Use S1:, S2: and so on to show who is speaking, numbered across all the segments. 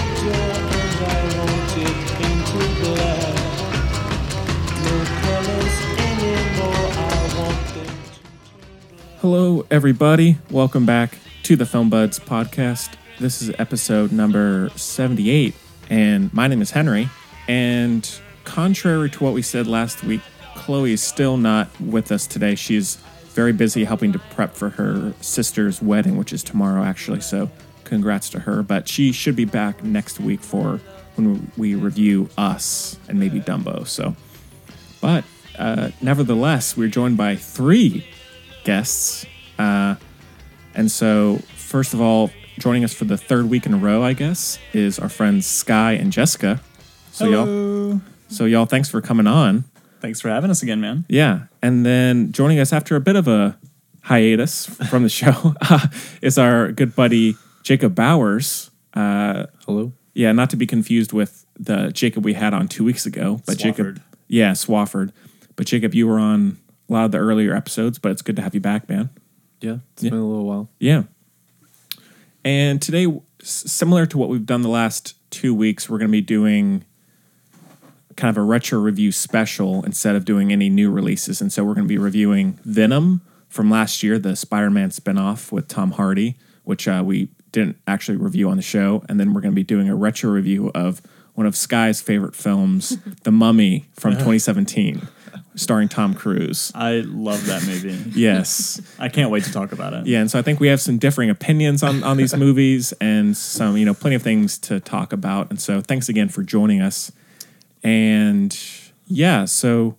S1: as I want it into black. No colors anymore, I want them to turn black.
S2: Hello, everybody. Welcome back to the Film Buds podcast. This is episode number 78, and my name is Henry. And contrary to what we said last week, Chloe is still not with us today. She's very busy helping to prep for her sister's wedding, which is tomorrow, actually. So, congrats to her. But she should be back next week for when we review us and maybe Dumbo. So, but uh, nevertheless, we're joined by three guests. Uh, and so, first of all, joining us for the third week in a row, I guess, is our friends Sky and Jessica. So y'all,
S3: Hello.
S2: so y'all, thanks for coming on.
S3: Thanks for having us again, man.
S2: Yeah, and then joining us after a bit of a hiatus from the show uh, is our good buddy Jacob Bowers. Uh,
S4: Hello.
S2: Yeah, not to be confused with the Jacob we had on two weeks ago, but Jacob,
S3: Swafford.
S2: yeah, Swafford. But Jacob, you were on a lot of the earlier episodes, but it's good to have you back, man.
S4: Yeah, it's been a little while.
S2: Yeah. And today, s- similar to what we've done the last two weeks, we're going to be doing kind of a retro review special instead of doing any new releases. And so we're going to be reviewing Venom from last year, the Spider Man spinoff with Tom Hardy, which uh, we didn't actually review on the show. And then we're going to be doing a retro review of one of Sky's favorite films, The Mummy from 2017, starring Tom Cruise.
S3: I love that movie.
S2: Yes.
S3: I can't wait to talk about it.
S2: Yeah, and so I think we have some differing opinions on, on these movies and some, you know, plenty of things to talk about. And so thanks again for joining us. And yeah, so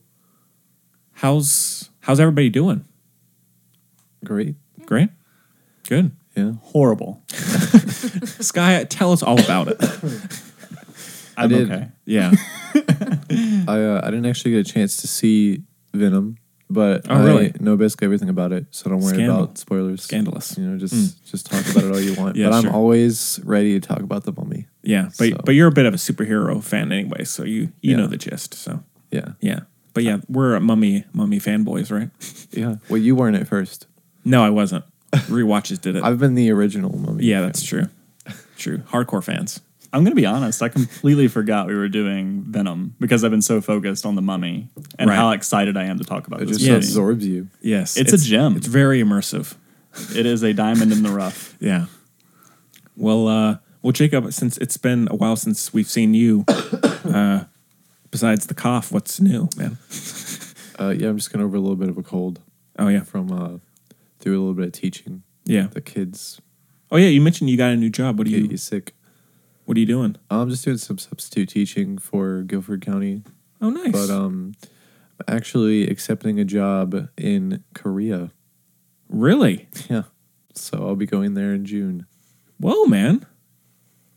S2: how's how's everybody doing?
S4: Great.
S2: Great? Good.
S4: Yeah.
S3: Horrible.
S2: Sky, tell us all about it.
S3: I'm
S4: did.
S3: okay.
S2: Yeah.
S4: I uh, I didn't actually get a chance to see Venom, but
S2: Oh, really?
S4: I know basically everything about it, so don't worry
S2: Scandal.
S4: about spoilers.
S2: Scandalous. Hmm.
S4: You know, just just talk about it all you want.
S2: Yeah,
S4: but I'm
S2: sure.
S4: always ready to talk about the mummy.
S2: Yeah. But
S4: So-
S2: but you're a bit of a superhero fan anyway, so you you
S4: Yeah.
S2: know the gist. So
S4: Yeah.
S2: yeah. But yeah, we're a mummy mummy fanboys, right?
S4: Yeah. Well, you weren't at first.
S2: No, I wasn't. Rewatches did it.
S4: I've been the original mummy.
S2: yeah,
S4: fan.
S2: that's true. True. Hardcore fans.
S3: I'm going to be honest. I completely forgot we were doing Venom because I've been so focused on the mummy and
S2: Right.
S3: how excited I am to talk about
S4: It
S3: this
S4: just
S3: movie.
S2: Yes.
S4: absorbs you.
S2: Yes.
S3: It's a gem.
S2: It's very immersive.
S3: It is a diamond in the rough.
S2: Yeah. Well, uh, well, Jacob, since it's been a while since we've seen you, uh, besides the cough, what's new, man?
S4: Uh, yeah, I'm just going over a little bit of a cold
S2: Oh yeah,
S4: from uh, through a little bit of teaching.
S2: yeah.
S4: The kids
S2: Oh yeah, you mentioned you got a new job. What are
S4: get
S2: you?
S4: you sick.
S2: What are you doing?
S4: I'm just doing some substitute teaching for Guilford County
S2: Oh nice.
S4: but um actually accepting a job in korea
S2: really?
S4: yeah so i'll be going there in june
S2: Whoa, man!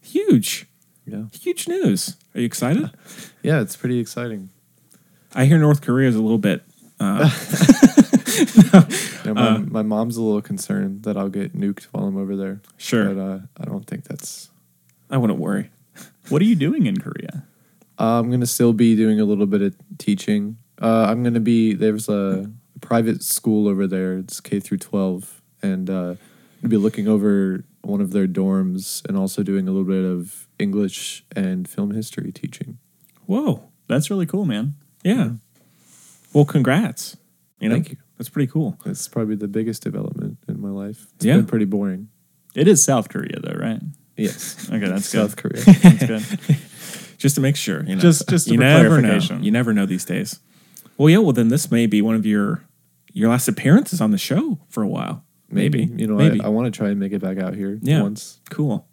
S2: Huge,
S4: yeah
S2: huge news. Are you excited?
S4: yeah it's pretty exciting
S2: I hear North Korea is a little bit.
S4: Now,
S2: Uh,
S4: my, my mom's a little concerned that i'll get nuked while i'm over there
S2: Sure.
S4: but uh, i don't think that's
S2: I wouldn't worry.
S3: What are you doing in Korea?
S4: uh, i'm gonna still be doing a little bit of teaching uh, i'm gonna be there's a private school over there it's k through 12 and uh, i'll be looking over one of their dorms and also doing a little bit of english and film history teaching
S2: Whoa.
S3: That's really cool, man.
S2: Yeah. Well, congrats. You know,
S4: Thank you.
S2: That's pretty cool.
S4: It's probably the biggest development in my life. It's
S2: Yeah.
S4: been pretty boring.
S3: It is South Korea, though, right?
S4: Yes.
S3: Okay, that's good.
S4: South Korea.
S3: That's good.
S2: just to make sure. You know,
S3: Just- just
S2: you
S3: for
S2: never know.
S3: clarification.
S2: You never know these days. Well, yeah. Well, then this may be one of your your last appearances on the show for a while. Maybe,
S4: You know,
S2: maybe.
S4: I, I want to try and make it back out here
S2: Yeah.
S4: once
S2: cool.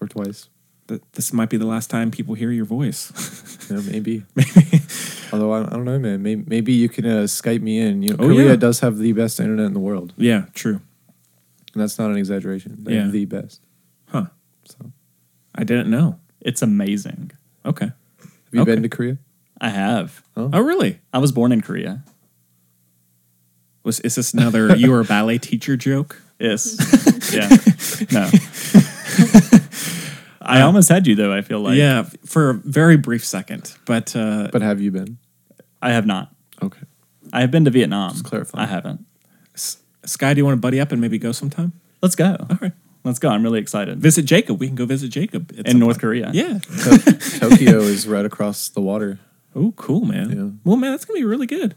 S4: or twice.
S2: Th- this might be the last time people hear your voice.
S4: You know, maybe. maybe. Although I, I don't know, man. Maybe, maybe you can uh, Skype me in. You know,
S2: Oh,
S4: Korea
S2: yeah.
S4: does have the best internet in the world,
S2: yeah, true.
S4: and that's not an exaggeration. They
S2: Yeah.
S4: have the best.
S2: Huh?
S4: So,
S2: I didn't know.
S3: It's amazing.
S2: Okay.
S4: have you
S2: Okay.
S4: been to Korea?
S3: I have.
S2: Oh, really?
S3: I was born in Korea.
S2: Was is this another you were a ballet teacher joke?
S3: Yes. yeah. No. Uh, I almost had you though, I feel like.
S2: yeah, f- for a very brief second, but uh,
S4: But have you been?
S3: I have not.
S4: Okay.
S3: I have been to Vietnam.
S4: Just clarify.
S3: I haven't.
S2: S- Sky, do you want to buddy up and maybe go sometime?
S3: Let's go.
S2: All right.
S3: Oh. Let's go. I'm really excited.
S2: Visit Jacob. We can go visit Jacob at
S3: in
S2: some
S3: North
S2: point.
S3: Korea.
S2: Yeah.
S4: To- Tokyo is right across the water.
S2: Oh, cool, man.
S4: Yeah.
S2: Well, man, that's gonna be really good.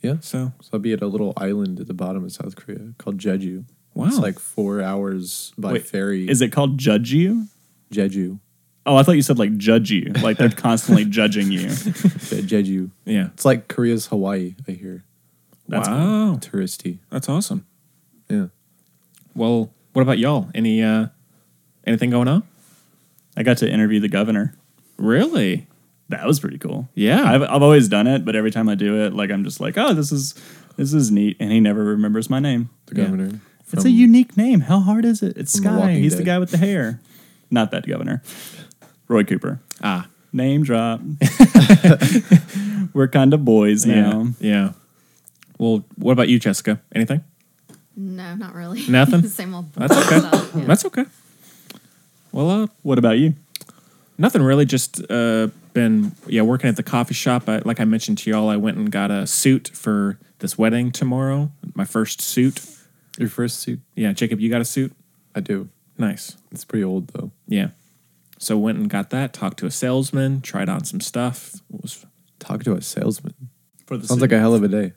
S4: Yeah.
S2: So,
S4: So I'll be at a little island at the bottom of South Korea called Jeju.
S2: wow.
S4: It's like four hours by
S3: Wait,
S4: ferry.
S3: Is it called Judge You?
S4: Jeju?
S3: Oh, I thought you said like judge you. Like they're constantly judging you.
S4: Je- Jeju.
S2: yeah.
S4: It's like Korea's Hawaii, I hear.
S2: That's wow.
S3: Oh.
S4: Touristy.
S2: That's awesome.
S4: Yeah.
S2: Well, what about y'all? Any uh anything going on?
S3: I got to interview the governor.
S2: Really?
S3: That was pretty cool.
S2: Yeah.
S3: I've, I've always done it, but every time I do it, like I'm just like, oh, this is this is neat, and he never remembers my name.
S4: The
S2: Yeah.
S4: governor.
S3: it's
S4: from-
S3: a unique name. How hard is it? It's
S4: from The
S3: Sky.
S4: Walking
S3: He's the
S4: Dead.
S3: guy with the hair. Not that governor. Roy Cooper.
S2: Ah.
S3: Name drop. We're kind of boys now.
S2: Yeah. Yeah. Well, what about you, Jessica? Anything?
S5: No, not really.
S2: Nothing?
S5: Same old.
S2: That's okay.
S5: stuff, yeah.
S2: That's okay. Well, uh,
S3: What about you?
S2: Nothing really. Just uh, been yeah working at the coffee shop. I, like I mentioned to y'all, I went and got a suit for this wedding tomorrow. My first suit.
S4: Your first suit.
S2: Yeah, Jacob, you got a suit.
S4: I do.
S2: Nice.
S4: It's pretty old though.
S2: Yeah. So went and got that. Talked to a salesman. Tried on some stuff. It was
S4: Talk to a salesman.
S3: For the
S4: Sounds like a hell of a day.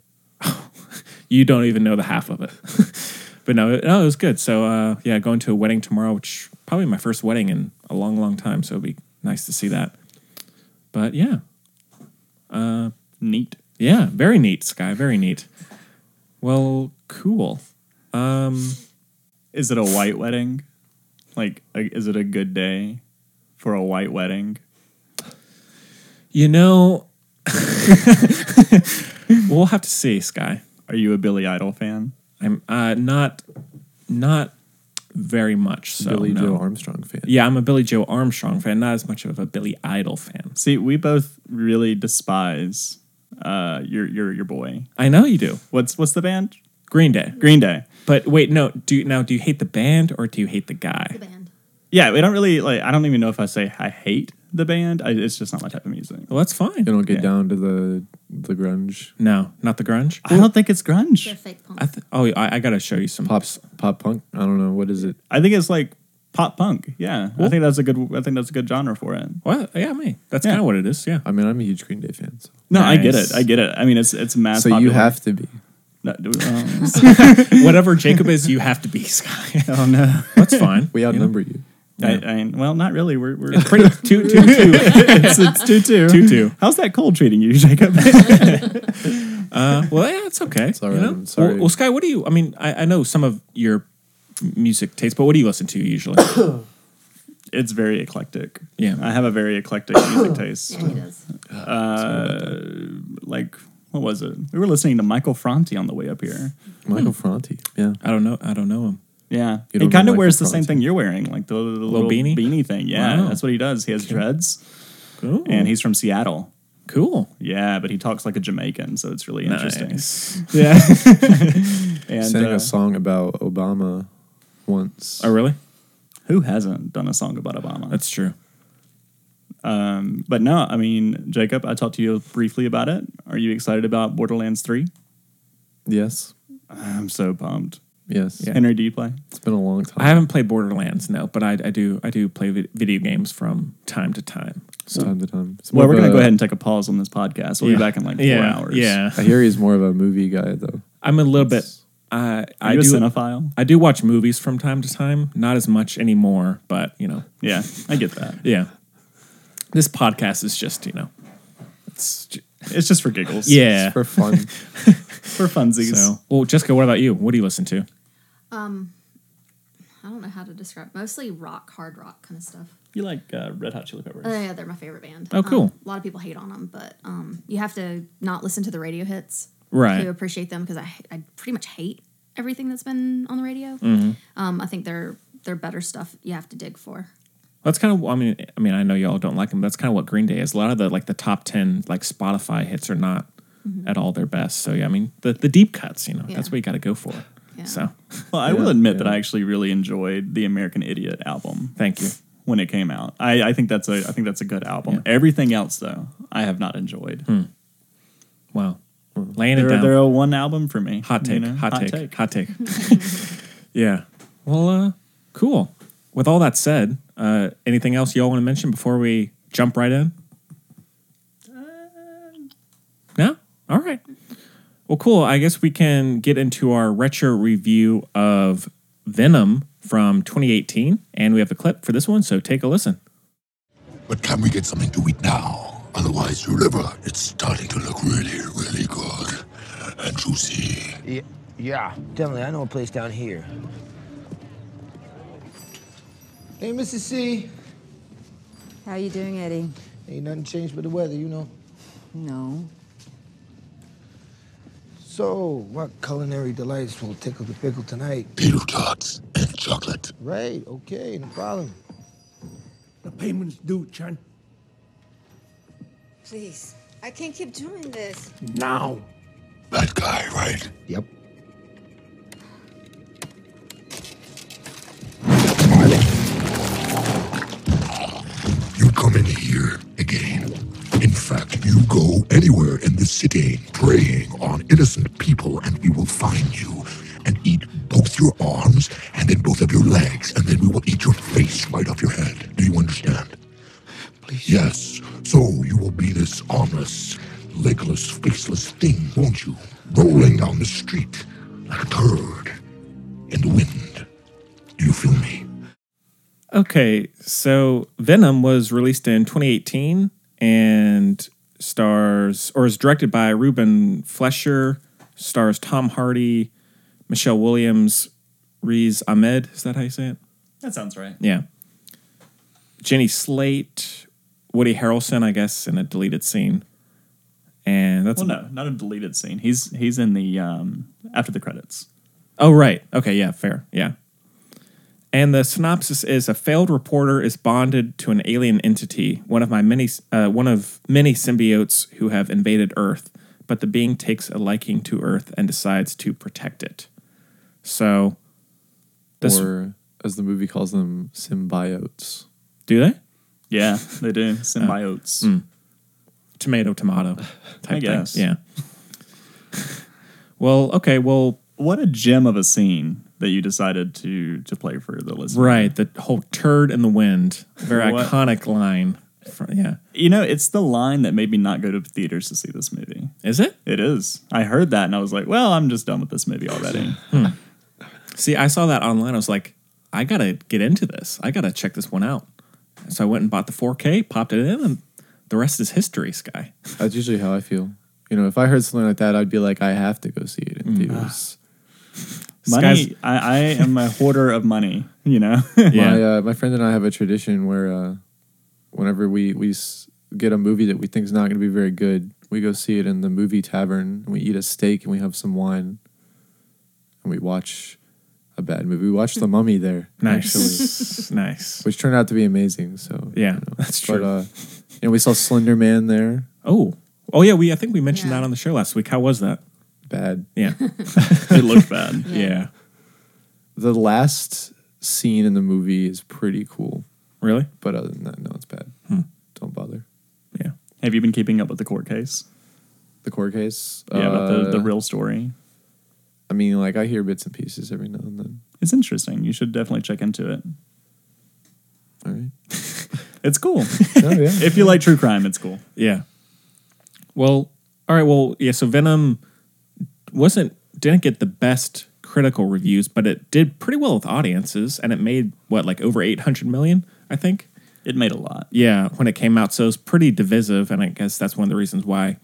S2: you don't even know the half of it. but no, it, no, it was good. So uh, yeah, going to a wedding tomorrow, which probably my first wedding in a long, long time. So it'd be nice to see that. But yeah,
S3: neat.
S2: Yeah, very neat, Sky. Very neat. Well, cool.
S3: Is it a white wedding? Like, a, is it a good day for a white wedding?
S2: You know, we'll have to see, Sky.
S3: Are you a Billy Idol fan?
S2: I'm uh, not not very much so.
S4: Billy
S2: no.
S4: Joe Armstrong fan.
S2: Yeah, I'm a Billy Joe Armstrong fan, not as much of a Billy Idol fan.
S3: See, we both really despise uh, your your your boy.
S2: I know you do.
S3: What's what's the band?
S2: Green Day.
S3: Green Day.
S2: But wait, no. Do you, now? Do you hate the band or do you hate the guy?
S5: The band.
S3: Yeah, we don't really like. I don't even know if I say I hate the band. I, it's just not my type of music.
S2: Well, that's fine.
S4: You don't get
S3: Yeah.
S4: down to the the grunge
S2: No, not the grunge.
S3: I don't think it's grunge.
S5: They're fake punk.
S2: I th- oh, I, I gotta show you some
S4: pop pop punk. I don't know what is it.
S3: I think it's like pop punk. Yeah, I
S2: Cool.
S3: think that's a good. I think that's a good genre for it.
S2: Well, yeah, me. That's
S3: Yeah.
S2: kind of what it is. Yeah.
S4: I mean, I'm a huge Green Day fan. So,
S3: No, I get
S2: Nice.
S3: it. I get it. I mean, it's it's mass.
S4: so you
S3: popular.
S4: have to be.
S3: No, do- um,
S2: Whatever Jacob is, you have to be Sky.
S3: oh no.
S2: That's fine.
S4: We outnumber you.
S3: I, I mean, well, not really. We're, we're
S2: It's pretty two two two
S3: it's, it's two two.
S2: two two.
S3: How's that cold treating you, Jacob?
S2: Uh, well, yeah, it's okay. It's
S4: all right, I'm sorry.
S2: Well, well, Sky, what do you? I mean, I, I know some of your music tastes, but what do you listen to usually?
S3: it's very eclectic.
S2: Yeah.
S3: I have a very eclectic music taste.
S5: yeah, he does.
S3: Like, what was it? We were listening to Michael Franti on the way up here.
S4: Michael
S3: Hmm.
S4: Franti. Yeah.
S2: I don't know. I don't know him.
S3: Yeah,
S4: You
S3: he
S4: don't know
S3: kind of
S4: Michael
S3: wears the same
S4: Franti?
S3: thing you're wearing, like the, the little,
S2: beanie?
S3: beanie? thing. Yeah,
S2: Wow.
S3: that's what he does. He has dreads,
S2: Cool.
S3: and he's from Seattle.
S2: cool.
S3: Yeah, but he talks like a Jamaican, so it's really interesting.
S2: Nice.
S3: Yeah, and
S4: Sang
S3: uh,
S4: a song about Obama once.
S2: Oh, really?
S3: who hasn't done a song about Obama?
S2: That's true.
S3: Um, but no, I mean, Jacob, I talked to you briefly about it. Are you excited about Borderlands 3?
S4: Yes.
S3: I'm so pumped.
S4: Yes.
S2: Yeah.
S3: Henry, do you play?
S4: It's been a long time.
S2: I haven't played Borderlands, no, but I, I do. I do play vid- video games from time to time.
S4: It's time to time. It's
S3: Well,
S4: more
S3: we're
S4: of
S3: going to
S4: a-
S3: go ahead and take a pause on this podcast. We'll
S2: Yeah.
S3: be back in like four
S2: yeah,
S3: hours.
S2: Yeah,
S4: I hear he's more of a movie guy though.
S2: I'm a little bit. Uh,
S3: Are
S2: I
S3: you a
S2: do.
S3: cinephile?
S2: I do watch movies from time to time, not as much anymore, but you know,
S3: Yeah, I get that.
S2: yeah. This podcast is just, you know, it's ju-
S3: It's just for giggles.
S2: yeah.
S4: It's for fun.
S3: For funsies.
S2: so, well, Jessica, what about you? What do you listen to?
S5: I don't know how to describe. Mostly rock, hard rock kind of stuff.
S3: You like uh, Red Hot Chili Peppers.
S5: Oh, yeah, they're my favorite band.
S2: Oh, cool.
S5: Um, a lot of people hate on them, but um, you have to not listen to the radio hits
S2: Right.
S5: to appreciate them because I, I pretty much hate everything that's been on the radio.
S2: Mm-hmm.
S5: Um, I think they're they're better stuff you have to dig for.
S2: That's kind of. I mean, I mean, I know y'all don't like them. But that's kind of what Green Day is. A lot of the like the top ten like Spotify hits are not at all their best. So yeah, I mean the the deep cuts. You know,
S5: Mm-hmm. Yeah.
S2: that's what you got to go for.
S5: Yeah.
S2: So
S3: well, I
S4: Yeah,
S3: will admit that
S4: yeah.
S3: I actually really enjoyed the American Idiot album
S2: thank you.
S3: when it came out. I, I think that's a I think that's a good album. Everything else though, I have not enjoyed.
S2: Wow, laying it
S3: They're,
S2: down.
S3: they're a one album for me.
S2: hot
S3: you
S2: take.
S3: know?
S2: hot, take. Hot take. yeah. Well, uh, Cool. With all that said, uh, anything else y'all want to mention before we jump right in? No? All right. Well, cool. I guess we can get into our retro review of Venom from 2018. And we have a clip for this one, so take a listen.
S6: But can we get something to eat now? Otherwise, your liver, it's starting to look really, really good and juicy.
S7: Yeah, yeah, definitely. I know a place down here. Hey, Mrs. C.
S8: How you doing, Eddie?
S7: Ain't nothing changed but the weather, you know.
S8: No.
S7: So, what culinary delights will tickle the pickle tonight?
S6: Beetle tots and chocolate.
S7: Right, okay, no problem.
S9: The payment's due, Chun.
S8: Please, I can't keep doing this.
S9: Now.
S6: That guy, right?
S7: Yep.
S6: You come in here again. In fact, you go anywhere in the city preying on innocent people, and we will find you and eat both your arms and then both of your legs, and then we will eat your face right off your head. Do you understand? Please. Yes. So you will be this armless, legless, faceless thing, won't you? Rolling down the street like a turd in the wind. Do you feel me?
S2: Okay, so Venom was released in 2018 and stars or is directed by Ruben Flesher, stars Tom Hardy, Michelle Williams, Riz Ahmed, is that how you say it?
S3: That sounds right.
S2: Yeah. Jenny Slate, Woody Harrelson, I guess, in a deleted scene. And that's
S3: Well, no, not a deleted scene. He's he's in the um, after the credits.
S2: Oh, right. Okay. Yeah. Fair. Yeah. And the synopsis is: a failed reporter is bonded to an alien entity, one of my many, uh, one of many symbiotes who have invaded Earth. But the being takes a liking to Earth and decides to protect it. So, This-
S4: or as the movie calls them, symbiotes.
S2: do they?
S3: Yeah, they do symbiotes.
S2: Tomato, tomato, type
S3: I guess.
S2: thing. Yeah. well, okay. Well,
S3: What a gem of a scene that you decided to to play for the listener.
S2: right. The whole turd in the wind, very
S3: What?
S2: iconic line. Fr- yeah.
S3: You know, it's the line that made me not go to theaters to see this movie.
S2: Is it?
S3: It is. I heard that and I was like, well, I'm just done with this movie already.
S2: See, I saw that online. I was like, I gotta get into this. I gotta check this one out. So I went and bought the 4K, popped it in, and the rest is history, Sky.
S4: That's usually how I feel. You know, if I heard something like that, I'd be like, I have to go see it
S3: Mm.
S4: in theaters.
S2: Sky's-
S3: money. I, I am a hoarder of money, you know?
S2: Yeah.
S4: My uh, my friend and I have a tradition where uh, whenever we we s- get a movie that we think is not going to be very good, we go see it in the movie tavern and we eat a steak and we have some wine, and we watch a bad movie. We watched The Mummy there,
S2: Nice. nice.
S4: which turned out to be amazing. So
S2: Yeah, that's
S4: But
S2: true.
S4: uh, you know, we saw Slender Man there.
S2: Oh. Oh yeah, we I think we mentioned
S5: Yeah.
S2: that on the show last week. How was that?
S4: Bad.
S2: Yeah.
S3: it looked bad.
S2: yeah.
S4: The last scene in the movie is pretty cool,
S2: Really?
S4: but other than that, no, it's bad. Don't bother.
S2: Yeah.
S3: Have you been keeping up with the court case?
S4: The court case.
S3: Yeah, about the, the
S4: uh,
S3: real story.
S4: I mean, like I hear bits and pieces every now and then.
S3: It's interesting. You should definitely check into it.
S4: All right.
S3: It's cool.
S4: Oh yeah.
S3: if you like true crime, it's cool.
S2: Yeah. Well, all right. Well, yeah. So Venom wasn't didn't get the best critical reviews, but it did pretty well with audiences, and it made what like over eight hundred million, I think.
S3: It made a lot.
S2: yeah, when it came out. So it's pretty divisive, and I guess that's one of the reasons why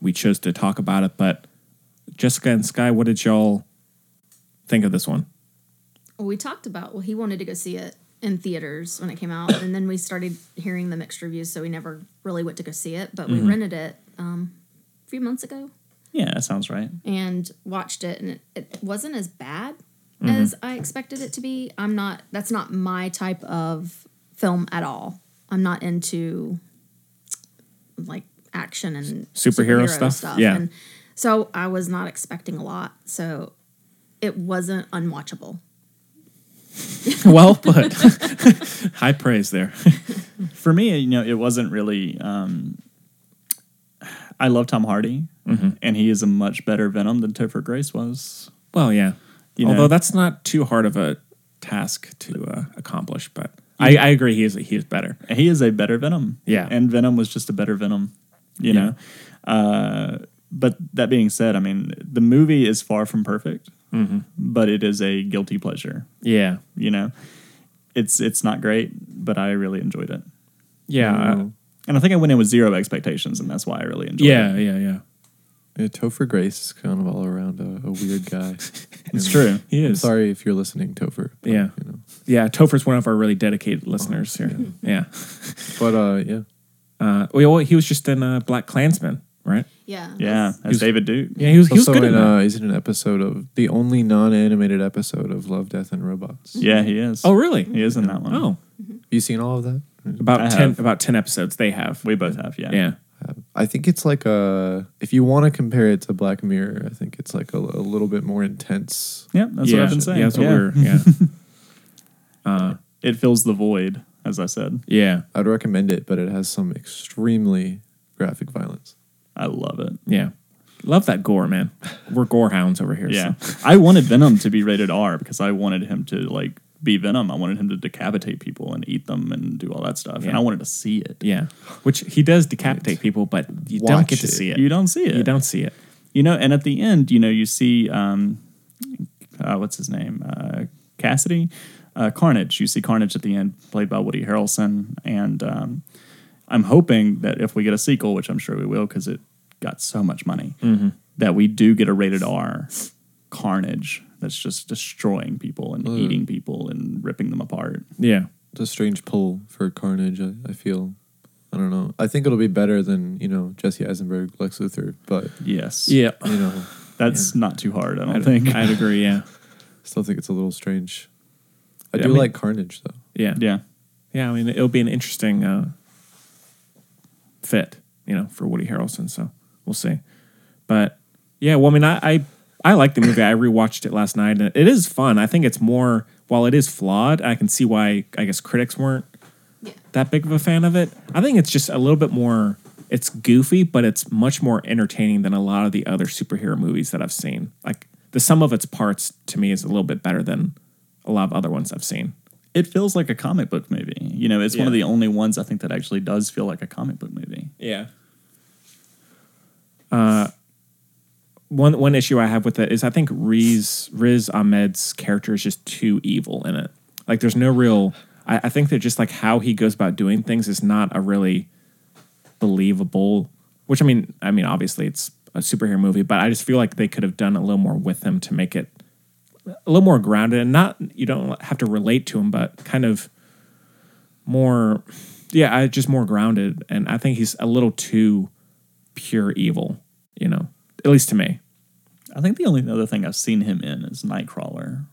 S2: we chose to talk about it. But Jessica and Sky, what did y'all think of this one?
S5: Well, we talked about well, he wanted to go see it in theaters when it came out, and then we started hearing the mixed reviews, so we never really went to go see it, but we
S2: Mm-hmm.
S5: rented it um, a few months ago
S3: Yeah, that sounds right.
S5: and watched it, and it, it wasn't as bad
S2: Mm-hmm.
S5: as I expected it to be. I'm not. That's not my type of film at all. I'm not into like action and
S2: Superhero stuff? Yeah.
S5: And so I was not expecting a lot. So it wasn't unwatchable.
S2: well put. High praise there.
S3: For me, you know, it wasn't really. Um, I love Tom Hardy,
S2: Mm-hmm.
S3: and he is a much better Venom than Topher Grace was.
S2: Well, yeah.
S3: You
S2: Although
S3: know.
S2: that's not too hard of a task to uh, accomplish. But I, I agree, he is he is better.
S3: He is a better Venom.
S2: Yeah.
S3: And Venom was just a better Venom, you know? Uh, but that being said, I mean, the movie is far from perfect,
S2: Mm-hmm.
S3: but it is a guilty pleasure,
S2: Yeah,
S3: you know? It's it's not great, but I really enjoyed it.
S2: yeah,
S4: Oh,
S2: uh,
S3: And I think I went in with zero expectations, and that's why I really enjoyed it.
S2: yeah, yeah, yeah.
S4: Yeah, Topher Grace is kind of all around a, a weird guy.
S3: It's true.
S2: He
S4: I'm
S2: is.
S4: sorry if you're listening, Topher. but,
S2: Yeah.
S4: you know. Oh,
S2: Yeah, Topher's one of our really dedicated listeners here. Yeah.
S4: But uh, yeah,
S2: Uh, well, he was just in uh, Black Klansman, right?
S5: Yeah.
S3: Yeah. That's David Duke.
S2: Yeah, he was, he was
S4: also
S2: good in
S4: in
S2: that.
S4: uh, he's in an episode of the only non-animated episode of Love, Death, and Robots.
S3: Yeah, he is.
S2: oh, really?
S3: He is in that one.
S2: Oh,
S4: You seen all of that?
S2: about
S3: I
S2: ten
S3: have.
S2: about ten episodes they have.
S3: We both have, yeah.
S2: yeah,
S4: I think it's like a. If you want to compare it to Black Mirror, I think it's like a, a little bit more intense.
S3: Yeah, that's
S2: yeah,
S3: what I've been saying.
S2: Yeah, that's what we're yeah
S3: It fills the void, as I said.
S2: yeah
S4: I'd recommend it, but it has some extremely graphic violence.
S3: I love it.
S2: yeah. Love that gore, man. We're gore hounds over here.
S3: Yeah.
S2: so.
S3: I wanted Venom to be rated R because I wanted him to like be Venom. I wanted him to decapitate people and eat them and do all that stuff. And
S2: Yeah.
S3: I wanted to see it.
S2: yeah. Which he does decapitate people, but you don't
S4: Watch
S2: get to
S4: it.
S2: see it.
S3: You don't see it.
S2: You don't see it.
S3: You know, and at the end, you know, you see um uh, what's his name? Uh Cassidy? Uh Carnage. You see Carnage at the end played by Woody Harrelson and um I'm hoping that if we get a sequel, which I'm sure we will cuz it got so much money,
S2: Mm-hmm.
S3: that we do get a rated R Carnage that's just destroying people and eating people and ripping them apart.
S2: Yeah.
S4: It's a strange pull for Carnage. I, I feel. I don't know. I think it'll be better than you know Jesse Eisenberg, Lex Luthor, but
S3: Yes.
S2: Yeah.
S4: you know,
S3: That's not too hard, I don't think.
S2: I'd agree. Yeah.
S4: still think it's a little strange. I
S2: Yeah, I
S4: do
S2: mean-
S4: like Carnage though.
S2: Yeah.
S3: yeah.
S2: Yeah, I mean, it'll be an interesting uh, fit, you know, for Woody Harrelson. So we'll see. But yeah, well, I mean, I I, I like the movie. I rewatched it last night, and it is fun. I think it's more while it is flawed. I can see why I guess critics weren't
S5: Yeah.
S2: that big of a fan of it. I think it's just a little bit more. It's goofy, but it's much more entertaining than a lot of the other superhero movies that I've seen. Like the sum of its parts to me is a little bit better than a lot of other ones I've seen.
S3: It feels like a comic book movie. You know, it's one of
S2: Yeah.
S3: the only ones I think that actually does feel like a comic book movie.
S2: Yeah. Uh, one one issue I have with it is I think Riz Riz Ahmed's character is just too evil in it. Like, there's no real. I, I think that just like how he goes about doing things is not a really believable. Which I mean, I mean, obviously it's a superhero movie, but I just feel like they could have done a little more with him to make it a little more grounded and not you don't have to relate to him, but kind of more yeah I, just more grounded and i think he's a little too pure evil you know at least to me
S3: I think the only other thing I've seen him in is Nightcrawler.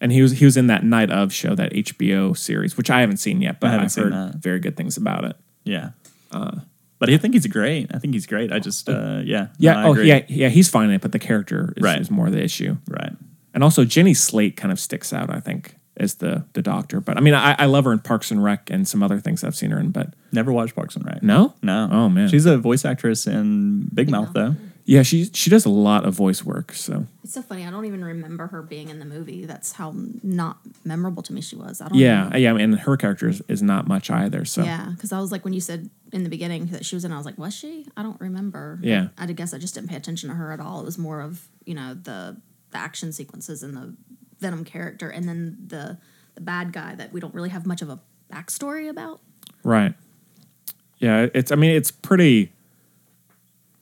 S2: and he was he was in that night of show that hbo series which i haven't seen yet but
S3: I haven't
S2: i've
S3: seen
S2: heard
S3: that.
S2: very good things about it
S3: Yeah.
S2: Uh,
S3: but I think he's great. I think he's great. I just, uh, yeah. No,
S2: yeah
S3: I
S2: oh
S3: agree.
S2: yeah yeah he's fine in it but the character is,
S3: Right.
S2: is more the issue
S3: Right.
S2: and also jenny slate kind of sticks out i think as the the doctor but i mean i, I love her in parks and rec and some other things i've seen her in but
S3: Never watched Parks and Rec.
S2: no
S3: No.
S2: oh man
S3: She's a voice actress in Big Mouth, though.
S2: yeah she she does a lot of voice work so
S5: It's so funny. I don't even remember her being in the movie. That's how not memorable to me she was. I don't
S2: yeah
S5: know.
S2: yeah and her character is, is not much either so
S5: Yeah, because I was like, when you said in the beginning that she was in, I was like, was she? I don't remember.
S2: Yeah.
S5: I guess I just didn't pay attention to her at all. It was more of you know the the action sequences and the Venom character, and then the the bad guy that we don't really have much of a backstory about.
S2: Right. Yeah, it's I mean it's pretty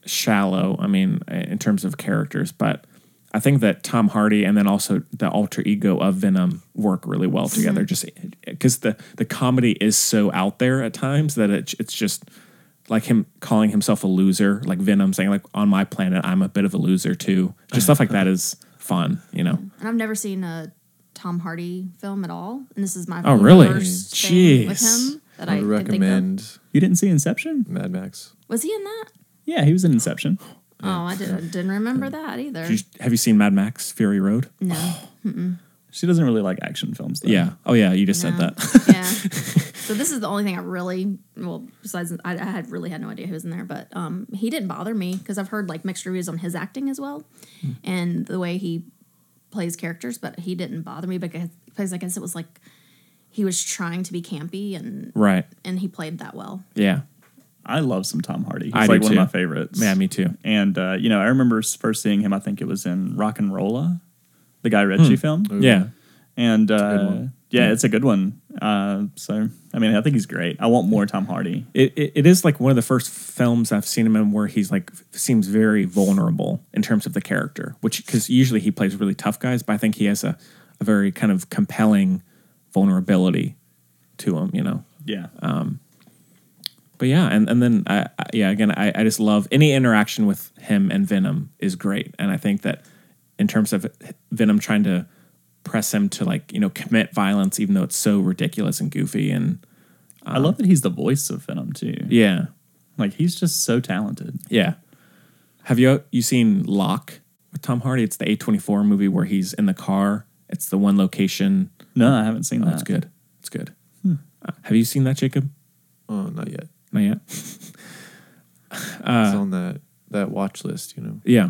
S2: shallow, I mean in terms of characters, but I think that Tom Hardy and then also the alter ego of Venom work really well together just cuz the the comedy is so out there at times that it, it's just like him calling himself a loser, like Venom saying like on my planet I'm a bit of a loser too. Just stuff like that is fun, you know.
S5: And I've never seen a Tom Hardy film at all, and this is my
S2: Oh, really?
S5: first thing with
S2: Jeez.
S5: him that
S4: I would
S5: I, could think of.
S4: recommend
S3: You didn't see Inception?
S4: Mad Max.
S5: Was he in that?
S3: Yeah, he was in Inception.
S5: Oh, I didn't, didn't remember that either.
S2: Did you- have you seen Mad Max Fury Road?
S5: No.
S3: She doesn't really like action films, though.
S2: Yeah. Oh yeah, you just said
S5: No.
S2: that.
S5: yeah. So this is the only thing I really well besides I, I had really had no idea who was in there, but um, he didn't bother me because I've heard like mixed reviews on his acting as well, and the way he plays characters, but he didn't bother me because, because I guess it was like he was trying to be campy and
S2: Right.
S5: and he played that well.
S2: Yeah.
S3: I love some Tom Hardy. He's
S2: I do
S3: like one
S2: too.
S3: of my favorites.
S2: Yeah, me too.
S3: And uh, you know, I remember s- first seeing him. I think it was in Rock and Rolla, the Guy Ritchie film.
S2: Hmm. Oh, Yeah.
S3: And uh,
S4: one.
S2: Hmm.
S3: yeah, it's a good one. Uh, so I mean, I think he's great. I want more Tom Hardy.
S2: It, it, it is like one of the first films I've seen him in where he's like f- seems very vulnerable in terms of the character, which because usually he plays really tough guys, but I think he has a, a very kind of compelling vulnerability to him, you know.
S3: Yeah,
S2: Uh, But yeah, and and then I, I yeah again I, I just love any interaction with him and Venom is great, and I think that in terms of Venom trying to press him to like you know commit violence, even though it's so ridiculous and goofy, and
S3: I love that he's the voice of Venom too.
S2: yeah,
S3: Like he's just so talented.
S2: yeah. Have you you seen Locke with Tom Hardy? It's the A twenty four movie where he's in the car. It's the one location.
S3: No, I haven't seen that.
S2: Oh, That's good. It's good. Uh, have you seen that, Jacob?
S4: Oh, not yet.
S2: Not yet. Uh.
S4: it's on that that watch list. You know,
S2: Yeah,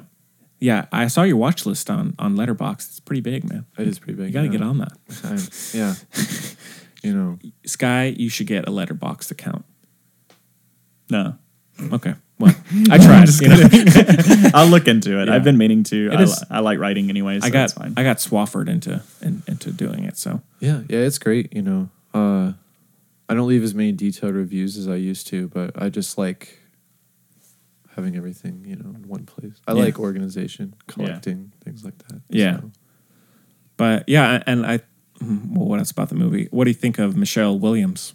S2: yeah. I saw your watch list on on Letterbox. It's pretty big, man.
S4: it is pretty big.
S2: You got to
S4: know.
S2: get on that.
S4: I'm- yeah. you know,
S2: Sky, you should get a letterbox account.
S3: No,
S2: Okay. Well, I tried. you know.
S3: I'll look into it.
S2: Yeah.
S3: I've been meaning to. I,
S2: is-
S3: li- I like writing anyway, so
S2: I got
S3: it's fine.
S2: I got swaffered into in, into doing it. So
S4: yeah, yeah. It's great. You know, uh, I don't leave as many detailed reviews as I used to, but I just like having everything you know in one place. I
S2: Yeah.
S4: like organization, collecting things like that.
S2: Yeah.
S4: So,
S2: but yeah, and I mm, well, what else about the movie? What do you think of Michelle Williams?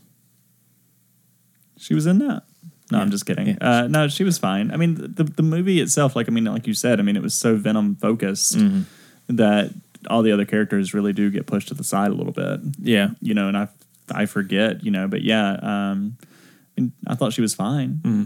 S3: She was in that. No,
S2: Yeah.
S3: I'm just kidding.
S2: Yeah.
S3: Uh, no, she was fine. I mean, the the movie itself, like I mean, like you said, I mean, it was so Venom focused
S2: Mm-hmm.
S3: that all the other characters really do get pushed to the side a little bit.
S2: Yeah.
S3: You know, and I I forget, you know, but yeah, um, and I thought she was fine.
S2: Mm-hmm.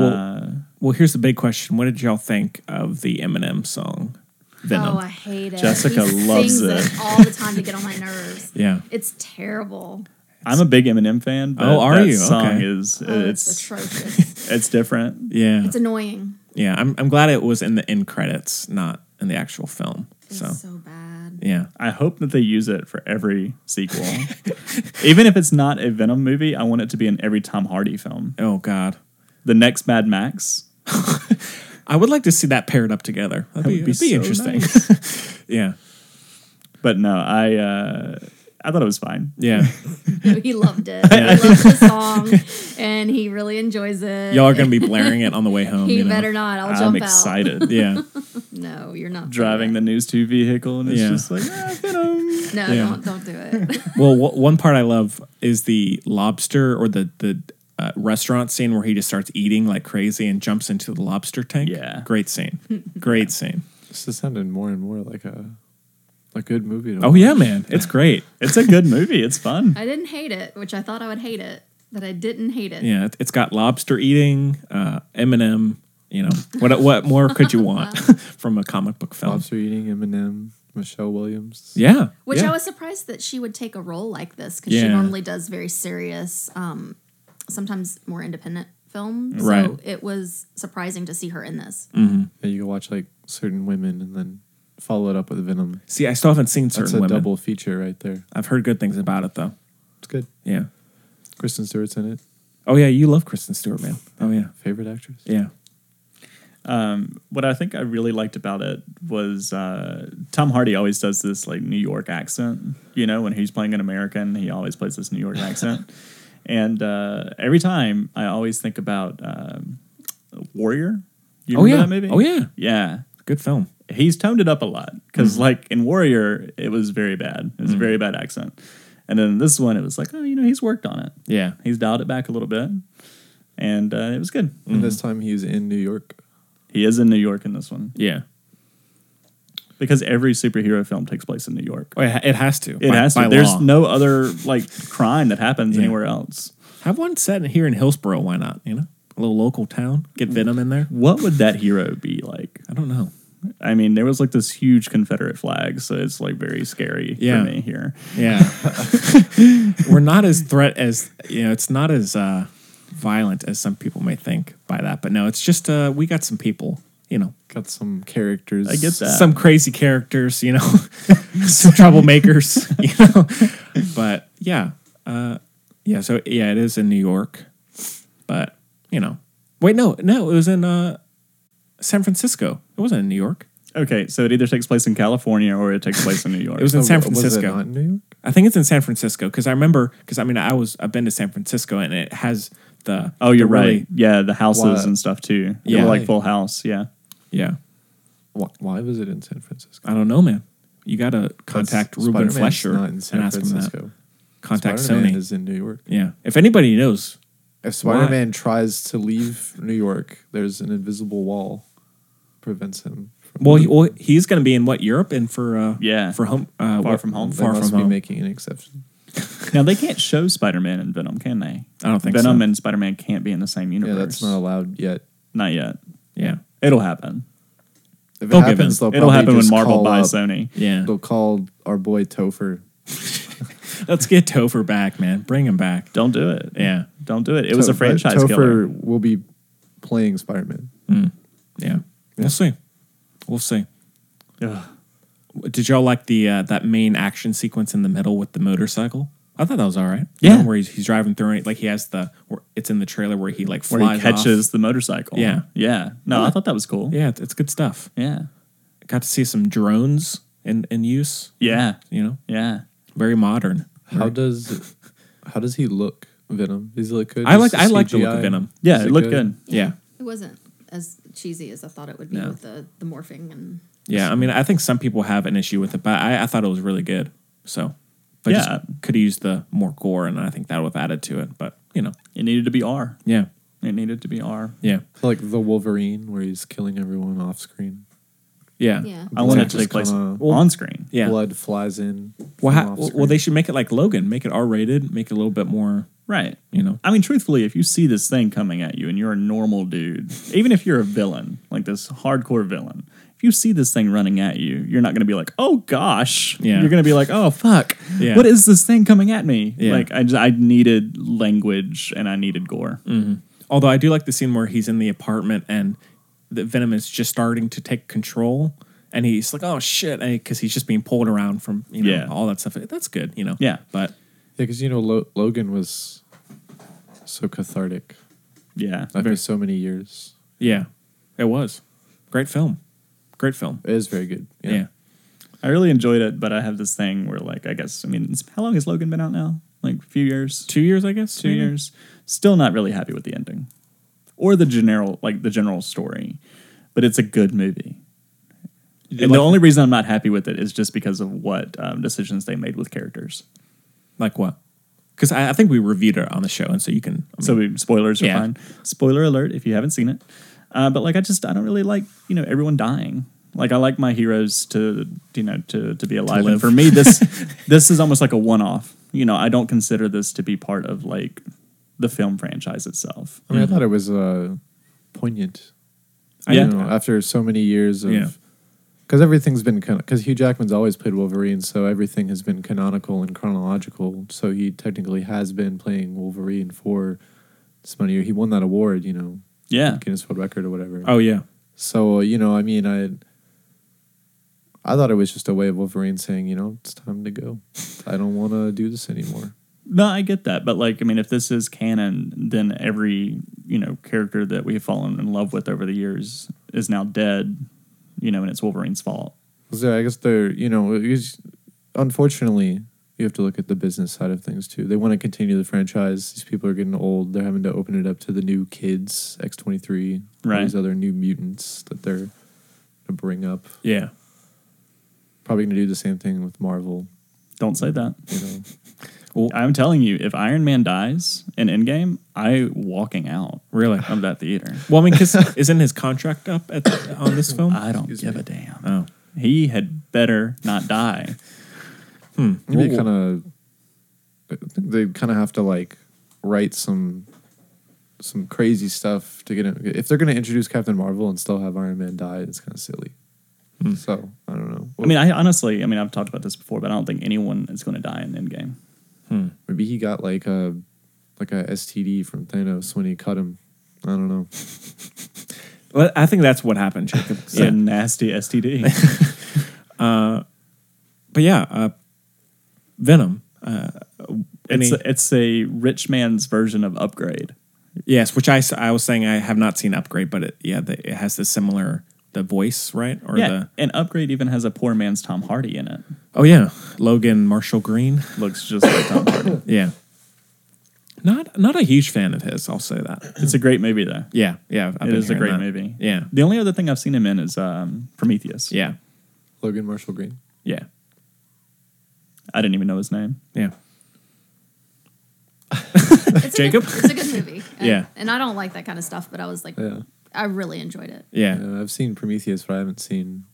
S2: Well, well, here's the big question: What did y'all think of the Eminem song Venom?
S5: Oh, I hate it.
S3: Jessica
S5: he
S3: loves
S5: sings
S3: it.
S5: it all the time to get on my nerves.
S2: yeah.
S5: It's terrible.
S3: I'm a big Eminem fan. But
S2: Oh, are
S3: that
S2: you?
S3: Song
S2: Okay.
S3: is
S5: Oh, it's,
S3: Uh, it's
S5: atrocious.
S3: it's different.
S2: Yeah.
S5: it's annoying.
S2: yeah. I'm I'm glad it was in the end credits, not in the actual film.
S5: It's
S2: So
S5: so, bad.
S2: yeah.
S3: I hope that they use it for every sequel. Even if it's not a Venom movie, I want it to be in every Tom Hardy film.
S2: Oh God.
S3: The next Mad Max,
S2: I would like to see that paired up together. That'd be,
S3: would be
S2: that'd be
S3: so
S2: interesting. yeah.
S3: But no, I uh, I thought it was fine.
S2: Yeah.
S5: He loved it. He loved the song, and he really enjoys it.
S2: Y'all are going to be blaring it on the way home.
S5: he
S2: you know?
S5: better not. I'll
S3: I'm
S5: jump out.
S3: excited.
S2: Yeah.
S5: No, you're not
S3: Driving the News 2 vehicle, and it's
S2: Yeah.
S3: just like, ah, Venom.
S5: No,
S2: Yeah.
S5: don't don't do it.
S2: Well, w- one part I love is the lobster or the the uh, restaurant scene where he just starts eating like crazy and jumps into the lobster tank.
S3: Yeah.
S2: Great scene. Great scene.
S4: this is sounding more and more like a a good movie. To
S2: Oh yeah, man. It's great.
S3: It's a good movie. It's fun.
S5: I didn't hate it, which I thought I would hate it, but I didn't hate it.
S2: Yeah. it- It's got lobster eating, uh, Eminem. You know what? What more could you want from a comic book film?
S4: Lobster eating Eminem, Michelle Williams.
S2: Yeah.
S5: Which
S2: yeah.
S5: I was surprised that she would take a role like this because she
S2: Yeah.
S5: normally does very serious, um, sometimes more independent films.
S2: Right. Mm.
S5: So it was surprising to see her in this.
S4: Yeah, you can watch like certain women and then follow it up with Venom.
S2: See, I still haven't seen certain
S4: That's a
S2: women.
S4: double feature right there.
S2: I've heard good things about it though.
S4: It's good.
S2: Yeah.
S4: Kristen Stewart's in it.
S2: Oh yeah, you love Kristen Stewart, man. Oh yeah,
S4: Favorite actress?
S2: yeah,
S3: What I think I really liked about it was uh, Tom Hardy always does this like New York accent. You know, when he's playing an American, he always plays this New York accent. And uh, every time, I always think about um, Warrior. You
S2: Oh,
S3: remember
S2: yeah.
S3: that movie?
S2: Oh, yeah.
S3: yeah.
S2: good film.
S3: he's toned it up a lot
S2: Mm.
S3: because like in warrior it was very bad it was a very bad accent and then this one it was like oh you know he's worked on it
S2: Yeah,
S3: he's dialed it back a little bit and uh, it was good
S2: Mm.
S4: And
S2: Mm-hmm.
S4: this time he's in New York.
S3: he is in new york in this one
S2: yeah.
S3: because every superhero film takes place in new york
S2: Oh, it, ha- it has to.
S3: it
S2: by-
S3: has
S2: by
S3: to there's
S2: law.
S3: no other like crime that happens
S2: Yeah.
S3: anywhere else
S2: Have one set here in Hillsboro. Why not? You know, a little local town. Get Venom in there.
S3: what would that hero be like
S2: I don't know.
S3: i mean there was like this huge confederate flag so it's like very scary
S2: Yeah.
S3: for me here
S2: Yeah, we're not as threat as you know. It's not as uh, violent as some people may think by that. But no, it's just uh, we got some people you know,
S4: Got some characters.
S3: I get that.
S2: some crazy characters, you know, some troublemakers, you know. But yeah, uh, yeah. So yeah, it is in New York, but you know, wait, no, no, it was in uh, San Francisco. It wasn't in New York.
S3: Okay, so it either takes place in California or it takes place in New York.
S2: It was in
S4: Oh,
S2: San
S4: w- was it
S2: Francisco.
S4: not in New York?
S2: I think it's in San Francisco because I remember because I mean I was I've been to San Francisco and it has the
S3: oh, you're
S2: the really-
S3: right. Yeah, the houses
S4: Why-
S3: and stuff too. They
S2: Yeah.
S3: were like Full House. Yeah,
S2: yeah
S4: Why, why was it in San Francisco?
S2: I don't know man you gotta contact
S4: That's-
S2: Ruben
S4: Spider-Man's
S2: Flesher
S4: not in San
S2: and ask him
S4: Francisco.
S2: that contact
S4: Spider-Man
S2: Sony
S4: is in New York.
S2: yeah if anybody knows
S4: If Spider-Man tries to leave New York, there's an invisible wall prevents him. From
S2: well, he, well he's gonna be in what Europe and for uh
S3: Mm-hmm. Yeah.
S2: for home uh,
S3: Far
S2: what-
S3: From Home.
S4: They
S2: far
S4: must
S2: from
S4: be
S2: home
S4: making an exception.
S3: Now they can't show Spider Man and Venom, can they?
S2: I don't think
S3: Venom
S2: so.
S3: and Spider Man can't be in the same universe.
S4: Yeah, that's not allowed yet.
S3: Not yet.
S2: yeah
S3: It'll happen.
S4: If
S2: They'll
S4: it
S2: give
S4: happens,
S2: in.
S4: they'll
S3: It'll
S4: probably
S3: happen when
S4: just
S3: Marvel
S4: call
S3: buys
S4: up-
S3: Sony.
S2: yeah
S4: They'll call our boy Topher.
S2: let's get Topher back man bring him back
S3: Don't do it.
S2: yeah
S3: Don't do it. It was a
S4: Topher-
S3: franchise
S4: Topher
S3: killer.
S4: will be playing Spider-Man.
S2: yeah we'll see we'll see
S3: Ugh.
S2: Did y'all like the uh, that main action sequence in the middle with the motorcycle? I thought that was all right.
S3: Yeah.
S2: You know, where he's, he's driving through it, like he has the. Where it's in the trailer where he like flies
S3: Where he catches
S2: Off.
S3: the motorcycle.
S2: Yeah.
S3: Yeah. No, I thought that was cool.
S2: Yeah, it's, it's good stuff.
S3: Yeah.
S2: Got to see some drones in in use.
S3: Yeah.
S2: You know,
S3: Yeah.
S2: very modern.
S4: How does how does he look, Venom? Does he look good?
S2: I
S4: Is
S2: liked
S4: the
S2: I liked the look
S4: CGI?
S2: of Venom.
S3: Yeah,
S4: Is
S3: it looked good.
S2: Yeah.
S5: It wasn't as cheesy as I thought it would be
S2: No.
S5: with the, the morphing and
S2: Yeah, I mean, I think some people have an issue with it, but I, I thought it was really good. So, but
S3: Yeah.
S2: could have used the more gore, and I think that would have added to it. But you know,
S3: It needed to be R.
S2: yeah,
S3: It needed to be R.
S2: yeah,
S4: Like the Wolverine, where he's killing everyone off screen.
S2: yeah,
S5: yeah.
S3: I want it
S4: Just
S3: to take place
S4: kinda-
S3: on screen.
S2: yeah.
S4: Blood flies in.
S2: Well,
S4: from
S2: ha-
S4: off
S2: well,
S4: screen.
S2: they should make it like Logan, make it R rated, make it a little bit more,
S3: Right.
S2: you know.
S3: I mean, truthfully, if you see this thing coming at you and you're a normal dude, even if you're a villain, like this hardcore villain, if you see this thing running at you, you're not going to be like, oh gosh.
S2: Yeah.
S3: You're going to be like, oh fuck.
S2: Yeah.
S3: What is this thing coming at me?
S2: Yeah.
S3: Like, I, just, I needed language and I needed gore.
S2: Mm-hmm. Although I do like the scene where he's in the apartment and the Venom is just starting to take control, and he's like, "Oh shit," because he's just being pulled around from you know
S3: Yeah.
S2: all that stuff. That's good, you know.
S3: Yeah.
S2: but
S4: Yeah, because you know Lo- Logan was so cathartic
S3: Yeah.
S4: after so many years.
S2: Uh, yeah, it was great film, great film.
S4: It is very good.
S2: Yeah,
S3: I really enjoyed it, but I have this thing where, like, I guess, I mean, it's, how long has Logan been out now? Like, a few years?
S2: two years, I guess.
S3: two
S2: maybe?
S3: years. Still not really happy with the ending, or the general like the general story, but it's a good movie. And the only reason I'm not happy with it is just because of what um, decisions they made with characters.
S2: Like what? Because I, I think we reviewed it on the show, and so you can. I mean,
S3: So we, spoilers are
S2: Yeah.
S3: fine. Spoiler alert if you haven't seen it. Uh, but like I just I don't really like you know everyone dying. Like I like my heroes to you know to to be alive. and
S2: live.
S3: for me this this is almost like a one off. You know I don't consider this to be part of like the film franchise itself.
S4: I
S2: Mm-hmm.
S4: mean, I thought it was uh, poignant.
S2: I
S4: You
S2: didn't-
S4: know, after so many years
S2: Yeah.
S4: of, because everything's been kind of because Hugh Jackman's always played Wolverine, so everything has been canonical and chronological. So he technically has been playing Wolverine for this many years. He won that award, you know,
S3: Yeah.
S4: Guinness World Record or whatever.
S2: oh yeah,
S4: So you know, I mean, I I thought it was just a way of Wolverine saying, you know, it's time to go. I don't want to do this anymore.
S3: No, I get that, but like, I mean, if this is canon, then every you know character that we've fallen in love with over the years is now dead, you know, and it's Wolverine's fault.
S4: So I guess they're you know, it is- unfortunately, you have to look at the business side of things too. They want to continue the franchise. These people are getting old. They're having to open it up to the new kids, X twenty three,
S3: Right.
S4: These other new mutants that they're gonna bring up.
S2: yeah.
S4: Probably gonna do the same thing with Marvel.
S3: Don't say that.
S4: You know,
S3: I'm telling you, if Iron Man dies in Endgame, I walking out
S2: Really?
S3: of that theater.
S2: Well, I mean, because isn't his contract up at the, on this film?
S3: I don't give a damn.
S2: oh.
S3: He had better not die.
S4: Maybe kind of. They kind of have to like write some some crazy stuff to get in. If they're going to introduce Captain Marvel and still have Iron Man die, it's kind of silly. So I don't know.
S3: I mean, I honestly, I mean, I've talked about this before, but I don't think anyone is going to die in Endgame.
S4: maybe he got like a like a STD from Thanos when he cut him. I don't know.
S2: Well, I think that's what happened, Jacob.
S3: It's a nasty STD.
S2: But yeah, uh, Venom. Uh, any,
S3: it's, a, it's a rich man's version of upgrade.
S2: yes, which I, s- I was saying I have not seen Upgrade, but it, yeah, the, it has the similar the voice, right? Or
S3: yeah,
S2: the
S3: and upgrade even has a poor man's Tom Hardy in it.
S2: oh yeah, Logan Marshall Green.
S3: Looks just like Tom Hardy.
S2: Yeah, not not a huge fan of his. I'll say that.
S3: It's a great movie though.
S2: Yeah, yeah, I've
S3: it
S2: been
S3: is a
S2: hearing
S3: great
S2: that.
S3: movie.
S2: Yeah,
S3: The only other thing I've seen him in is um, Prometheus.
S2: yeah,
S4: Logan Marshall Green.
S2: yeah,
S3: I didn't even know his name.
S2: yeah.
S5: It's
S2: Jacob?
S5: A good, it's a good movie. And-
S2: Yeah.
S5: And I don't like that kind of stuff, but I was like,
S4: Yeah.
S5: I really enjoyed it.
S2: Yeah.
S4: Uh, I've seen Prometheus, but I haven't seen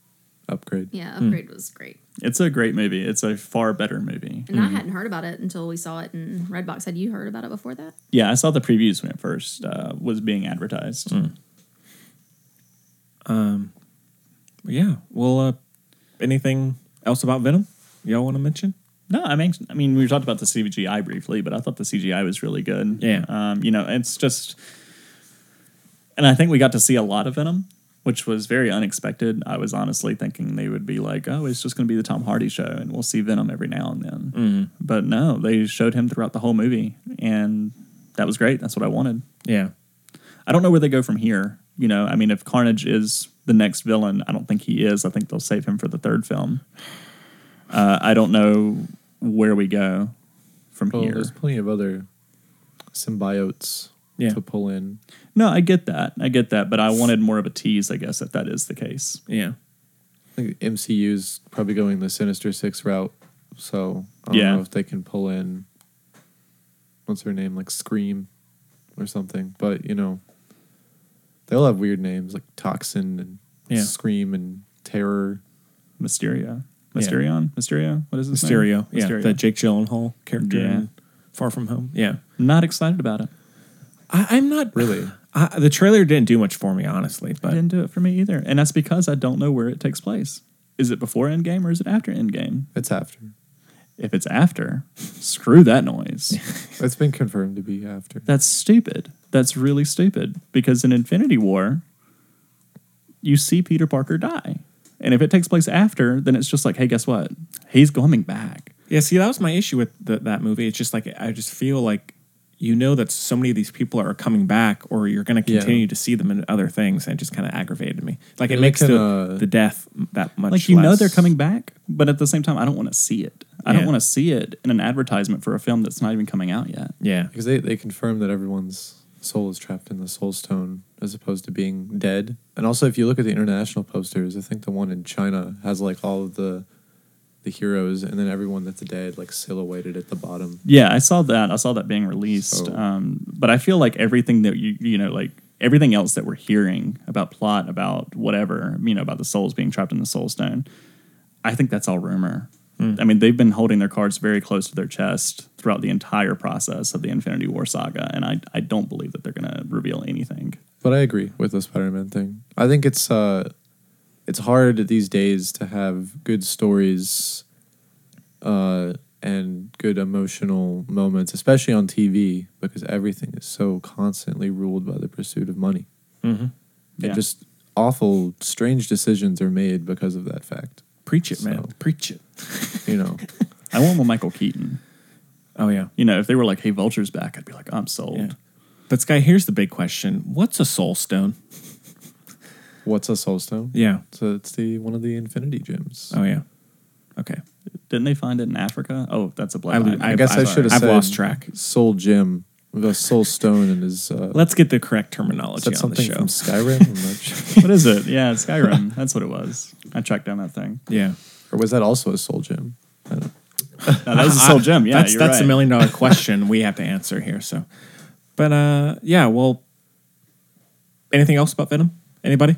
S4: Upgrade.
S5: Yeah, Upgrade was great.
S3: It's a great movie. It's a far better movie.
S5: And I hadn't heard about it until we saw it in Redbox. Had you heard about it before that?
S3: Yeah, I saw the previews when it first uh, was being advertised.
S2: But yeah. Well, uh, anything else about Venom y'all want to mention?
S3: No, I mean, I mean, we talked about the CGI briefly, but I thought the CGI was really good.
S2: Yeah.
S3: um, you know, it's just, and I think we got to see a lot of Venom, which was very unexpected. I was honestly thinking they would be like, "Oh, it's just going to be the Tom Hardy show, and we'll see Venom every now and then." But no, they showed him throughout the whole movie, and that was great. That's what I wanted.
S2: Yeah.
S3: I don't know where they go from here. You know, I mean, if Carnage is the next villain, I don't think he is. I think they'll save him for the third film. Uh, I don't know where we go from
S4: Well,
S3: here.
S4: Oh, there's plenty of other symbiotes
S2: Yeah.
S4: to pull in.
S3: No, I get that. I get that. But I wanted more of a tease, I guess, if that is the case.
S2: Yeah.
S4: I think the MCU's probably going the Sinister Six route, so I don't
S3: Yeah.
S4: know if they can pull in what's her name, like Scream or something. But you know, they all have weird names like Toxin and
S2: Yeah.
S4: Scream and Terror.
S3: Mysterio.
S2: Yeah.
S3: Mysterion? Mysterio? What is his
S2: Mysterio.
S3: name?
S2: Yeah. The Jake Gyllenhaal character
S3: Yeah.
S2: in Far From Home. Yeah.
S3: Not excited about it.
S2: I, I'm not
S4: Really?
S2: I, the trailer didn't do much for me, honestly.
S3: It
S2: But
S3: didn't do it for me either. And that's because I don't know where it takes place. Is it before Endgame or is it after Endgame?
S4: It's after.
S3: If it's after, screw that noise.
S4: It's been confirmed to be after.
S3: That's stupid. That's really stupid because in Infinity War, you see Peter Parker die. And if it takes place after, then it's just like, hey, guess what? He's coming back.
S2: yeah, see, that was my issue with the, that movie. It's just like I just feel like you know that so many of these people are coming back, or you're going to
S4: Yeah.
S2: continue to see them in other things, and it just kind of aggravated me. Like it
S4: They're
S2: makes
S4: looking,
S2: the,
S4: uh,
S2: the death that much.
S3: Like, you know
S2: less-
S3: they're coming back, but at the same time, I don't want to see it. I
S2: Yeah.
S3: don't want to see it in an advertisement for a film that's not even coming out yet.
S2: Yeah,
S4: Because they, they confirm that everyone's soul is trapped in the soul stone as opposed to being dead. And also if you look at the international posters, I think the one in China has like all of the the heroes and then everyone that's dead like silhouetted at the bottom.
S3: Yeah, I saw that. I saw that being released.
S4: So-
S3: Um, but I feel like everything that you you know like everything else that we're hearing about plot about whatever you know about the souls being trapped in the soul stone, I think that's all rumor.
S2: Hmm.
S3: I mean, they've been holding their cards very close to their chest throughout the entire process of the Infinity War saga, and I I don't believe that they're going to reveal anything.
S4: But I agree with the Spider-Man thing. I think it's uh it's hard these days to have good stories uh and good emotional moments, especially on TV, because everything is so constantly ruled by the pursuit of money.
S3: Yeah.
S4: And just awful, strange decisions are made because of that fact.
S2: preach it, man,
S4: So-
S2: preach it.
S4: You know,
S3: I want more Michael Keaton.
S2: Oh yeah,
S3: You know, if they were like, "Hey, Vulture's back," I'd be like, "I'm sold."
S2: yeah. But Sky, here's the big question: What's a soul stone?
S4: what's a soul stone?
S2: Yeah.
S4: So it's the one of the infinity gems.
S2: Oh yeah. Okay.
S3: Didn't they find it in Africa? Oh, that's a
S2: I,
S3: bloodline.
S4: I guess I
S2: I've-
S4: should have
S2: I've
S4: said
S2: lost track.
S4: Soul gem, the soul stone, and is uh,
S2: Let's get the correct
S4: is
S2: terminology
S4: that
S2: on the
S4: something
S2: show.
S4: from Skyrim? I'm not sure.
S3: what is it? Yeah, Skyrim. That's what it was. I tracked down that thing.
S2: yeah.
S4: Or was that also a soul gem? I don't.
S3: No, that was a soul gem. Yeah,
S2: that's
S3: you're
S2: that's
S3: right.
S2: a million dollar question we have to answer here. So, but uh, yeah. Well, anything else about Venom? Anybody?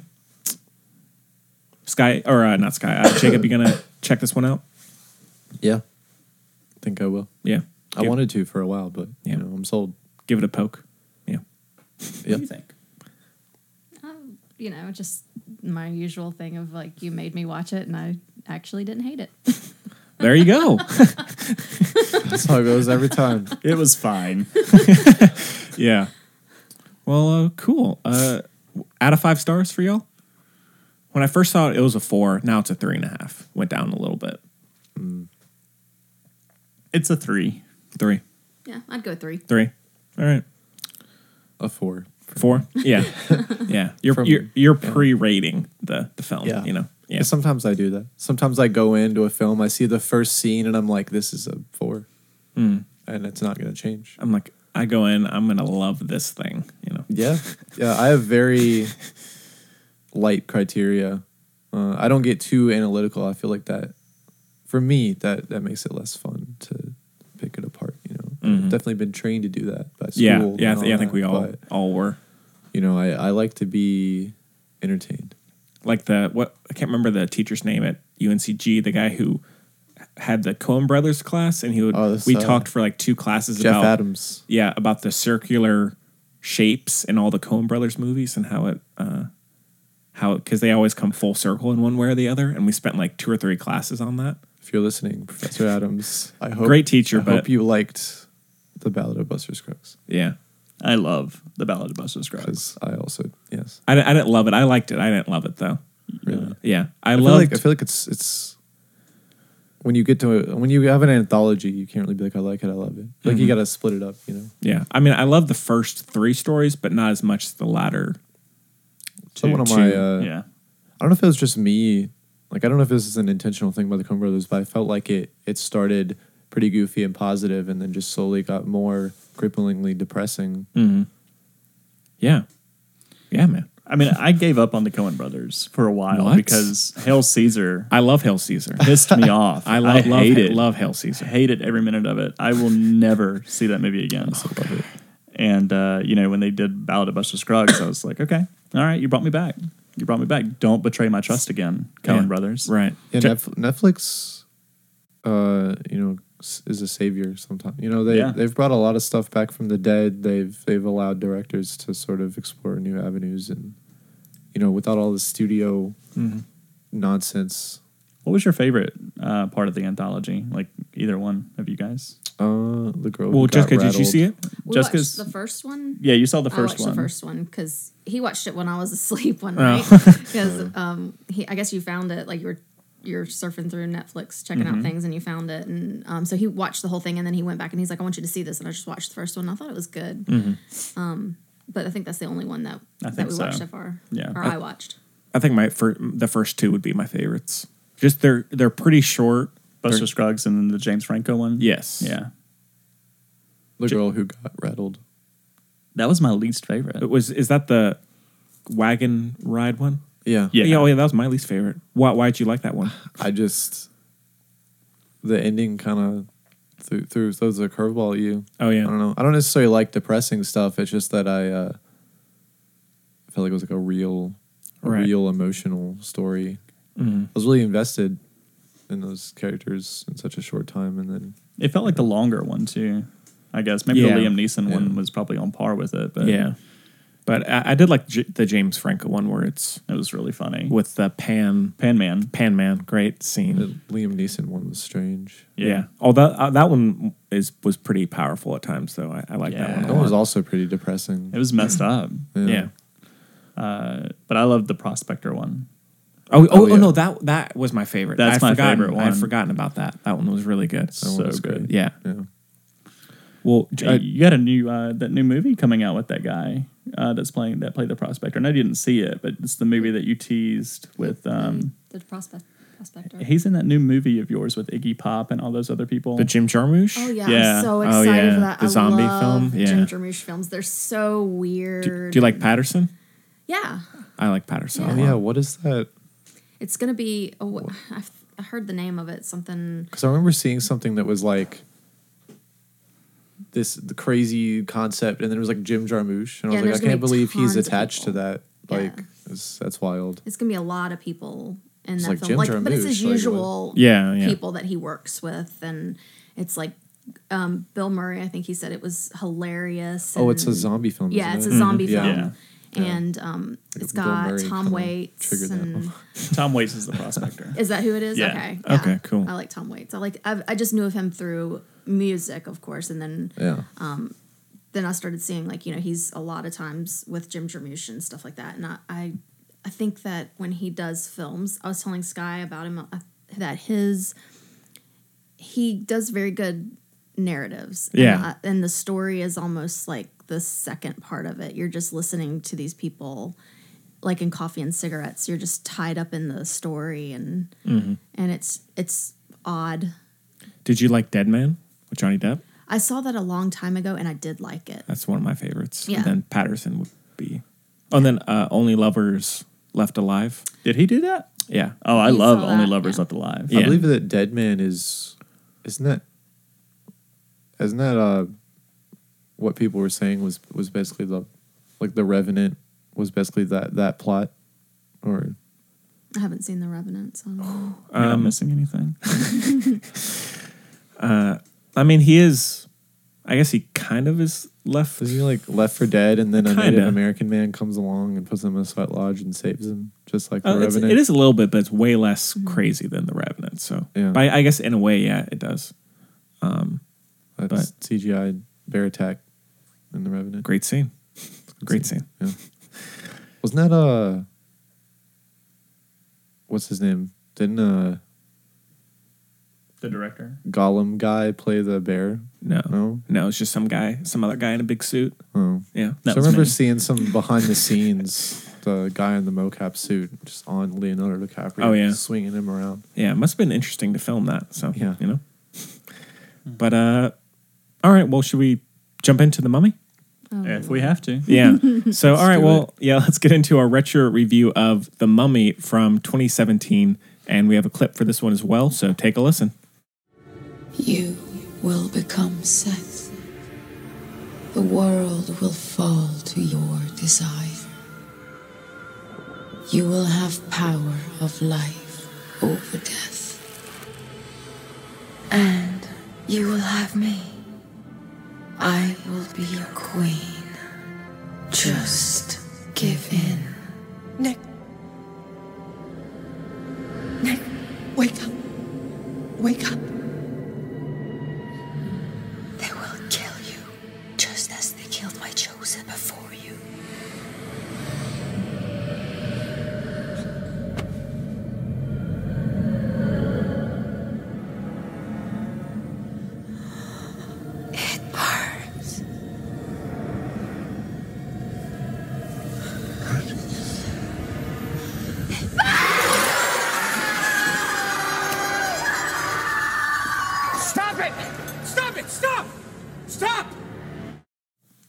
S2: Sky or uh, not Sky? Uh, Jacob, you gonna check this one out?
S4: Yeah, I think I will.
S2: Yeah.
S4: I
S2: Give-
S4: wanted to for a while, but
S2: Yeah.
S4: you know, I'm sold.
S2: give it a poke. Yeah.
S4: Yeah.
S3: What do you think?
S5: You know, just my usual thing of like, you made me watch it and I actually didn't hate it.
S2: There you go.
S4: That's how it goes every time.
S3: It was fine.
S2: yeah. Well, uh, cool. Uh, out of five stars for y'all? When I first saw it, it was a four. Now it's a three and a half. Went down a little bit.
S4: Mm.
S3: It's a three.
S2: Three.
S5: Yeah, I'd go three.
S2: Three. All right.
S4: A four.
S2: Four. Yeah. yeah. You're
S4: From-
S2: you're, you're pre-rating the the film.
S4: Yeah.
S2: You know. Yeah.
S4: And sometimes I do that. Sometimes I go into a film, I see the first scene, and I'm like, this is a four.
S2: Hmm.
S4: And it's not going to change.
S2: I'm like, I go in. I'm gonna love this thing. You know.
S4: Yeah. Yeah. I have very light criteria. Uh, I don't get too analytical. I feel like that, for me, that, that makes it less fun to pick it apart. You know, I've definitely been trained to do that by school.
S2: Mm-hmm. Yeah. Yeah. I,
S4: and
S2: th- yeah, I
S4: all
S2: think
S4: that,
S2: we all
S4: but,
S2: all were
S4: you know, I, I like to be entertained.
S2: like the what I can't remember the teacher's name at UNCG. The guy who had the Coen Brothers class, and he would
S4: Oh, this,
S2: we
S4: uh,
S2: talked for like two classes
S4: Jeff
S2: about
S4: Adams.
S2: yeah about the circular shapes in all the Coen Brothers movies and how it uh how because they always come full circle in one way or the other, and we spent like two or three classes on that.
S4: If you're listening, Professor Adams, I hope
S2: Great teacher,
S4: I
S2: but-
S4: hope you liked the Ballad of Buster Scruggs
S2: Yeah.
S3: I love the Ballad of Buster Scruggs.
S4: because I also yes,
S2: I, di- I didn't love it. I liked it. I didn't love it though.
S4: really.
S2: Yeah, I,
S4: I feel
S2: loved.
S4: like I feel like it's it's when you get to a, when you have an anthology, you can't really be like I like it, I love it. Like
S2: Mm-hmm.
S4: you got to split it up, you know.
S2: yeah, I mean, I love the first three stories, but not as much the latter.
S4: So one of
S2: two,
S4: my uh,
S3: yeah.
S4: I don't know if it was just me. Like I don't know if this is an intentional thing by the Coen Brothers, but I felt like it it started pretty goofy and positive, and then just slowly got more cripplingly depressing.
S2: Yeah, yeah, man.
S3: I mean, I gave up on the Cohen brothers for a while
S2: What?
S3: because Hail Caesar
S2: I love Hail Caesar.
S3: pissed me off.
S2: I love love
S3: hate it.
S2: love Hail
S3: I
S2: Caesar.
S3: hated every minute of it. I will never see that movie again. And uh, you know, when they did Ballad of Buster Scruggs, I was like, okay, all right, you brought me back. You brought me back. Don't betray my trust again, Cohen
S2: Yeah.
S3: brothers.
S2: Right.
S4: Yeah,
S2: Ju-
S4: Netf- Netflix, uh, you know, s- is a savior sometimes. You know, they
S3: Yeah.
S4: they've brought a lot of stuff back from the dead. They've they've allowed directors to sort of explore new avenues, and you know, without all the studio
S2: Mm-hmm.
S4: nonsense.
S3: What was your favorite uh, part of the anthology? Like either one of you guys?
S4: Uh, the girl.
S2: well,
S4: who got
S2: Jessica, did you
S4: rattled.
S2: see it?
S5: We
S3: Jessica's-
S5: watched the first one.
S3: Yeah, you saw the
S5: I
S3: first
S5: watched
S3: one.
S5: the first one because he watched it when I was asleep one night. Because um, he, I guess you found it like you were you're surfing through Netflix, checking out things, and you found it, and um, so he watched the whole thing, and then he went back and he's like, "I want you to see this," and I just watched the first one. I thought it was good, um, but I think that's the only one that
S3: I
S5: that
S3: think
S5: we
S3: so.
S5: watched so far.
S3: Yeah.
S5: or I, watched.
S2: I think my fir- the first two would be my favorites. Just they're they're pretty short.
S3: Buster Scruggs and then the James Franco one.
S2: Yes.
S3: Yeah.
S4: The girl who got rattled.
S3: That was my least favorite.
S2: It was is that the wagon ride one?
S4: Yeah.
S3: Yeah.
S2: Oh yeah, that was my least favorite. Why why'd you like that one?
S4: I just the ending kind of threw, threw throws a curveball at you.
S2: Oh yeah.
S4: I don't know. I don't necessarily like depressing stuff. It's just that I uh, I felt like it was like a real, a
S2: Right.
S4: real emotional story. I was really invested in those characters in such a short time, and then
S3: It felt like the longer one too. I guess maybe
S2: Yeah.
S3: the Liam Neeson
S4: Yeah.
S3: one was probably on par with it, but
S2: Yeah. But I, I did like J- the James Franco one where it's
S3: it was really funny.
S2: with the pan
S3: Pan Man,
S2: pan man. Great
S4: the
S2: scene.
S4: Liam Neeson one was strange.
S2: Yeah. Although uh, that one is was pretty powerful at times, though. I, I like that
S3: Yeah.
S2: one. a
S4: That one was
S2: lot.
S4: also pretty depressing.
S3: it was
S4: Hmm.
S3: messed up, Uh,
S2: yeah.
S3: but I loved the Prospector one.
S2: Oh, oh, oh,
S4: yeah.
S2: no, that that was my favorite.
S3: That's
S2: I've
S3: my
S2: forgotten,
S3: favorite one.
S2: I've forgotten about that. That one was really good.
S4: That one
S3: so
S4: was
S3: good.
S4: great.
S2: yeah.
S4: Yeah.
S2: Well, j-
S3: Hey, you got a new uh, that new movie coming out with that guy uh, that's playing that played the Prospector, and I didn't see it, but it's the movie that you teased with. Um,
S5: the prospect prospector.
S3: he's in that new movie of yours with Iggy Pop and all those other people.
S2: the Jim Jarmusch.
S5: Oh yeah,
S3: Yeah.
S5: I'm so
S2: Oh,
S5: excited
S2: yeah.
S5: for that.
S2: The
S5: I
S2: zombie
S5: love
S2: film? Yeah.
S5: Jim Jarmusch films. They're so weird.
S2: Do, do you like Patterson?
S5: Yeah,
S2: I like Patterson.
S5: Yeah.
S2: a
S4: Oh
S2: lot.
S4: yeah, what is that?
S5: it's gonna be. Oh, wh- I've, I heard the name of it. Something.
S4: Because I remember seeing something that was like this the crazy concept, and then it was like Jim Jarmusch, and
S5: Yeah,
S4: I
S5: and
S4: was like, I
S5: there's gonna
S4: can't
S5: be
S4: believe he's
S5: tons of
S4: attached to
S5: people.
S4: that.
S5: Yeah.
S4: Like, it's, that's wild.
S5: It's gonna be a lot of people in that
S4: like
S5: film.
S4: Jim
S5: like, but it's
S4: Jarmusch,
S5: his
S4: like, what-
S5: usual
S2: Yeah, yeah.
S5: people that he works with, and it's like um, Bill Murray. I think he said it was hilarious.
S4: Oh, it's a
S5: and-
S4: zombie film.
S5: Yeah, it's
S4: isn't
S5: a
S4: it? Mm-hmm.
S5: zombie
S4: Yeah.
S5: film.
S3: Yeah.
S5: And um, it's
S4: Bill
S5: got
S4: Murray
S5: Tom
S4: kinda
S5: Waits.
S4: triggered that
S5: and-
S4: one.
S3: Tom Waits is the Prospector.
S5: Is that who it is?
S3: Yeah.
S5: Okay.
S2: Okay, cool.
S5: I like Tom Waits. I like. I've, I just knew of him through music, of course, and then
S4: Yeah.
S5: then I started seeing like you know he's a lot of times with Jim Jarmusch and stuff like that, and I I, I think that when he does films, I was telling Sky about him uh, that his he does very good narratives. And
S2: Yeah.
S5: I- and the story is almost like the second part of it. You're just listening to these people, like in Coffee and Cigarettes. You're just tied up in the story, and
S3: Mm-hmm.
S5: and it's it's odd.
S2: Did you like Dead Man with Johnny Depp?
S5: I saw that a long time ago, and I did like it.
S2: That's one of my favorites.
S5: Yeah.
S2: And then Patterson would be. Oh, and then uh, Only Lovers Left Alive.
S3: Did he do that?
S2: Yeah.
S3: Oh, I
S5: He
S3: love
S5: saw
S3: Only
S5: that,
S3: Lovers
S5: yeah.
S3: Left Alive.
S2: Yeah.
S4: I believe that Dead Man is, isn't that, isn't that uh, what people were saying was was basically the, like the Revenant was basically that that plot, or
S5: I haven't seen The Revenant, so I don't know.
S3: You're
S4: Um,
S3: not missing anything.
S2: Uh, I mean, he is. I guess he kind of is left.
S4: is he like Left for Dead and then a
S2: Kinda.
S4: Native American man comes along and puts him in a sweat lodge and saves him just like the
S2: Uh, it's,
S4: Revenant.
S2: it is a little bit, but it's way less
S3: Mm-hmm.
S2: crazy than the Revenant. So,
S4: Yeah.
S2: but I, I guess in a way, yeah, it does.
S4: That's CGI bear attack in the Revenant.
S2: Great scene. Great scene.
S4: Yeah. Wasn't that uh what's his name? Didn't uh
S3: the director.
S4: Gollum guy play the bear?
S2: No,
S4: No?
S2: it's just some guy, some other guy in a big suit.
S4: Oh.
S2: Yeah,
S3: That
S4: so I
S3: was
S4: remember
S3: me.
S4: seeing some behind the scenes, the guy in the mocap suit just on Leonardo DiCaprio.
S2: Oh, yeah.
S4: Swinging him around.
S2: yeah. It must have been interesting to film that. So,
S4: Yeah.
S2: you know.
S3: Hmm.
S2: But uh, all right. Well, should we jump into the mummy?
S3: If we have to.
S2: Yeah. So, all right.
S4: do
S2: Well, yeah, let's get into our retro review of The Mummy from 2017. And we have a clip for this one as well. So take a listen.
S10: You will become Seth. The world will fall to your desire. You will have power of life over death. And you will have me. I will be your queen. Just give in.
S11: Nick. Nick, wake up. Wake up.
S10: They will kill you, just as they killed my chosen before you. It burns.
S11: Stop it! Stop it! Stop! Stop!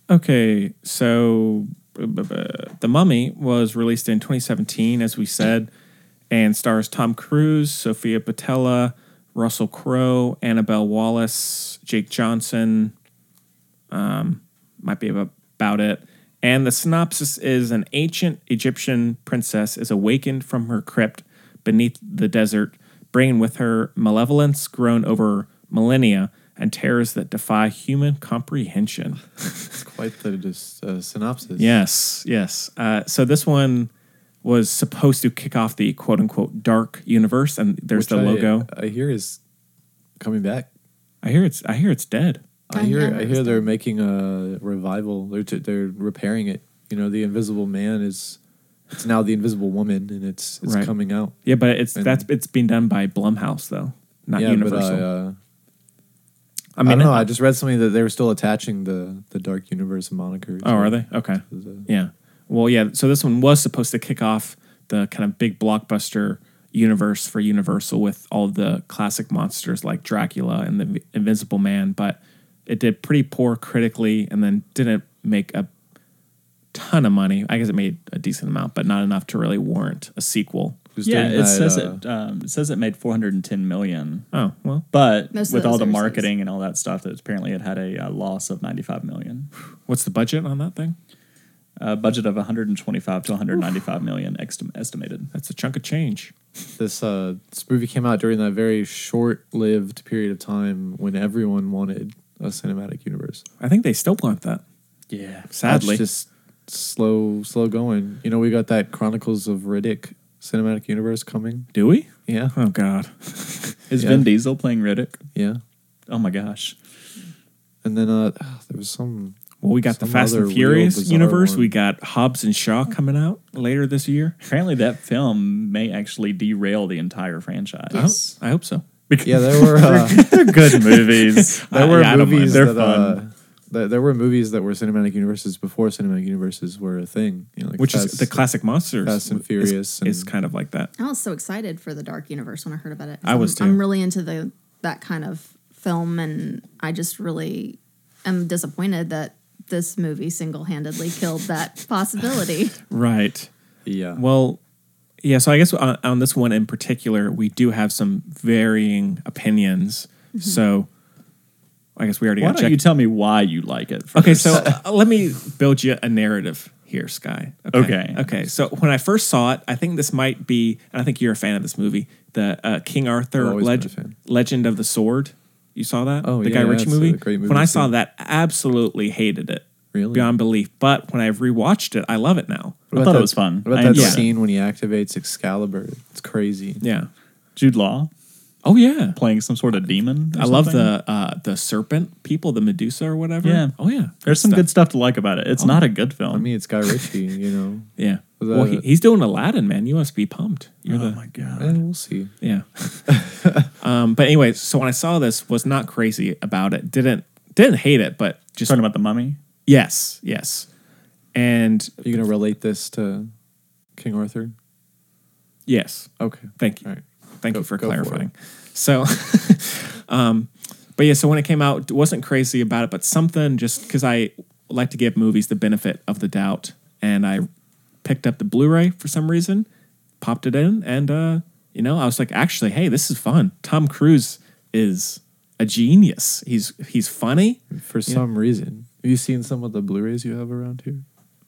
S2: Okay, so uh, The Mummy was released in 2017, as we said, and stars Tom Cruise, Sophia Patella, Russell Crowe, Annabelle Wallace, Jake Johnson. Um, might be ab- about it. And the synopsis is an ancient Egyptian princess is awakened from her crypt beneath the desert, bringing with her malevolence grown over millennia and terrors that defy human comprehension.
S4: It's quite the just, uh, synopsis.
S2: Yes, yes. Uh, so this one was supposed to kick off the quote unquote dark universe, and there's
S4: Which
S2: the
S4: I-
S2: logo.
S4: I hear is coming back.
S2: I hear it's I hear it's dead.
S4: I
S5: I
S4: hear.
S5: never
S4: I hear
S5: understand.
S4: they're making a revival. They're t- they're repairing it. You know, the Invisible Man is. It's now the Invisible Woman, and it's it's
S2: Right.
S4: coming out.
S2: Yeah, but it's
S4: And-
S2: that's it's being done by Blumhouse though, not Universal.
S4: But I, uh,
S2: I
S4: I
S2: mean,
S4: don't know. I just read something that they were still attaching the the Dark Universe moniker. to
S2: oh, are
S4: it.
S2: they okay?
S4: the-
S2: Yeah. Well, yeah. So this one was supposed to kick off the kind of big blockbuster universe for Universal with all the classic monsters like Dracula and the Invi- Invisible Man, but it did pretty poor critically, and then didn't make a ton of money. I guess it made a decent amount, but not enough to really warrant a sequel.
S4: It was
S3: Yeah,
S4: during
S3: it
S4: that,
S3: says
S4: uh,
S3: it. Um, it says it made 410 million,
S2: Oh well,
S3: but
S5: Most of
S3: with all
S5: those
S3: the
S5: are six.
S3: marketing and all that stuff, that apparently it had a uh, loss of 95 million.
S2: what's the budget on that thing?
S3: A budget of 125 to 195 million estim- estimated.
S2: That's a chunk of change.
S4: This uh, this movie came out during that very short lived period of time when everyone wanted a cinematic universe.
S2: I think they still want that.
S3: Yeah.
S2: Sadly,
S4: It's just slow slow going. You know, we got that Chronicles of Riddick cinematic universe coming.
S2: do we?
S4: Yeah,
S2: Oh God.
S3: Is
S4: Yeah.
S3: Vin Diesel playing Riddick?
S4: yeah.
S3: Oh my gosh.
S4: And then uh, there was some
S2: Well, we got the
S3: Some
S2: Fast
S3: other
S2: and
S3: real
S2: Furious
S3: bizarre
S2: universe.
S3: one.
S2: We got Hobbs and Shaw coming out later this year.
S3: Apparently, that film may actually derail the entire franchise.
S2: Yes. I hope so.
S4: Yeah, there were uh,
S3: they're good movies.
S4: there were
S3: I- I don't mind.
S4: movies
S3: They're
S4: that, uh,
S3: fun.
S4: that there were movies that were cinematic universes before cinematic universes were a thing. You know, like
S2: Which is
S4: Fast-
S2: the classic monsters.
S4: Fast and
S2: is-
S4: Furious
S2: is,
S4: and-
S2: kind of like that.
S5: I was so excited for the Dark Universe when I heard about it.
S2: I was
S5: I'm,
S2: too.
S5: I'm really into the that kind of film, and I just really am disappointed that this movie single handedly killed that possibility.
S2: Right.
S4: Yeah.
S2: Well, yeah. So I guess on, on this one in particular, we do have some varying opinions.
S4: Mm-hmm.
S3: Mhm.
S2: So I guess we already
S3: Why
S2: got
S3: don't you
S2: checked.
S3: tell me why you like it?
S2: Okay,
S3: first?
S2: so uh, let me build you a narrative here, Sky.
S3: Okay.
S2: Okay. So when I first saw it, I think this might be, and I think you're a fan of this movie, the uh, King Arthur
S4: I've always been
S2: Leg-
S4: a fan.
S2: Legend of the Sword. You saw that?
S4: Oh,
S2: the
S4: yeah,
S2: Guy
S4: yeah,
S2: Ritchie
S4: it's a
S2: movie.
S4: great movie
S2: When I
S4: too.
S2: saw that, absolutely hated it. Really? Beyond belief. But when I've rewatched it, I love it now.
S4: What about that- What about that scene when he activates Excalibur? It's crazy.
S2: Yeah.
S3: Jude Law.
S2: Oh yeah,
S3: playing some sort of demon. or
S2: I love
S3: something?
S2: the uh, the serpent people, the Medusa or whatever.
S3: Yeah.
S2: Oh yeah.
S3: There's some good stuff to like about it. It's not a good film. I
S4: Oh. mean, it's Guy Ritchie. You know.
S2: Yeah.
S4: Was
S2: Well,
S4: that
S2: he,
S4: it?
S2: he's doing Aladdin, man. You must be pumped. You're
S3: Oh
S2: the,
S3: my god.
S4: Eh, we'll see.
S2: Yeah. um, but anyway, so when I saw this, was not crazy about it. Didn't didn't hate it, but just
S3: talking about the mummy.
S2: Yes, yes. And
S4: Are you gonna relate this to King Arthur?
S2: Yes.
S4: Okay.
S2: Thank you.
S4: All right.
S2: Thank you
S4: Go-
S2: for
S4: go for it.
S2: clarifying. so, um, but yeah, so when it came out, wasn't crazy about it, but something just because I like to give movies the benefit of the doubt, and I picked up the Blu-ray for some reason, popped it in, and uh, you know, I was like, actually, hey, this is fun. Tom Cruise is a genius. He's he's funny.
S4: For some reason, have you seen some of the Blu-rays you have around here?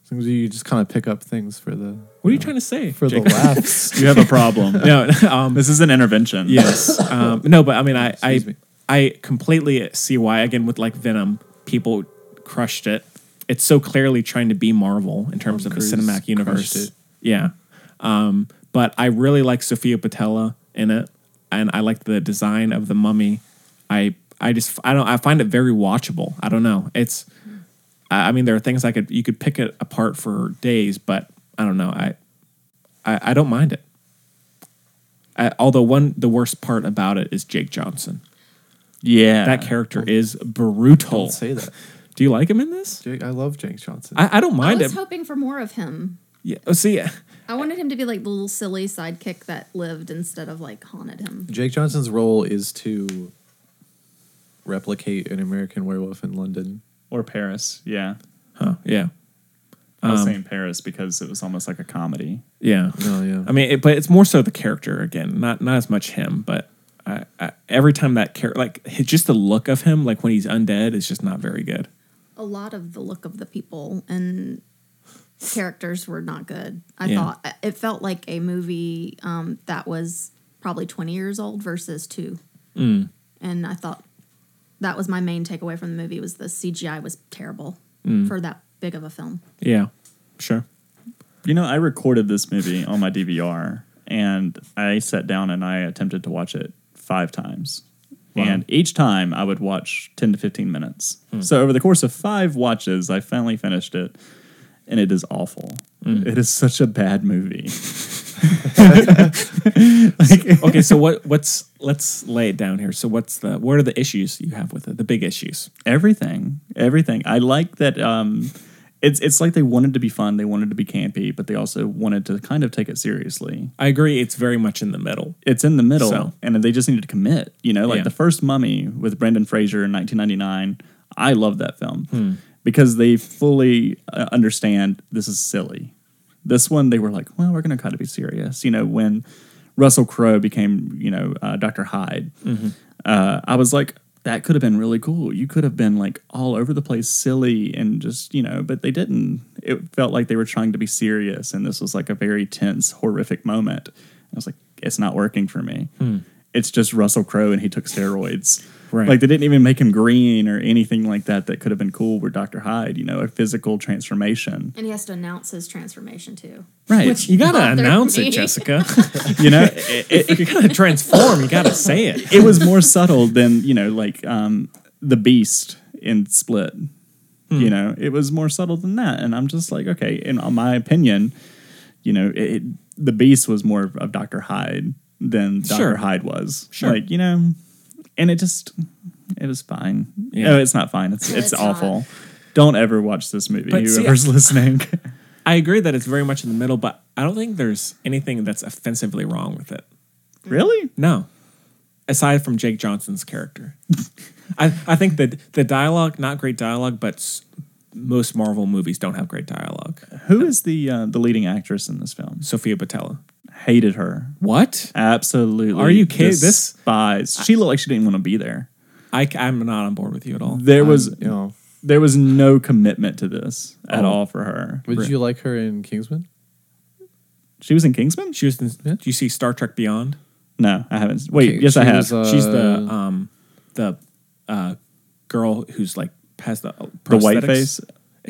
S4: Sometimes you just kind of pick up things for the
S2: What are you trying to say?
S4: for the
S2: Jacob?
S4: laughs.
S3: You have a problem.
S2: no, um,
S3: this is an intervention.
S2: Yes. Um, no, but I mean, I I,
S3: Excuse me.
S2: I completely see why. Again, with like Venom, people crushed it. It's so clearly trying to be Marvel in terms
S4: Tom
S2: of
S4: Cruise
S2: the cinematic
S4: crushed
S2: universe.
S4: it.
S2: Yeah. Um, but I really like Sophia Patella in it, and I like the design of the mummy. I I just I don't I find it very watchable. I don't know. It's I I mean there are things I could you could pick it apart for days, but I don't know. I I, I don't mind it. I, although one the worst part about it is Jake Johnson.
S3: Yeah,
S2: That character is brutal.
S4: Don't say that.
S2: Do you like him in this?
S4: Jake, I love Jake Johnson.
S2: I, I don't mind
S5: I was
S2: it.
S5: hoping for more of him.
S2: yeah. Oh, see,
S5: I wanted him to be like the little silly sidekick that lived instead of like haunted him.
S4: Jake Johnson's role is to replicate an American werewolf in London.
S3: Or Paris. Yeah.
S2: Huh. Yeah.
S3: I was
S2: Um,
S3: saying Paris because it was almost like a comedy.
S2: Yeah.
S4: No, yeah.
S2: I mean, it, but it's more so the character again, not not as much him, but I, I, every time that character, like hi- just the look of him, like when he's undead, is just not very good.
S5: A lot of the look of the people and characters were not good. I
S2: Yeah.
S5: thought it felt like a movie um, that was probably 20 years old versus two.
S2: Mm.
S5: And I thought that was my main takeaway from the movie was the CGI was terrible
S3: Mm.
S5: for that big of a film.
S2: Yeah. Sure.
S3: You know, I recorded this movie on my DVR and I sat down and I attempted to watch it five times.
S2: Wow. Hmm.
S3: And each time I would watch 10 to 15 minutes. So over the course of five watches, I finally finished it and it is awful.
S2: Mm.
S3: It is such a bad movie.
S2: okay, so what what's let's lay it down here. So what's the what are the issues you have with it? The big issues.
S3: Everything, everything. I like that. Um, it's it's like they wanted to be fun, they wanted to be campy, but they also wanted to kind of take it seriously.
S2: I agree. It's very much in the middle.
S3: It's in the middle,
S2: So-
S3: and they just needed to commit. You know, like
S2: Yeah.
S3: the first Mummy with Brendan Fraser in 1999. I love that film
S2: Hmm.
S3: because they fully uh, understand this is silly. This one, they were like, well, we're going to kind of be serious. You know, when Russell Crowe became, you know, uh, Dr. Hyde,
S2: Hmm.
S3: uh, I was like, that could have been really cool. You could have been like all over the place, silly, and just, you know, but they didn't. It felt like they were trying to be serious, and this was like a very tense, horrific moment. I was like, it's not working for me.
S2: Hmm.
S3: It's just Russell Crowe, and he took steroids.
S2: Right.
S3: Like, they didn't even make him green or anything like that that could have been cool with Dr. Hyde, you know, a physical transformation.
S5: And he has to announce his transformation too.
S3: Right.
S5: Which
S2: You gotta
S5: bothered
S2: announce
S5: me.
S2: it, Jessica.
S3: you know, it, it,
S2: if you're gonna transform, you gotta say it.
S3: it was more subtle than you know, like um, the Beast in Split.
S2: Hmm.
S3: You know, it was more subtle than that. And I'm just like, okay, in my opinion, you know, it, it- the Beast was more of, of Doctor Hyde than Doctor
S2: Sure.
S3: Hyde was.
S2: Sure.
S3: Like you know, and it just it was fine.
S2: Yeah.
S3: No, it's not fine. It's it's,
S2: It's
S3: awful. Don't ever watch this movie.
S2: But see,
S3: Whoever's
S2: I-
S3: listening,
S2: I agree that it's very much in the middle, but I don't think there's anything that's offensively wrong with it.
S3: Really?
S2: No. Aside from Jake Johnson's character. I, I think that the dialogue, not great dialogue, but s- most Marvel movies don't have great dialogue.
S3: who is the uh, the leading actress in this film?
S2: Sophia Patella.
S3: Hated her.
S2: What?
S3: Absolutely.
S2: Are you kidding? This-
S3: Despise. she looked like she didn't want to be there. Um,
S2: I, am not on board with you at all.
S3: There was
S4: you know,
S3: there was no commitment to this at
S4: Oh.
S3: all for her.
S4: Would you like her in Kingsman?
S3: She was in Kingsman.
S2: She was. In, Do you see Star Trek Beyond?
S3: No, I haven't. Wait,
S4: She-
S3: yes, I
S4: she
S3: have.
S4: was, uh,
S2: She's the um the uh girl who's like has the uh,
S3: The white
S2: prosthetics.
S3: face?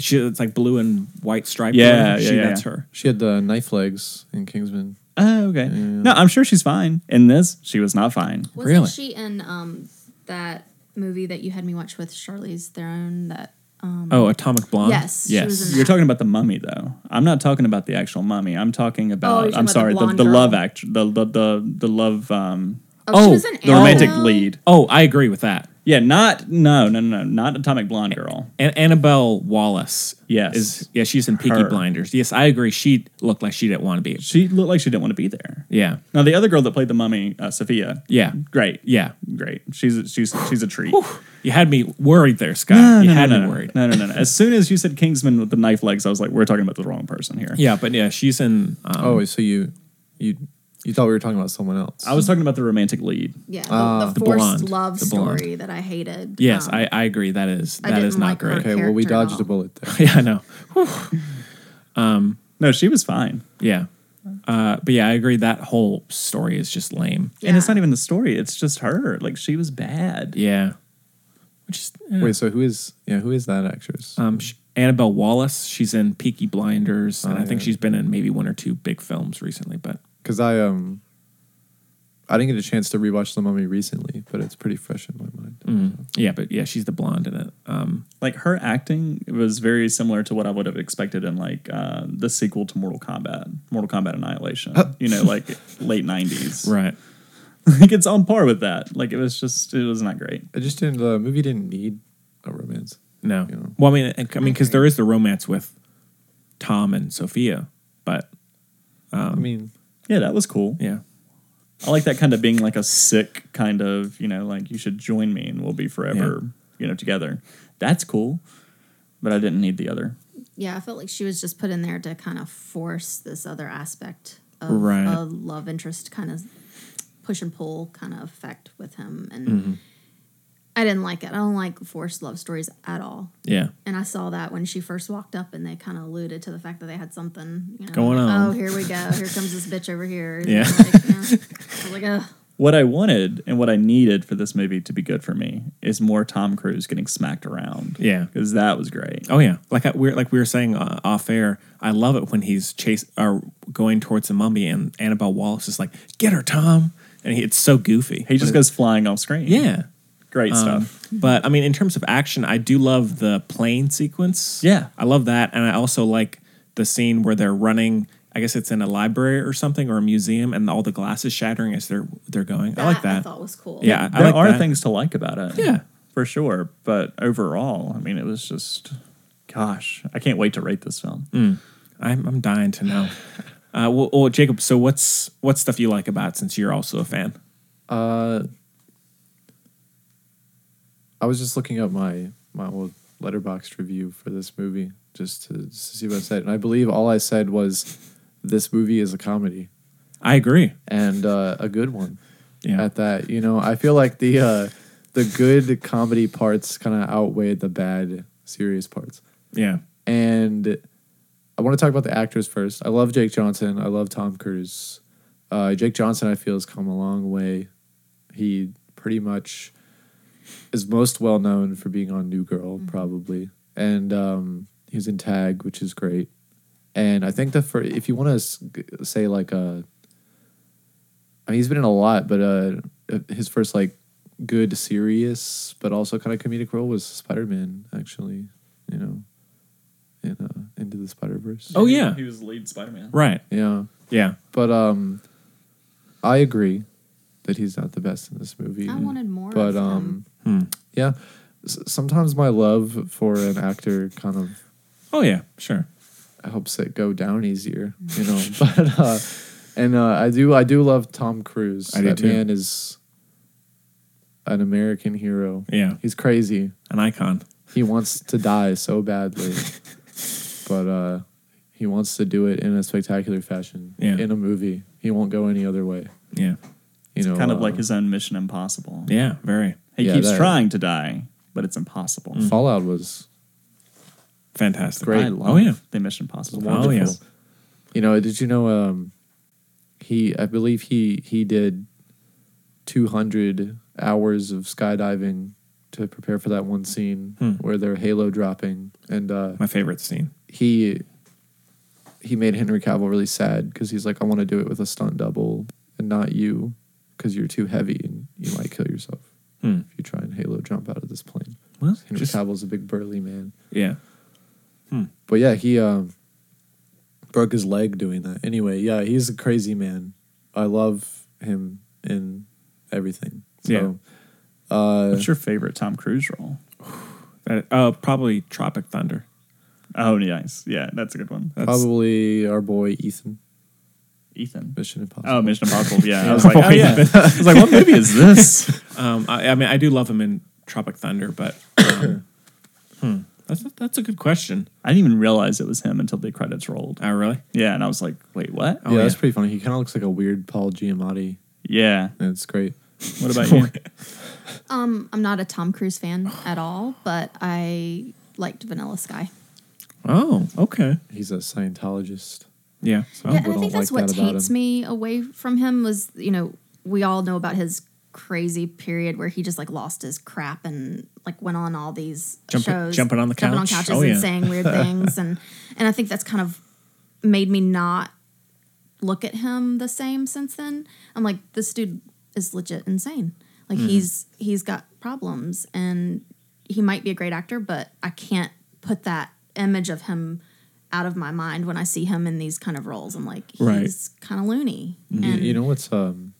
S2: She it's like blue and white striped.
S3: Yeah,
S2: or whatever.
S3: yeah,
S2: she,
S3: yeah,
S2: that's
S3: yeah.
S2: her.
S4: She had the knife legs in Kingsman.
S3: oh, okay. No, I'm sure she's fine. In this, she was not fine.
S5: Wasn't she in um, that movie that you had me watch with Charlize Theron? That um,
S2: Oh, Atomic Blonde.
S5: Yes, she was
S3: Yes,
S5: in
S3: you're
S5: that.
S3: talking about the mummy though. I'm not talking about the actual mummy. I'm talking about.
S5: Oh, you're talking
S3: I'm
S5: about the
S3: sorry, the,
S5: blonde
S3: the,
S5: girl.
S3: love actor, the the the, the love. Um,
S5: Oh, she was in
S3: the romantic
S5: Annabelle?
S3: lead.
S2: Oh, I agree with that.
S3: Yeah, not no no no no, not Atomic Blonde girl.
S2: And Annabelle Wallace.
S3: Yes.
S2: Is yeah, she's in Peaky
S3: Her.
S2: Blinders. Yes, I agree. She looked like she didn't want to be.
S3: She looked like she didn't want to be there.
S2: Yeah.
S3: Now the other girl that played the mummy, uh, Sophia.
S2: Yeah.
S3: Great.
S2: Yeah.
S3: Great. She's she's she's a treat.
S2: You had me worried there, Scott. you had
S3: no,
S2: me
S3: no,
S2: worried.
S3: No, no, no, no. As soon as you said Kingsman with the knife legs, I was like, we're talking about the wrong person here.
S2: Yeah, but yeah, she's in. Um,
S4: oh, so you you you thought we were talking about someone else?
S3: I was talking about the romantic lead.
S5: yeah, the,
S4: Ah,
S5: the
S2: the
S5: forced
S2: blonde,
S5: love
S2: the blonde.
S5: story that I hated.
S2: Yes,
S5: Um,
S2: I, I agree. That is
S5: I
S2: that is
S5: didn't
S2: not
S5: like her.
S2: great.
S4: okay, well, we
S5: character at
S4: dodged
S5: all.
S4: a bullet there.
S2: yeah, I know.
S3: No, she was fine.
S2: Yeah. Uh, but yeah, I agree. That whole story is just lame.
S3: And it's
S5: Yeah.
S3: not even the story. It's just her. Like she was bad.
S2: Yeah. Which is eh.
S4: Wait, so who is yeah who is that actress?
S2: um, sh- Annabelle Wallace. She's in Peaky Blinders, and
S4: Oh,
S2: I think
S4: yeah.
S2: she's been in maybe one or two big films recently. But
S4: Because I um I didn't get a chance to rewatch The Mummy recently, but it's pretty fresh in my mind.
S2: yeah, but yeah, she's the blonde in it. Um,
S3: Like her acting was very similar to what I would have expected in like uh, the sequel to Mortal Kombat, Mortal Kombat Annihilation. You know, like late nineties.
S2: right.
S3: Like it's on par with that. Like it was just it was not great.
S4: I just didn't. The movie didn't need a romance.
S2: No.
S4: Yeah.
S2: Well, I mean, I mean, because there is the romance with Tom and Sophia, but
S4: I mean,
S3: Yeah, that was cool.
S2: yeah,
S3: I like that kind of being like a sick kind of, you know, like you should join me and we'll be forever, you know, together. That's cool. But I didn't need the other.
S5: yeah, I felt like she was just put in there to kind of force this other aspect of
S2: Right.
S5: a love interest kind of push and pull kind of effect with him, and
S2: Mm-hmm.
S5: I didn't like it. I don't like forced love stories at all.
S2: yeah.
S5: And I saw that when she first walked up, and they kind of alluded to the fact that they had something you know,
S2: Going
S5: like,
S2: on.
S5: Oh, here we go. Here comes this bitch over here.
S2: Yeah.
S5: Like, you know, I was like, ugh.
S3: What I wanted and what I needed for this movie to be good for me is more Tom Cruise getting smacked around.
S2: Yeah.
S3: Because that was great.
S2: Oh yeah, like I, we're like we were saying uh, off air. I love it when he's chase or going towards the mummy, and Annabelle Wallace is like, "Get her, Tom!" And he, it's so goofy.
S3: He just goes flying off screen.
S2: yeah.
S3: Great
S2: Um,
S3: stuff.
S2: but I mean, in terms of action, I do love the plane sequence.
S3: Yeah.
S2: I love that, and I also like the scene where they're running. I guess it's in a library or something or a museum, and all the glass is shattering as they're they're going. I like
S5: I
S2: that.
S5: thought was cool.
S2: yeah, I
S3: there
S2: like
S3: are
S2: that.
S3: things to like about it.
S2: Yeah.
S3: For sure. But overall, I mean, it was just, gosh, I can't wait to rate this film.
S2: I'm I'm dying to know. Uh, well, well, Jacob. So what's what stuff you like about it, since you're also a fan?
S4: I was just looking up my my old letterbox review for this movie just to, just to see what I said, and I believe all I said was, "This movie is a comedy
S2: I agree.
S4: and uh, a good one."
S2: Yeah.
S4: At that, you know, I feel like the uh, the good comedy parts kind of outweighed the bad serious parts.
S2: Yeah.
S4: and I want to talk about the actors first. I love Jake Johnson. I love Tom Cruise. Uh, Jake Johnson, I feel, has come a long way. He pretty much is most well known for being on New Girl, probably, and um, he was in Tag, which is great. And I think the for if you want to say like a, I mean, he's been in a lot, but uh, his first like good serious but also kind of comedic role was Spider Man, actually. you know, in uh, Into the Spider Verse.
S2: Oh, yeah.
S3: He was lead Spider Man.
S2: Right.
S4: Yeah.
S2: Yeah.
S4: But um, I agree that he's not the best in this movie.
S5: I wanted more
S4: But
S5: of him.
S4: um,
S2: Hmm.
S4: yeah. S- sometimes my love for an actor kind of
S2: Oh yeah, sure.
S4: helps it go down easier, you know. but uh, and uh, I do I do love Tom Cruise.
S2: I do
S4: that
S2: too.
S4: man is an American hero.
S2: Yeah.
S4: He's crazy.
S2: An icon.
S4: He wants to die so badly. but uh he wants to do it in a spectacular fashion.
S2: Yeah.
S4: In a movie. He won't go any other way.
S2: Yeah.
S4: You know,
S3: kind of
S4: uh,
S3: like his own Mission Impossible.
S2: Yeah. Mm. Very
S3: He
S4: Yeah,
S3: keeps
S4: that-
S3: trying to die, but it's impossible.
S4: Fallout was
S2: fantastic.
S4: Great.
S3: I love
S2: Oh yeah.
S3: the Mission Impossible.
S2: Oh yeah.
S4: You know, did you know um he I believe he he did 200 hours of skydiving to prepare for that one scene
S2: Hmm.
S4: where they're halo dropping and uh
S2: My favorite scene.
S4: he he made Henry Cavill really sad cuz he's like I want to do it with a stunt double and not you cuz you're too heavy and you might kill yourself
S2: Hmm.
S4: if you try and halo jump out of this plane.
S2: Well,
S4: Henry
S2: just-
S4: Cavill's a big burly man.
S2: yeah.
S4: But yeah, he um, broke his leg doing that. Anyway, yeah, he's a crazy man. I love him in everything. So, Uh,
S3: What's your favorite Tom Cruise role?
S2: That- uh, probably Tropic Thunder.
S3: Oh, nice. Yeah, that's a good one.
S2: That's
S4: probably our boy Ethan,
S3: Ethan.
S4: Mission Impossible.
S3: Oh, Mission Impossible. Yeah, I was like, oh, yeah.
S2: I was like, what movie is
S3: this.
S2: Um, I, I mean, I do love him in Tropic Thunder, but um, hmm, that's a, that's a good question.
S3: I didn't even realize it was him until the credits rolled.
S2: Oh, really?
S3: Yeah, and I was like, wait, what?
S2: Oh,
S4: yeah, that's
S2: yeah.
S4: pretty funny. He kind of looks like a weird Paul Giamatti,
S3: Yeah.
S4: and it's great.
S3: What about you?
S5: Um, I'm not a Tom Cruise fan at all, but I liked Vanilla Sky.
S2: Oh, okay.
S4: He's a Scientologist.
S2: Yeah. So,
S4: people
S5: yeah, and I
S4: don't
S5: think that's
S4: like
S5: what
S4: that about
S5: takes
S4: him.
S5: me away from him was, you know, we all know about his crazy period where he just like lost his crap and like went on all these
S2: Jumping-
S5: shows,
S2: jumping on the
S5: jumping on
S2: couch.
S5: couches
S2: Oh,
S5: and
S2: yeah.
S5: saying weird things, and and I think that's kind of made me not look at him the same since then. I'm like, this dude is legit insane. Like he's he's got problems, and he might be a great actor, but I can't put that image of him out of my mind when I see him in these kind of roles. I'm like, he's
S2: Right.
S5: kind of loony.
S4: You-
S5: And
S4: you know what's um,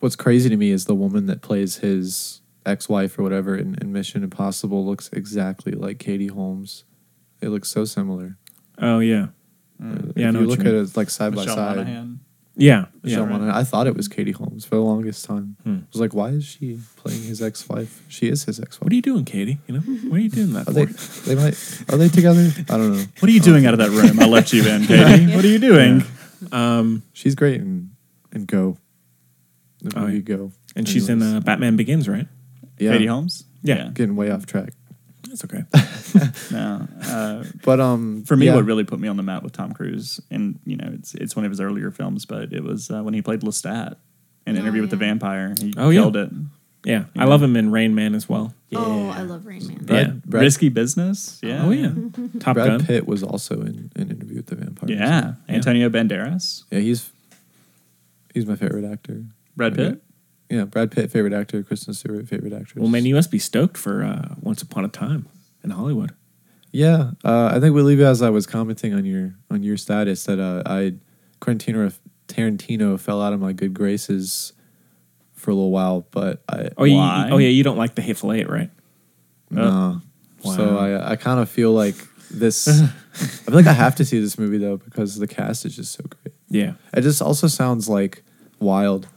S4: what's crazy to me is the woman that plays his ex-wife or whatever in, in Mission Impossible looks exactly like Katie Holmes. They look so similar.
S2: oh yeah. Yeah, I
S4: Mm, if
S2: know
S4: you
S2: what
S4: look
S2: you
S4: at
S2: mean.
S4: it like side by
S3: Michelle
S4: side.
S3: Monaghan.
S2: Yeah.
S4: Michelle
S2: yeah.
S4: Monaghan. I thought it was Katie Holmes for the longest time.
S2: Hmm.
S4: I was like, why is she playing his ex-wife? She is his ex-wife.
S2: What are you doing, Katie? You know, what are you doing that for?
S4: Are they? They might. Are they together? I don't know.
S3: What are you doing out of that room? I let you in, Katie. What are you doing?
S4: She's great in in Go. The
S2: Oh,
S4: movie
S2: yeah.
S4: Go.
S2: and she's in
S4: Anyways.
S2: uh, Batman Begins, right?
S4: yeah.
S3: Katie Holmes?
S2: Yeah.
S4: Getting way off track.
S2: That's okay.
S3: No. Uh,
S4: But um,
S3: for me,
S4: yeah.
S3: what really put me on the map with Tom Cruise, and you know, it's it's one of his earlier films, but it was uh, when he played Lestat in
S5: Oh,
S3: Interview with the
S5: yeah.
S3: Vampire. He
S2: Oh, yeah.
S3: killed it.
S2: Yeah, I love him in Rain Man as well.
S5: oh, I love Rain Man.
S2: Yeah.
S4: Brad, Brad,
S3: Risky Business. Yeah.
S2: Oh yeah, Top
S4: Brad
S2: Gun.
S4: Pitt was also in an interview with the vampire.
S3: Yeah. Antonio Banderas.
S4: Yeah. He's he's my favorite actor.
S3: Brad Pitt.
S4: Yeah. Brad Pitt favorite actor. Kristen Stewart favorite actress.
S2: Well, man, you must be stoked for uh, Once Upon a Time in Hollywood.
S4: Yeah, uh, I think we leave it as I was commenting on your on your status that uh, I Quentin Tarantino fell out of my good graces for a little while, but I
S2: Oh, you,
S3: Why?
S2: oh yeah, you don't like the Hateful Eight, right?
S4: nah.
S2: Wow.
S4: so I I kind of feel like this. I feel like I have to see this movie though because the cast is just so great.
S2: Yeah.
S4: It just also sounds like wild.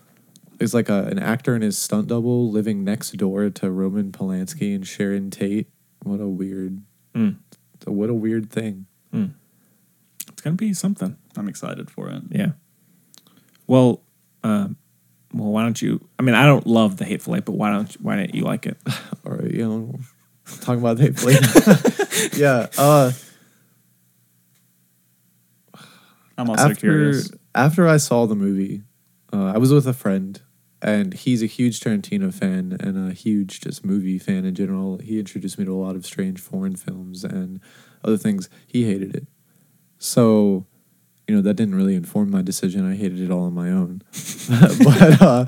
S4: It's like a, an actor and his stunt double living next door to Roman Polanski and Sharon Tate. What a weird,
S2: Mm.
S4: what a weird thing.
S2: It's gonna be something.
S3: I'm excited for it.
S2: Yeah. Well, um, well, why don't you? I mean, I don't love the Hateful Eight, but why don't why don't you like it?
S4: All right, you know, talking about that later. yeah. Uh,
S3: I'm also
S4: after
S3: curious.
S4: after I saw the movie, uh, I was with a friend, and he's a huge Tarantino fan and a huge just movie fan in general. He introduced me to a lot of strange foreign films and other things. He hated it, so you know that didn't really inform my decision. I hated it all on my own, but uh,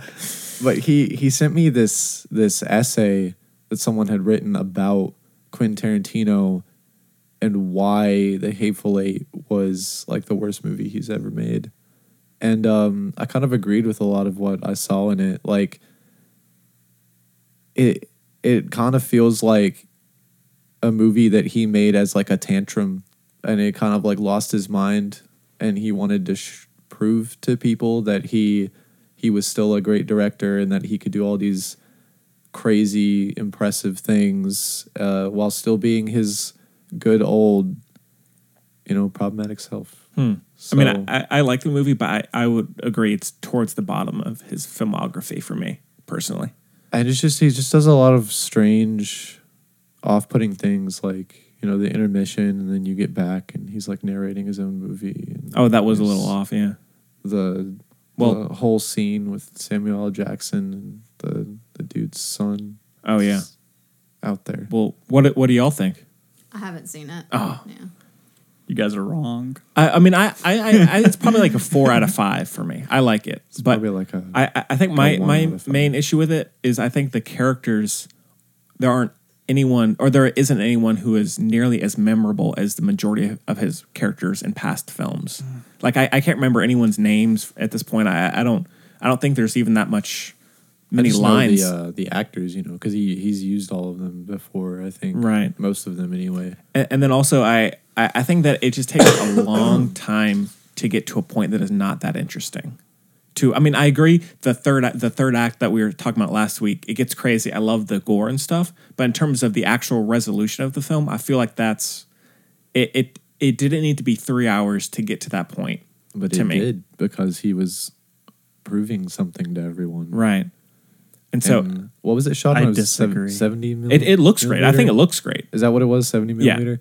S4: but he he sent me this this essay that someone had written about Quentin Tarantino and why The Hateful Eight was like the worst movie he's ever made. And um, I kind of agreed with a lot of what I saw in it. Like, it it kind of feels like a movie that he made as like a tantrum, and it kind of like lost his mind, and he wanted to sh- prove to people that he he was still a great director and that he could do all these crazy, impressive things uh, while still being his good old, you know, problematic self.
S2: Hmm.
S4: So-
S2: I mean, I, I- I like the movie, but I, I would agree it's towards the bottom of his filmography for me personally.
S4: And it's just he just does a lot of strange, off-putting things like you know the intermission, and then you get back, and he's like narrating his own movie. And
S2: Oh, that was a little off, yeah.
S4: The
S2: Well-
S4: the whole scene with Samuel L. Jackson and the the dude's son.
S2: Oh yeah,
S4: out there.
S2: Well, what what do y'all think?
S5: I haven't seen it.
S2: Oh.
S5: Yeah.
S3: You guys are wrong.
S2: I, I mean, I, I, I, I it's probably like a four out of five for me. I like it, but probably
S4: like a,
S2: I, I- I think my
S3: a one out
S2: my
S3: of five.
S2: main issue with it is I think the characters there aren't anyone or there isn't anyone who is nearly as memorable as the majority of his characters in past films. Like I, I can't remember anyone's names at this point. I, I don't I don't think there's even that much many
S4: I just know
S2: lines.
S4: the, uh, the actors, you know, because he he's used all of them before. I think
S2: Right.
S4: most of them anyway.
S2: And, and then also, I, I I think that it just takes a long time to get to a point that is not that interesting. To I mean, I agree. The third the third act that we were talking about last week, it gets crazy. I love the gore and stuff, but in terms of the actual resolution of the film, I feel like that's it. It, it didn't need to be three hours to get to that point.
S4: But
S2: to
S4: it
S2: me.
S4: did because he was proving something to everyone,
S2: right? And so,
S4: And what was it shot?
S2: I
S4: on? It was sev-
S2: disagree.
S4: Seventy
S2: It,
S4: millimeter.
S2: it looks great. I think it looks great.
S4: Is that what it was? Seventy
S2: Yeah.
S4: millimeter.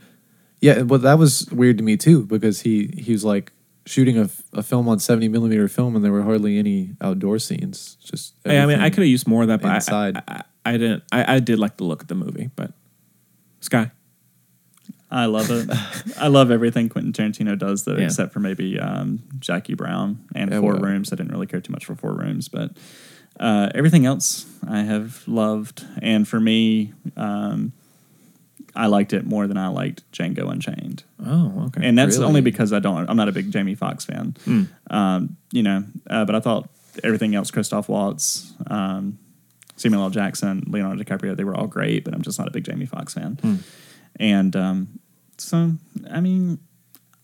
S4: Yeah, but that was weird to me too because he he was like shooting a, f- a film on seventy millimeter film and there were hardly any outdoor scenes. Just
S2: Hey, I mean, I
S4: everything
S2: could have used more of that, but I-
S4: inside.
S2: I, I, I didn't. I, I did like the look of the movie, but Sky.
S3: I love it. I love everything Quentin Tarantino does, though,
S2: Yeah.
S3: except for maybe um, Jackie Brown and
S4: Yeah,
S3: Four
S4: well.
S3: Rooms. I didn't really care too much for Four Rooms, but uh, everything else I have loved. And for me, um, I liked it more than I liked Django Unchained.
S2: Oh, okay.
S3: And that's
S2: Really?
S3: only because I don't. I'm not a big Jamie Foxx fan.
S2: Hmm.
S3: Um, you know, uh, but I thought everything else, Christoph Waltz, um, Samuel L. Jackson, Leonardo DiCaprio, they were all great. But I'm just not a big Jamie Foxx fan.
S2: Hmm.
S3: And um, so, I mean,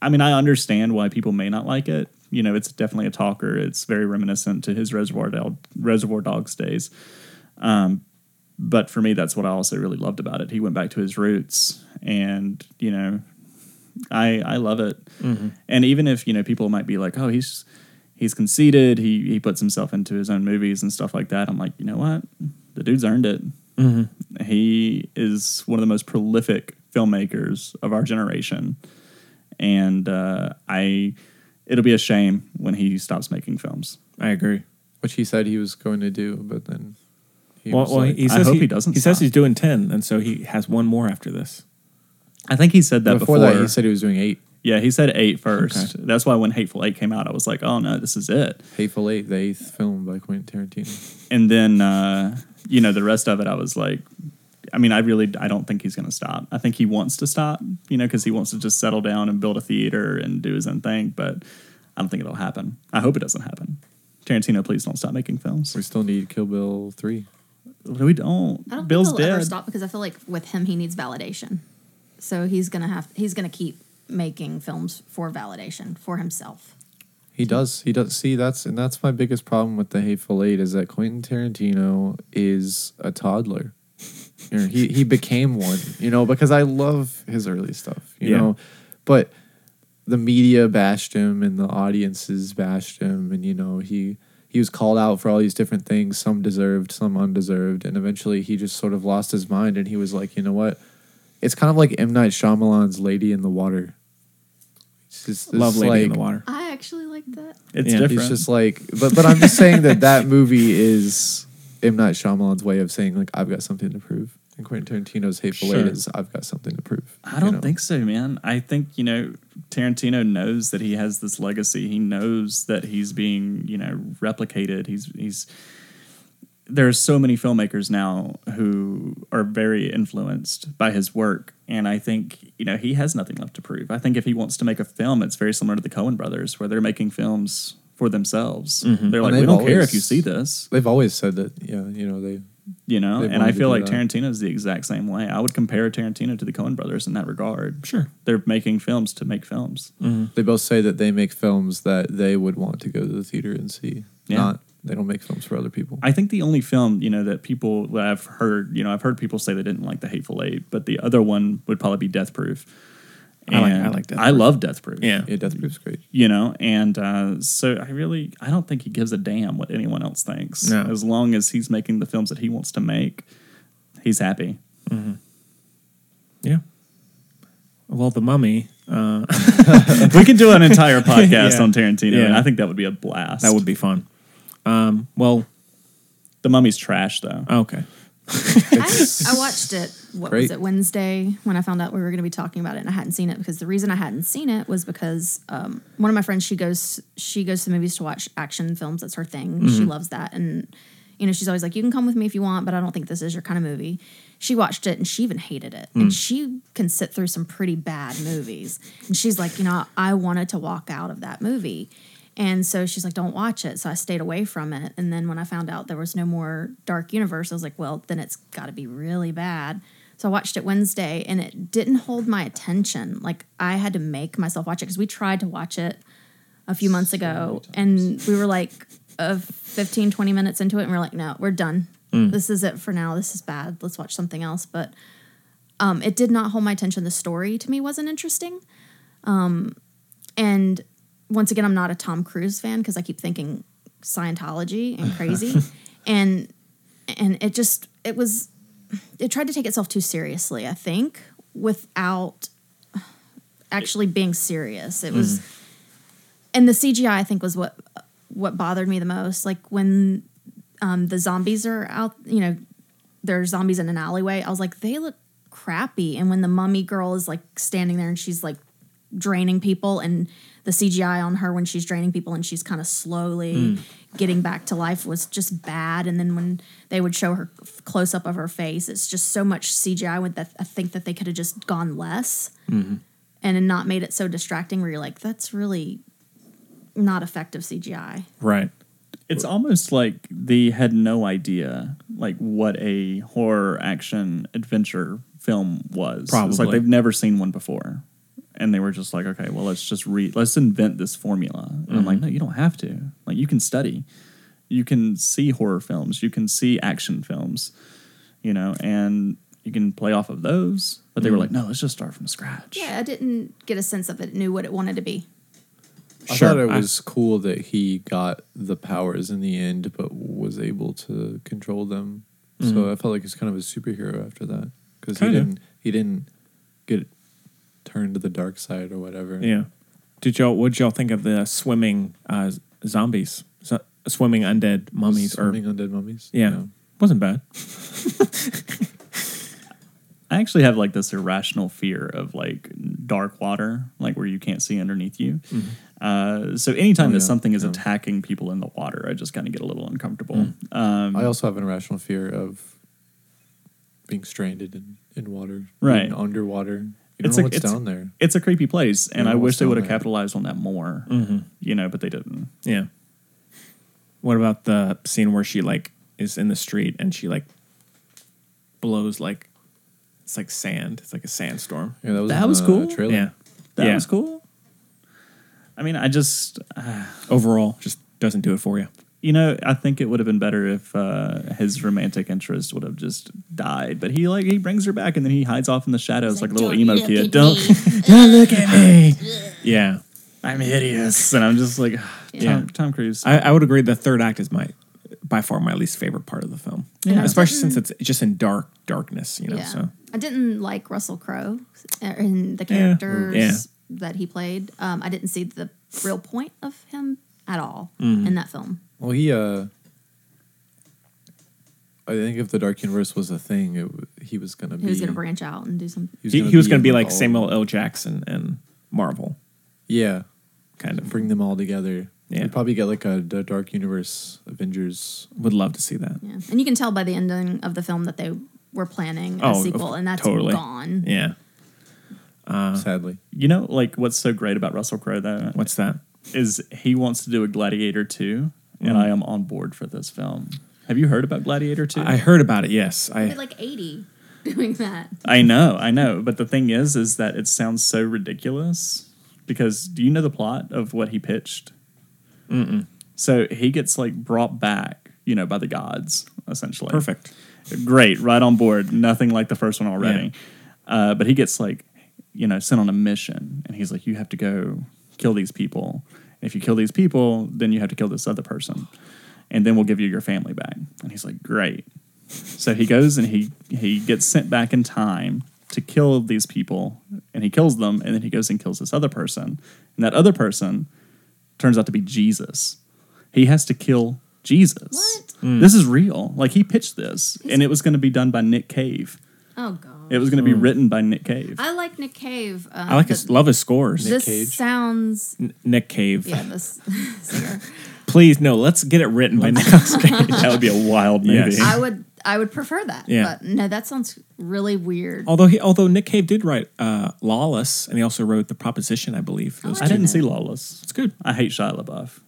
S3: I mean, I understand why people may not like it. You know, it's definitely a talker. It's very reminiscent to his Reservoir Dog, Reservoir Dogs days. Um, but for me, that's what I also really loved about it. He went back to his roots, and you know, I I love it.
S4: Mm-hmm.
S2: Mhm.
S3: And even if you know people might be like, oh, he's he's conceited. He he puts himself into his own movies and stuff like that. I'm like, you know what? The dude's earned it.
S2: Mhm.
S4: Mm-hmm.
S3: He is one of the most prolific filmmakers of our generation, and uh, I it'll be a shame when he stops making films.
S2: I agree.
S4: which he said he was going to do, but then he
S2: well,
S4: was
S2: well,
S4: like-
S2: he
S3: I
S2: says
S3: hope
S2: he,
S3: he doesn't
S2: He says
S3: stop.
S2: he's doing ten, and so he has one more after this.
S3: I think he said that
S4: before
S3: before.
S4: that he said he was doing eight.
S3: yeah, he said eight first. That's why when Hateful Eight came out, I was like, oh no, this is it.
S4: Hateful Eight, the eighth film by Quentin Tarantino.
S3: and then uh, you know the rest of it i was like i mean i really i don't think he's going to stop i think he wants to stop you know because he wants to just settle down and build a theater and do his own thing but i don't think it'll happen i hope it doesn't happen tarantino please don't stop making films
S4: We still need Kill Bill three.
S3: we don't,
S5: I don't
S3: bill's
S5: think he'll ever
S3: dead
S5: stop because I feel like with him he needs validation. So he's gonna have he's gonna keep making films for validation for himself.
S4: He does. He does. See, that's and that's my biggest problem with the Hateful Eight is that Quentin Tarantino is a toddler. You know, he he became one. You know, because I love his early stuff. You
S2: Yeah.
S4: know, but the media bashed him and the audiences bashed him, and you know he he was called out for all these different things. Some deserved, some undeserved, and eventually he just sort of lost his mind, and he was like, you know what? It's kind of like M Night Shyamalan's Lady in the Water. It's just- it's
S2: Love Lady in
S4: like-
S2: the Water.
S5: I actually like that.
S3: it's
S2: Yeah.
S3: different
S4: He's just like, but but I'm just saying that that movie is M Night Shyamalan's way of saying like I've got something to prove, and Quentin Tarantino's Hateful Eight
S2: Sure.
S4: is I've got something to prove.
S3: I
S4: you
S3: don't
S4: know?
S3: think so, man. I think, you know, Tarantino knows that he has this legacy. He knows that he's being, you know, replicated. He's he's there are so many filmmakers now who are very influenced by his work, and I think you know he has nothing left to prove. I think if he wants to make a film, it's very similar to the Coen Brothers, where they're making films for themselves.
S4: Mhm.
S3: They're
S4: And
S3: like, we
S4: they've
S3: don't care
S4: always-
S3: if you see this,
S4: They've always said that. Yeah, you know they.
S3: you know.
S4: they've
S3: And I
S4: wanted to
S3: feel
S4: do
S3: like
S4: that.
S3: Tarantino is the exact same way. I would compare Tarantino to the Coen Brothers in that regard.
S2: Sure, Mm-hmm.
S3: they're making films to make films.
S4: They both say that they make films that they would want to go to the theater and see.
S3: Yeah.
S4: Not they don't make films for other people.
S3: I think the only film, you know, that people that I've heard, you know, I've heard people say they didn't like The Hateful Eight, but the other one would probably be Death Proof.
S2: I like- I
S3: And
S2: like Death
S3: I love Death Proof.
S2: Yeah.
S4: Yeah, Death Proof's great.
S3: You know, and uh, so I really, I don't think he gives a damn what anyone else thinks.
S2: No.
S3: As long as he's making the films that he wants to make, he's happy.
S2: Yeah. Well, the mummy. Uh,
S3: we could do an entire podcast
S2: Yeah.
S3: on Tarantino,
S2: Yeah.
S3: and I think that would be a blast.
S2: that would be fun. Um, well,
S3: The Mummy's trash, though.
S2: okay.
S5: I, I watched it. What
S4: Great.
S5: was it Wednesday when I found out we were going to be talking about it, and I hadn't seen it because the reason I hadn't seen it was because um, one of my friends she goes she goes to movies to watch action films. That's her thing. She
S2: Mhm.
S5: loves that, and you know she's always like, "You can come with me if you want, but I don't think this is your kind of movie." She watched it and she even hated it,
S2: Mm.
S5: and she can sit through some pretty bad movies. And she's like, "You know, I wanted to walk out of that movie." And so she's like, don't watch it. So I stayed away from it. And then when I found out there was no more Dark Universe, I was like, well, then it's got to be really bad. So I watched it Wednesday and it didn't hold my attention. Like I had to make myself watch it because we tried to watch it a few months ago and we were like uh, 15, 20 minutes into it and we're like, no, we're done.
S2: Mm.
S5: This is it for now. This is bad. Let's watch something else. But um, it did not hold my attention. The story to me wasn't interesting. Um, and once again, I'm not a Tom Cruise fan because I keep thinking Scientology and crazy, and and it just it was it tried to take itself too seriously. I think without actually being serious, it was. And the CGI, I think, was what what bothered me the most. Like when um, the zombies are out, you know, there's zombies in an alleyway. I was like, they look crappy. And when the mummy girl is like standing there and she's like draining people, and the CGI on her when she's draining people and she's kind of slowly
S2: Mm.
S5: getting back to life was just bad. And then when they would show her close up of her face, it's just so much CGI with that. I think that they could have just gone less and not made it so distracting where you're like, that's really not effective CGI.
S2: Right.
S3: It's almost like they had no idea like what a horror action adventure film was. It's like
S2: Probably.
S3: they've never seen one before. And they were just like, okay, well, let's just re let's invent this formula. And I'm like, no, you don't have to. Like you can study. You can see horror films, you can see action films, you know, and you can play off of those. But they were
S2: Mhm.
S3: like, no, let's just start from scratch.
S5: Yeah, I didn't get a sense of it knew what it wanted to be.
S4: I
S2: Sure,
S4: thought it
S2: I-
S4: was cool that he got the powers in the end, but was able to control them. So I felt like he's kind of a superhero after that because he
S2: Kinda.
S4: didn't he didn't get turned to the dark side or whatever.
S2: Yeah. Did y'all? What y'all think of the swimming uh, zombies, so, swimming undead mummies,
S4: swimming
S2: or
S4: undead mummies.
S2: yeah, wasn't bad.
S3: I actually have like this irrational fear of like dark water, like where you can't see underneath you. Uh, so anytime
S4: Mm-hmm. Oh,
S3: that
S4: yeah,
S3: something is
S4: yeah. Mm.
S3: attacking people in the water, I just kind of get a little uncomfortable. Um,
S4: I also have an irrational fear of being stranded in, in water,
S3: Right.
S4: being underwater. You don't
S3: It's
S4: know
S3: a-
S4: what's
S3: it's-
S4: down there.
S3: it's a creepy place, and
S4: Yeah,
S3: I wish
S4: what's
S3: they would have
S4: down there?
S3: capitalized on that more.
S2: Mm-hmm.
S3: You know, but they didn't.
S2: Yeah. What about the scene where she like is in the street and she like blows like it's like sand. It's like a sandstorm.
S4: Yeah, that was,
S3: That
S4: in
S3: was
S4: the
S3: cool.
S4: Trailer.
S2: Yeah.
S3: That
S2: yeah.
S3: was cool. I mean, I just, uh,
S2: Overall, just doesn't do it for you.
S3: you know, I think it would have been better if uh, his romantic interest would have just died. But he like he brings her back, and then he hides off in the shadows like, a little emo kid. Don't
S2: Don't look at me. yeah.
S3: I'm hideous, and I'm just like,
S2: Yeah.
S3: Tom, Tom Cruise.
S2: I, I would agree. The third act is my by far my least favorite part of the film,
S3: Yeah.
S2: especially since it's just in dark darkness. You know,
S5: Mm. yeah.
S2: so
S5: I didn't like Russell Crowe and the characters
S2: Yeah.
S5: that he played. Um, I didn't see the real point of him at all
S2: Mhm.
S5: in that film.
S4: Well, he. uh I think if the Dark Universe was a thing, it, w- he was gonna
S5: He
S4: be.
S5: was going to branch out and do some.
S4: was
S2: he, he was going to be
S4: in
S2: like
S4: all-
S2: Samuel L. Jackson and Marvel,
S4: Yeah,
S2: kind of.
S4: bring them all together.
S2: Yeah.
S4: You'd probably get like a, D- Dark Universe Avengers.
S2: Would love to see that.
S5: Yeah. And you can tell by the ending of the film that they were planning a
S2: Oh, of-
S5: sequel, and that's
S2: totally.
S5: gone.
S2: Yeah. Uh-huh.
S3: Uh,
S4: Sadly,
S3: you know, like what's so great about Russell Crowe though?
S2: What's that?
S3: Is he wants to do a Gladiator two,
S2: Mm.
S3: and I am on board for this film. Have you heard about Gladiator two?
S2: I heard about it. Yes,
S5: They're like 80 doing that.
S3: I know, I know. But the thing is, is that it sounds so ridiculous because do you know the plot of what he pitched?
S2: Mm-mm.
S3: So he gets like brought back, you know, by the gods, essentially.
S2: Perfect.
S3: Great, right on board. Nothing like the first one already. Uh, but he gets like, you know, sent on a mission, and he's like, you have to go kill these people. If you kill these people, then you have to kill this other person, and then we'll give you your family back. And he's like, great. So he goes and he he gets sent back in time to kill these people, and he kills them, and then he goes and kills this other person, and that other person turns out to be Jesus. He has to kill Jesus.
S2: Mm.
S3: This is real. Like he pitched this, and it was going to be done by Nick Cave.
S5: Oh, God.
S3: It was going to be
S2: Hmm.
S3: written by Nick Cave.
S5: I like Nick Cave. Uh,
S2: I like
S5: but
S2: his love his scores.
S5: This sounds.
S2: N- Nick Cave.
S5: Yeah, this singer.
S2: Please no. Let's get it written by Nicolas Cage. that
S3: would be a wild
S2: movie.
S5: I would I would prefer that.
S2: Yeah. Oh.
S5: But no, that sounds really weird.
S2: Although he, although Nick Cave did write uh, Lawless, and he also wrote The Proposition, I believe. Those
S3: I
S2: two.
S3: didn't see Lawless.
S2: It's good.
S3: I hate Shia LaBeouf.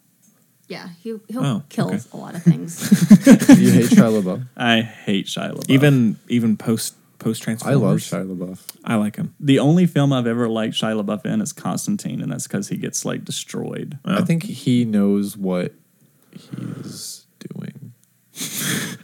S5: Yeah, he, he'll
S2: Oh,
S5: kill
S2: okay.
S5: a lot of things.
S4: you hate Shia LaBeouf.
S3: I hate Shia LaBeouf.
S2: Even even post post
S4: I love
S2: Transformers.
S4: Shia LaBeouf.
S2: I like him.
S3: the only film I've ever liked Shia LaBeouf in is Constantine, and that's because he gets like destroyed.
S2: Oh.
S4: I think he knows what he's doing.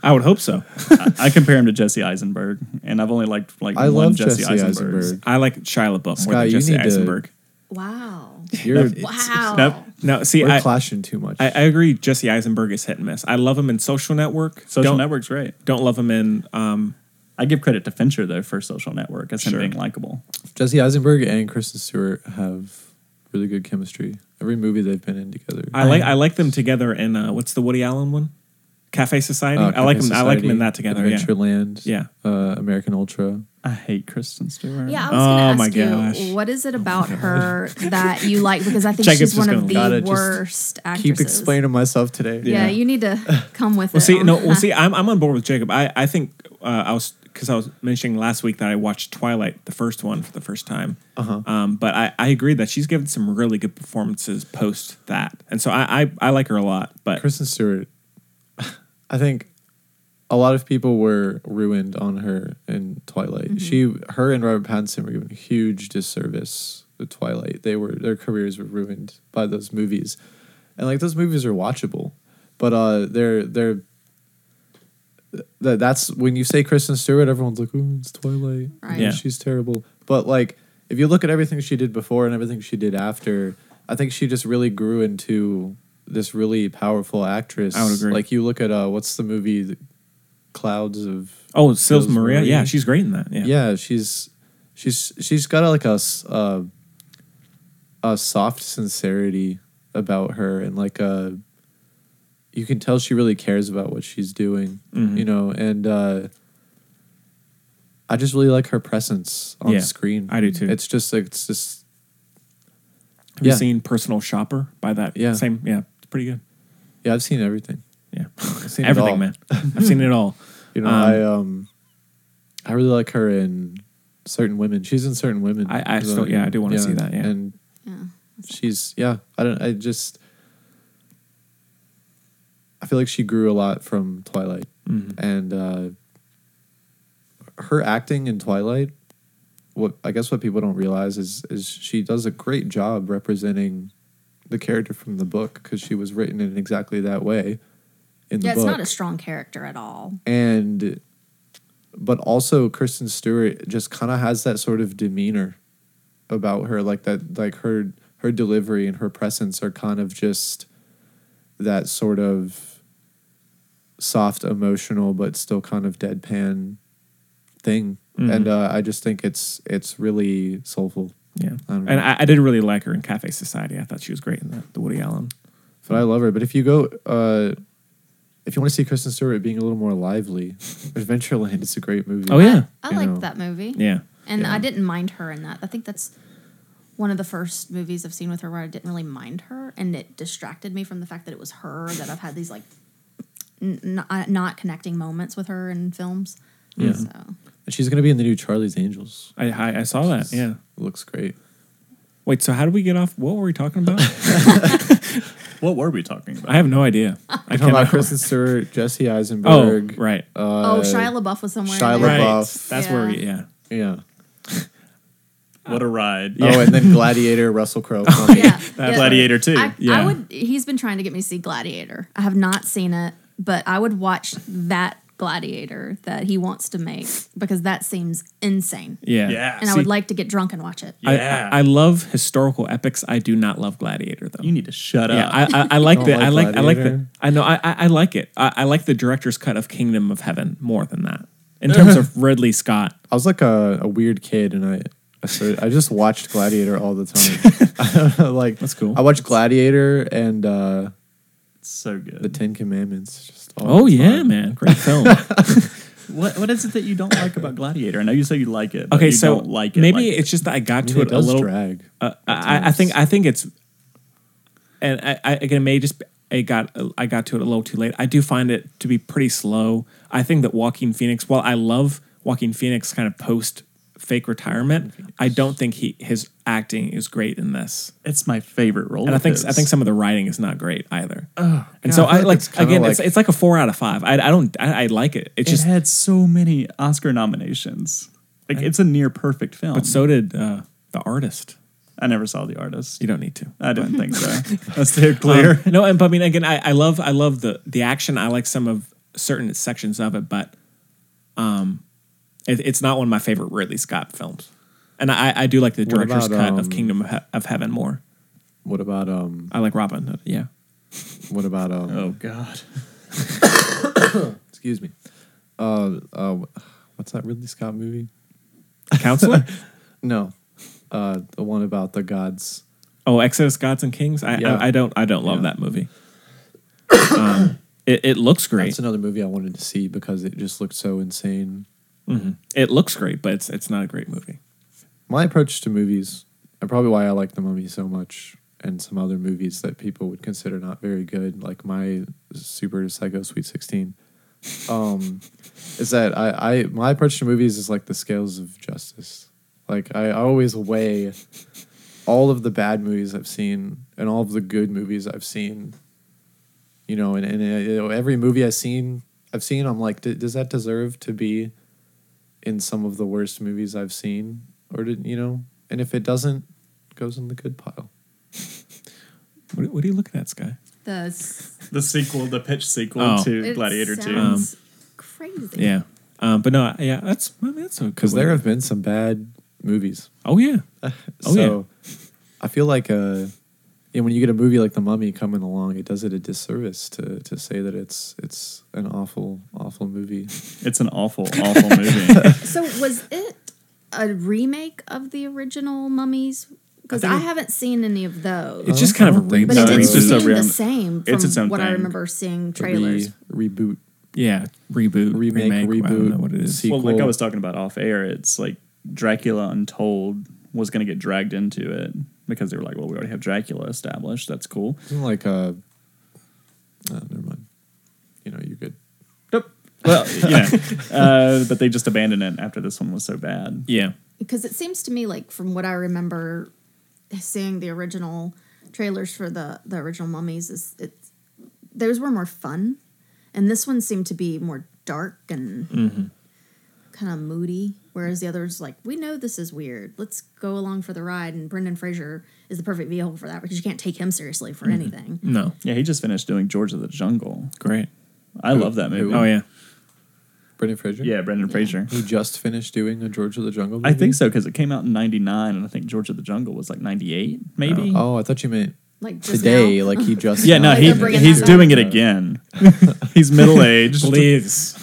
S2: I would hope so.
S3: I, I compare him to Jesse Eisenberg, and I've only liked like
S4: I
S3: one
S4: love
S3: Jesse,
S4: Jesse
S3: Eisenberg.
S4: Eisenberg.
S2: I like Shia LaBeouf more
S4: Sky,
S2: than
S4: you
S2: Jesse
S4: need to-
S2: Eisenberg.
S5: wow.
S4: You're
S5: Wow.
S2: No, see,
S4: we're
S2: I,
S4: clashing too much.
S2: I, I agree. Jesse Eisenberg is hit and miss. I love him in Social Network.
S3: Social
S2: don't,
S3: Network's great.
S2: Don't love him in. Um,
S3: I give credit to Fincher though for Social Network as
S2: Sure.
S3: him being likable.
S4: Jesse Eisenberg and Kristen Stewart have really good chemistry. Every movie they've been in together.
S2: I like I like them together in uh, what's the Woody Allen one? Cafe Society.
S3: Oh,
S4: Uh,
S2: I like
S4: Cafe
S2: them. I like them in
S4: Society,
S2: that together. Yeah.
S4: Adventureland.
S2: Yeah.
S4: Uh, American Ultra.
S3: I hate Kristen Stewart.
S5: Yeah, I was going to
S2: Oh,
S5: ask
S2: my
S5: you,
S2: gosh.
S5: what is it about her that you like? Because I think
S2: Jacob's
S5: she's one
S2: just
S5: of
S2: gonna-
S5: the
S4: Gotta just
S5: worst actresses.
S4: Keep explaining myself today.
S5: Yeah, you need to come with
S2: Well,
S5: it.
S2: see,
S5: on
S2: no, well,
S5: that.
S2: see, I'm I'm on board with Jacob. I I think uh, I was because I was mentioning last week that I watched Twilight, the first one, for the first time.
S4: Uh-huh.
S2: Um, but I I agree that she's given some really good performances post that, and so I I, I like her a lot. But
S4: Uh, Kristen Stewart. I think a lot of people were ruined on her in Twilight.
S5: Mm-hmm.
S4: She, her, and Robert Pattinson were given a huge disservice with Twilight. They were their careers were ruined by those movies, and like those movies are watchable, but uh, they're they're. That that's when you say Kristen Stewart, everyone's like, "Ooh, it's Twilight."
S5: Right.
S2: Yeah.
S4: she's terrible. But like, if you look at everything she did before and everything she did after, I think she just really grew into this really powerful actress.
S2: I would agree.
S4: Like you look at uh, what's the movie, The Clouds of.
S2: oh, Sils
S4: Sils
S2: Maria,
S4: Maria.
S2: yeah, she's great in that. Yeah,
S4: Yeah, she's she's she's got like a s- uh, a soft sincerity about her and like a. You can tell she really cares about what she's doing,
S2: Mhm.
S4: you know, and uh, I just really like her presence on
S2: Yeah,
S4: screen.
S2: I do too.
S4: It's just like it's just
S2: Have
S4: yeah.
S2: you seen Personal Shopper by that?
S4: Yeah.
S2: same. Yeah, it's pretty good.
S4: yeah. I've seen everything.
S2: Yeah,
S4: I've seen it all.
S2: everything, man. I've seen it all.
S4: You know,
S2: Um,
S4: I um, I really like her in certain women. She's in certain women.
S2: I- I still- yeah, I do wanna see that, yeah.
S4: and
S5: Yeah.
S4: she's yeah. I don't. I just. I feel like she grew a lot from Twilight,
S2: Mhm.
S4: and uh, her acting in Twilight. What I guess what people don't realize is is she does a great job representing the character from the book because she was written in exactly that way. In the
S5: yeah, it's
S4: book
S5: not a strong character at all.
S4: and but also Kristen Stewart just kind of has that sort of demeanor about her like that like her her delivery and her presence are kind of just that sort of soft emotional but still kind of deadpan thing
S2: Mm-hmm.
S4: and uh, I just think it's it's really soulful
S2: Yeah,
S4: I don't know.
S2: and I, I did really like her in Cafe Society. I thought she was great in that. The Woody Allen.
S4: but I love her but if you go uh if you want to see Kristen Stewart being a little more lively Adventureland is a great movie
S2: Oh yeah,
S5: I
S4: You
S5: liked
S4: know.
S5: that movie.
S2: yeah.
S5: And
S4: Yeah.
S5: I didn't mind her in that. I think that's one of the first movies I've seen with her where I didn't really mind her, and it distracted me from the fact that it was her that I've had these like n- not, not connecting moments with her in films.
S4: Yeah.
S5: So
S4: And she's gonna be in the new Charlie's Angels.
S2: I I, I saw that. Yeah,
S4: looks great.
S2: Wait, so how do we get off? What were we talking about?
S3: What were we talking about?
S2: I have no idea.
S4: I
S2: I
S4: talking about uh,
S2: cannot.
S4: Kristen Stewart, Jesse Eisenberg.
S2: Oh, right.
S5: oh, Shia LaBeouf was somewhere. in
S4: Shia
S5: there.
S4: LaBeouf.
S2: That's where we. Yeah.
S4: Yeah.
S3: What a ride!
S4: Oh, and then Gladiator, Russell Crowe.
S5: Yeah, yeah.
S3: Gladiator too.
S5: I,
S3: yeah,
S5: I would. He's been trying to get me to see Gladiator. I have not seen it, but I would watch that Gladiator that he wants to make because that seems insane.
S2: Yeah.
S3: Yeah.
S5: and I would like to get drunk and watch it.
S2: I-
S3: Yeah.
S2: I, I love historical epics. I do not love Gladiator though.
S3: Oh, you need to shut
S2: yeah,
S3: up.
S2: I, I, I like
S4: Don't
S2: the
S4: like
S2: I like I like the
S4: Gladiator?
S2: I know I I, I like it. I, I like the director's cut of Kingdom of Heaven more than that. In terms of Ridley Scott,
S4: I was like a, a weird kid, and I I, started, I just watched Gladiator all the time. like
S2: That's cool.
S4: I watched Gladiator and uh,
S3: it's so good.
S4: the Ten Commandments. Just all
S2: oh
S4: the
S2: yeah,
S4: time.
S2: man, great film.
S3: What What is it that you don't like about Gladiator? I know you say you like it. but
S2: okay,
S3: you
S2: so
S3: don't like it.
S2: maybe
S3: like-
S2: it's just that I got
S4: I mean,
S2: to
S4: it
S2: it, a
S4: does
S2: little.
S4: drag.
S2: Uh, I, I think I think it's, and I, I again it may just be- I got I got to it a little too late. I do find it to be pretty slow. I think that Walking Phoenix, while I love Walking Phoenix, kind of post fake retirement, I don't think he his acting is great in this,
S3: it's my favorite role.
S2: and I
S3: of
S2: think
S3: his.
S2: I think some of the writing is not great either. and
S4: Oh, God,
S2: so
S4: I feel
S2: I
S4: like
S2: like
S4: it's kinda
S2: again, it's
S4: like-
S2: it's like a four out of five. I, I don't I, I like it. It's
S3: it
S2: just
S3: had so many Oscar nominations. Like it's a near perfect film.
S2: but so did uh, the artist.
S3: I never saw the artist.
S2: You don't need to.
S3: I don't think so. Let's stay clear.
S2: Um, no, and but I mean, again, I, I love I love the the action. I like some of certain sections of it, but um, it, it's not one of my favorite Ridley Scott films. And I, I do like the
S4: What
S2: director's
S4: about,
S2: cut of
S4: um,
S2: Kingdom of, he- of Heaven more.
S4: What about um?
S2: I like Robin. Hood, Yeah,
S4: What about um?
S3: oh God.
S4: Excuse me. Uh, uh, what's that Ridley Scott movie?
S2: Counselor.
S4: No, uh, the one about the gods.
S2: oh, Exodus: Gods and Kings. I
S4: Yeah.
S2: I, I don't I don't love
S4: Yeah.
S2: that movie. um, it, it looks great.
S4: That's another movie I wanted to see because it just looked so insane.
S2: It looks great, but it's it's not a great movie.
S4: my approach to movies and probably why I like The Mummy so much and some other movies that people would consider not very good, like my Super Psycho Sweet 16, um, is that I, I my approach to movies is like the scales of justice. Like I always weigh all of the bad movies I've seen and all of the good movies I've seen. You know, and, and uh, you know, every movie I've seen, I've seen, I'm like, D- does that deserve to be in some of the worst movies I've seen, or did you know? And if it doesn't, it goes in the good pile.
S2: What, what are you looking at, Sky?
S5: The s-
S3: The sequel, the pitch sequel
S2: Oh.
S3: to
S5: it
S3: Gladiator Um, Two.
S5: sounds Crazy.
S2: Yeah, um, but no, yeah, that's I mean, that's
S4: Because
S2: because
S4: there have been some bad movies.
S2: oh yeah, Oh,
S4: so I feel like uh, you know, when you get a movie like The Mummy coming along, it does it a disservice to to say that it's it's an awful awful movie.
S3: It's an awful, awful movie.
S5: So was it a remake of the original Mummies? Because I, haven't seen any of those.
S2: it's just kind of a remake.
S5: but
S3: no,
S5: it did
S3: it's
S5: seem
S3: just a
S5: the
S3: rem-
S5: same from
S3: it's its own
S5: what I
S3: thing.
S5: remember seeing
S4: Re-
S5: trailers.
S4: reboot,
S2: Yeah, reboot,
S4: Remake,
S2: I don't know
S4: reboot,
S2: what it is.
S4: sequel.
S3: well, like I was talking about off air, it's like Dracula Untold was going to get dragged into it because they were like, well, we already have Dracula established. That's cool.
S4: Isn't like uh, oh, never mind. You know, you're good.
S3: Well, yeah. Uh, but they just abandoned it after this one was so bad.
S2: Yeah,
S5: because it seems to me like from what I remember seeing the original trailers for the the original mummies is it those were more fun and this one seemed to be more dark and
S4: Mm-hmm.
S5: kind of moody whereas the others like we know this is weird let's go along for the ride and Brendan Fraser is the perfect vehicle for that because you can't take him seriously for anything
S2: no,
S3: Yeah, he just finished doing George of the Jungle.
S2: great.
S3: I love that movie.
S2: Oh yeah,
S4: Brendan Fraser.
S3: Yeah, Brendan Fraser.
S4: He just finished doing a George of the Jungle.
S3: I think
S4: movie?
S3: so because it came out in 99, and I think George of the Jungle was like 98, maybe.
S4: Oh, I thought you meant
S5: like just
S4: today,
S5: now.
S4: like he just
S3: Yeah, no,
S5: Like
S3: he,
S5: they're bringing
S3: he's
S5: that
S3: doing it again. he's middle aged.
S2: please.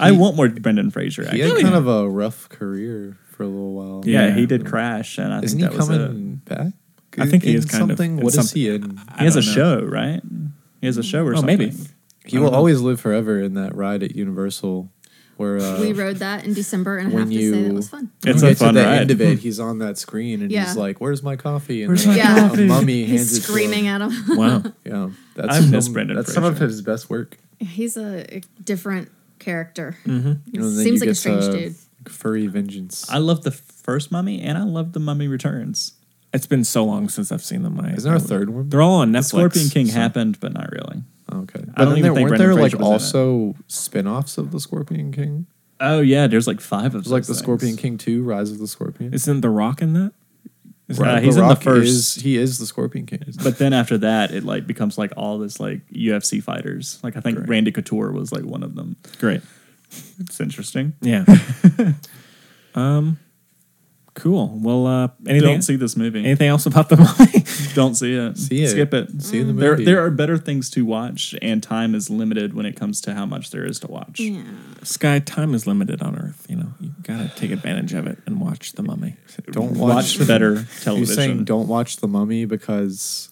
S3: I want more Brendan Fraser. Actually.
S4: he had kind of a rough career for a little while.
S3: Yeah,
S2: Yeah.
S3: he did crash, and I
S4: isn't he
S3: think that was it.
S4: coming back?
S2: I think he
S4: in
S2: is kind of-
S4: something.
S2: in
S4: What is
S2: something.
S4: he in?
S2: I
S3: He has a
S2: don't know.
S3: show, right? He has a show or
S2: Oh,
S3: something.
S2: maybe.
S4: He will always live forever in that ride at Universal. Where uh,
S5: we rode that in December, and I have
S4: when
S5: to
S4: you
S5: say that was fun.
S4: when
S3: It's
S4: you
S3: a
S4: get
S3: fun
S4: to the
S3: ride. Hmm.
S4: end of it, he's on that screen and
S5: Yeah.
S4: he's like, "Where's my coffee?" And
S3: Where's
S4: then
S5: my Yeah.
S4: a mummy hands
S5: He's
S4: it to
S5: screaming
S4: him.
S5: at him.
S4: yeah, that's
S3: I miss
S4: some-
S3: Brendan
S4: That's some of
S3: Fraser.
S4: his best work.
S5: He's a, a different character. He
S4: And then you
S5: seems like a
S4: get,
S5: strange
S4: uh,
S5: dude.
S4: Furry vengeance.
S3: I love the first Mummy, and I love the Mummy Returns.
S2: It's been so long since I've seen them. I,
S4: Is there a third one? Oh,
S2: They're all on Netflix.
S3: Scorpion King
S2: so-
S3: happened, but not really.
S4: Okay, but
S3: I don't
S4: then
S3: even
S4: there,
S3: think Brendan
S4: weren't there
S3: Fraser
S4: like
S3: was in it.
S4: also spin-offs of the Scorpion King.
S3: Oh yeah, there's like five of
S4: It was like
S3: those
S4: the
S3: things.
S4: Scorpion King Two, Rise of the Scorpion.
S2: Isn't The Rock in that? Is
S3: Right.
S2: that
S3: Uh, he's
S4: the
S3: in the
S4: Rock
S3: first-
S4: Is, he is the Scorpion King.
S3: But then after that, it like becomes like all this like UFC fighters. Like I think Randy Couture was like one of them.
S2: great?
S3: It's interesting.
S2: Yeah. um, cool. Well, uh, anything
S3: Don't see this movie.
S2: anything else about the movie?
S3: Don't see it.
S4: See it.
S3: Skip it.
S4: See
S5: Mm.
S4: the
S3: There,
S4: movie.
S3: there are better things to watch, and time is limited when it comes to how much there is to watch.
S5: Yeah.
S2: Sky, time is limited on Earth. You know, you gotta take advantage of it and watch the Mummy.
S4: don't
S3: Watch
S4: watch.
S3: better television.
S4: He's saying don't watch The Mummy because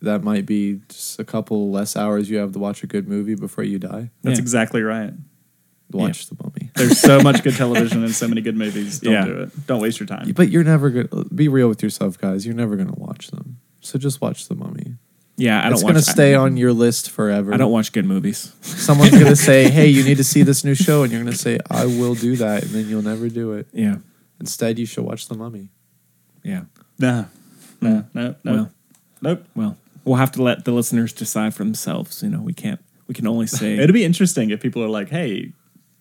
S4: that might be just a couple less hours you have to watch a good movie before you die.
S3: That's
S2: Yeah.
S3: exactly right.
S4: Watch The Mummy.
S3: There's so much good television and so many good movies. Don't
S2: Yeah.
S3: do it. Don't waste your time.
S4: But you're never gonna be real with yourself, guys. You're never gonna watch them. So just watch The Mummy.
S2: Yeah, I don't.
S4: it's
S2: watch,
S4: gonna stay on your list forever.
S2: I don't watch good movies.
S4: Someone's gonna say, "Hey, you need to see this new show," and you're gonna say, "I will do that," and then you'll never do it.
S2: Yeah,
S4: Instead, you should watch The Mummy.
S2: yeah.
S3: No,
S4: Mm.
S3: no, no, no,
S2: Well.
S3: nope.
S2: Well, we'll have to let the listeners decide for themselves. You know, we can't. We can only say
S3: It'd be interesting if people are like, "Hey,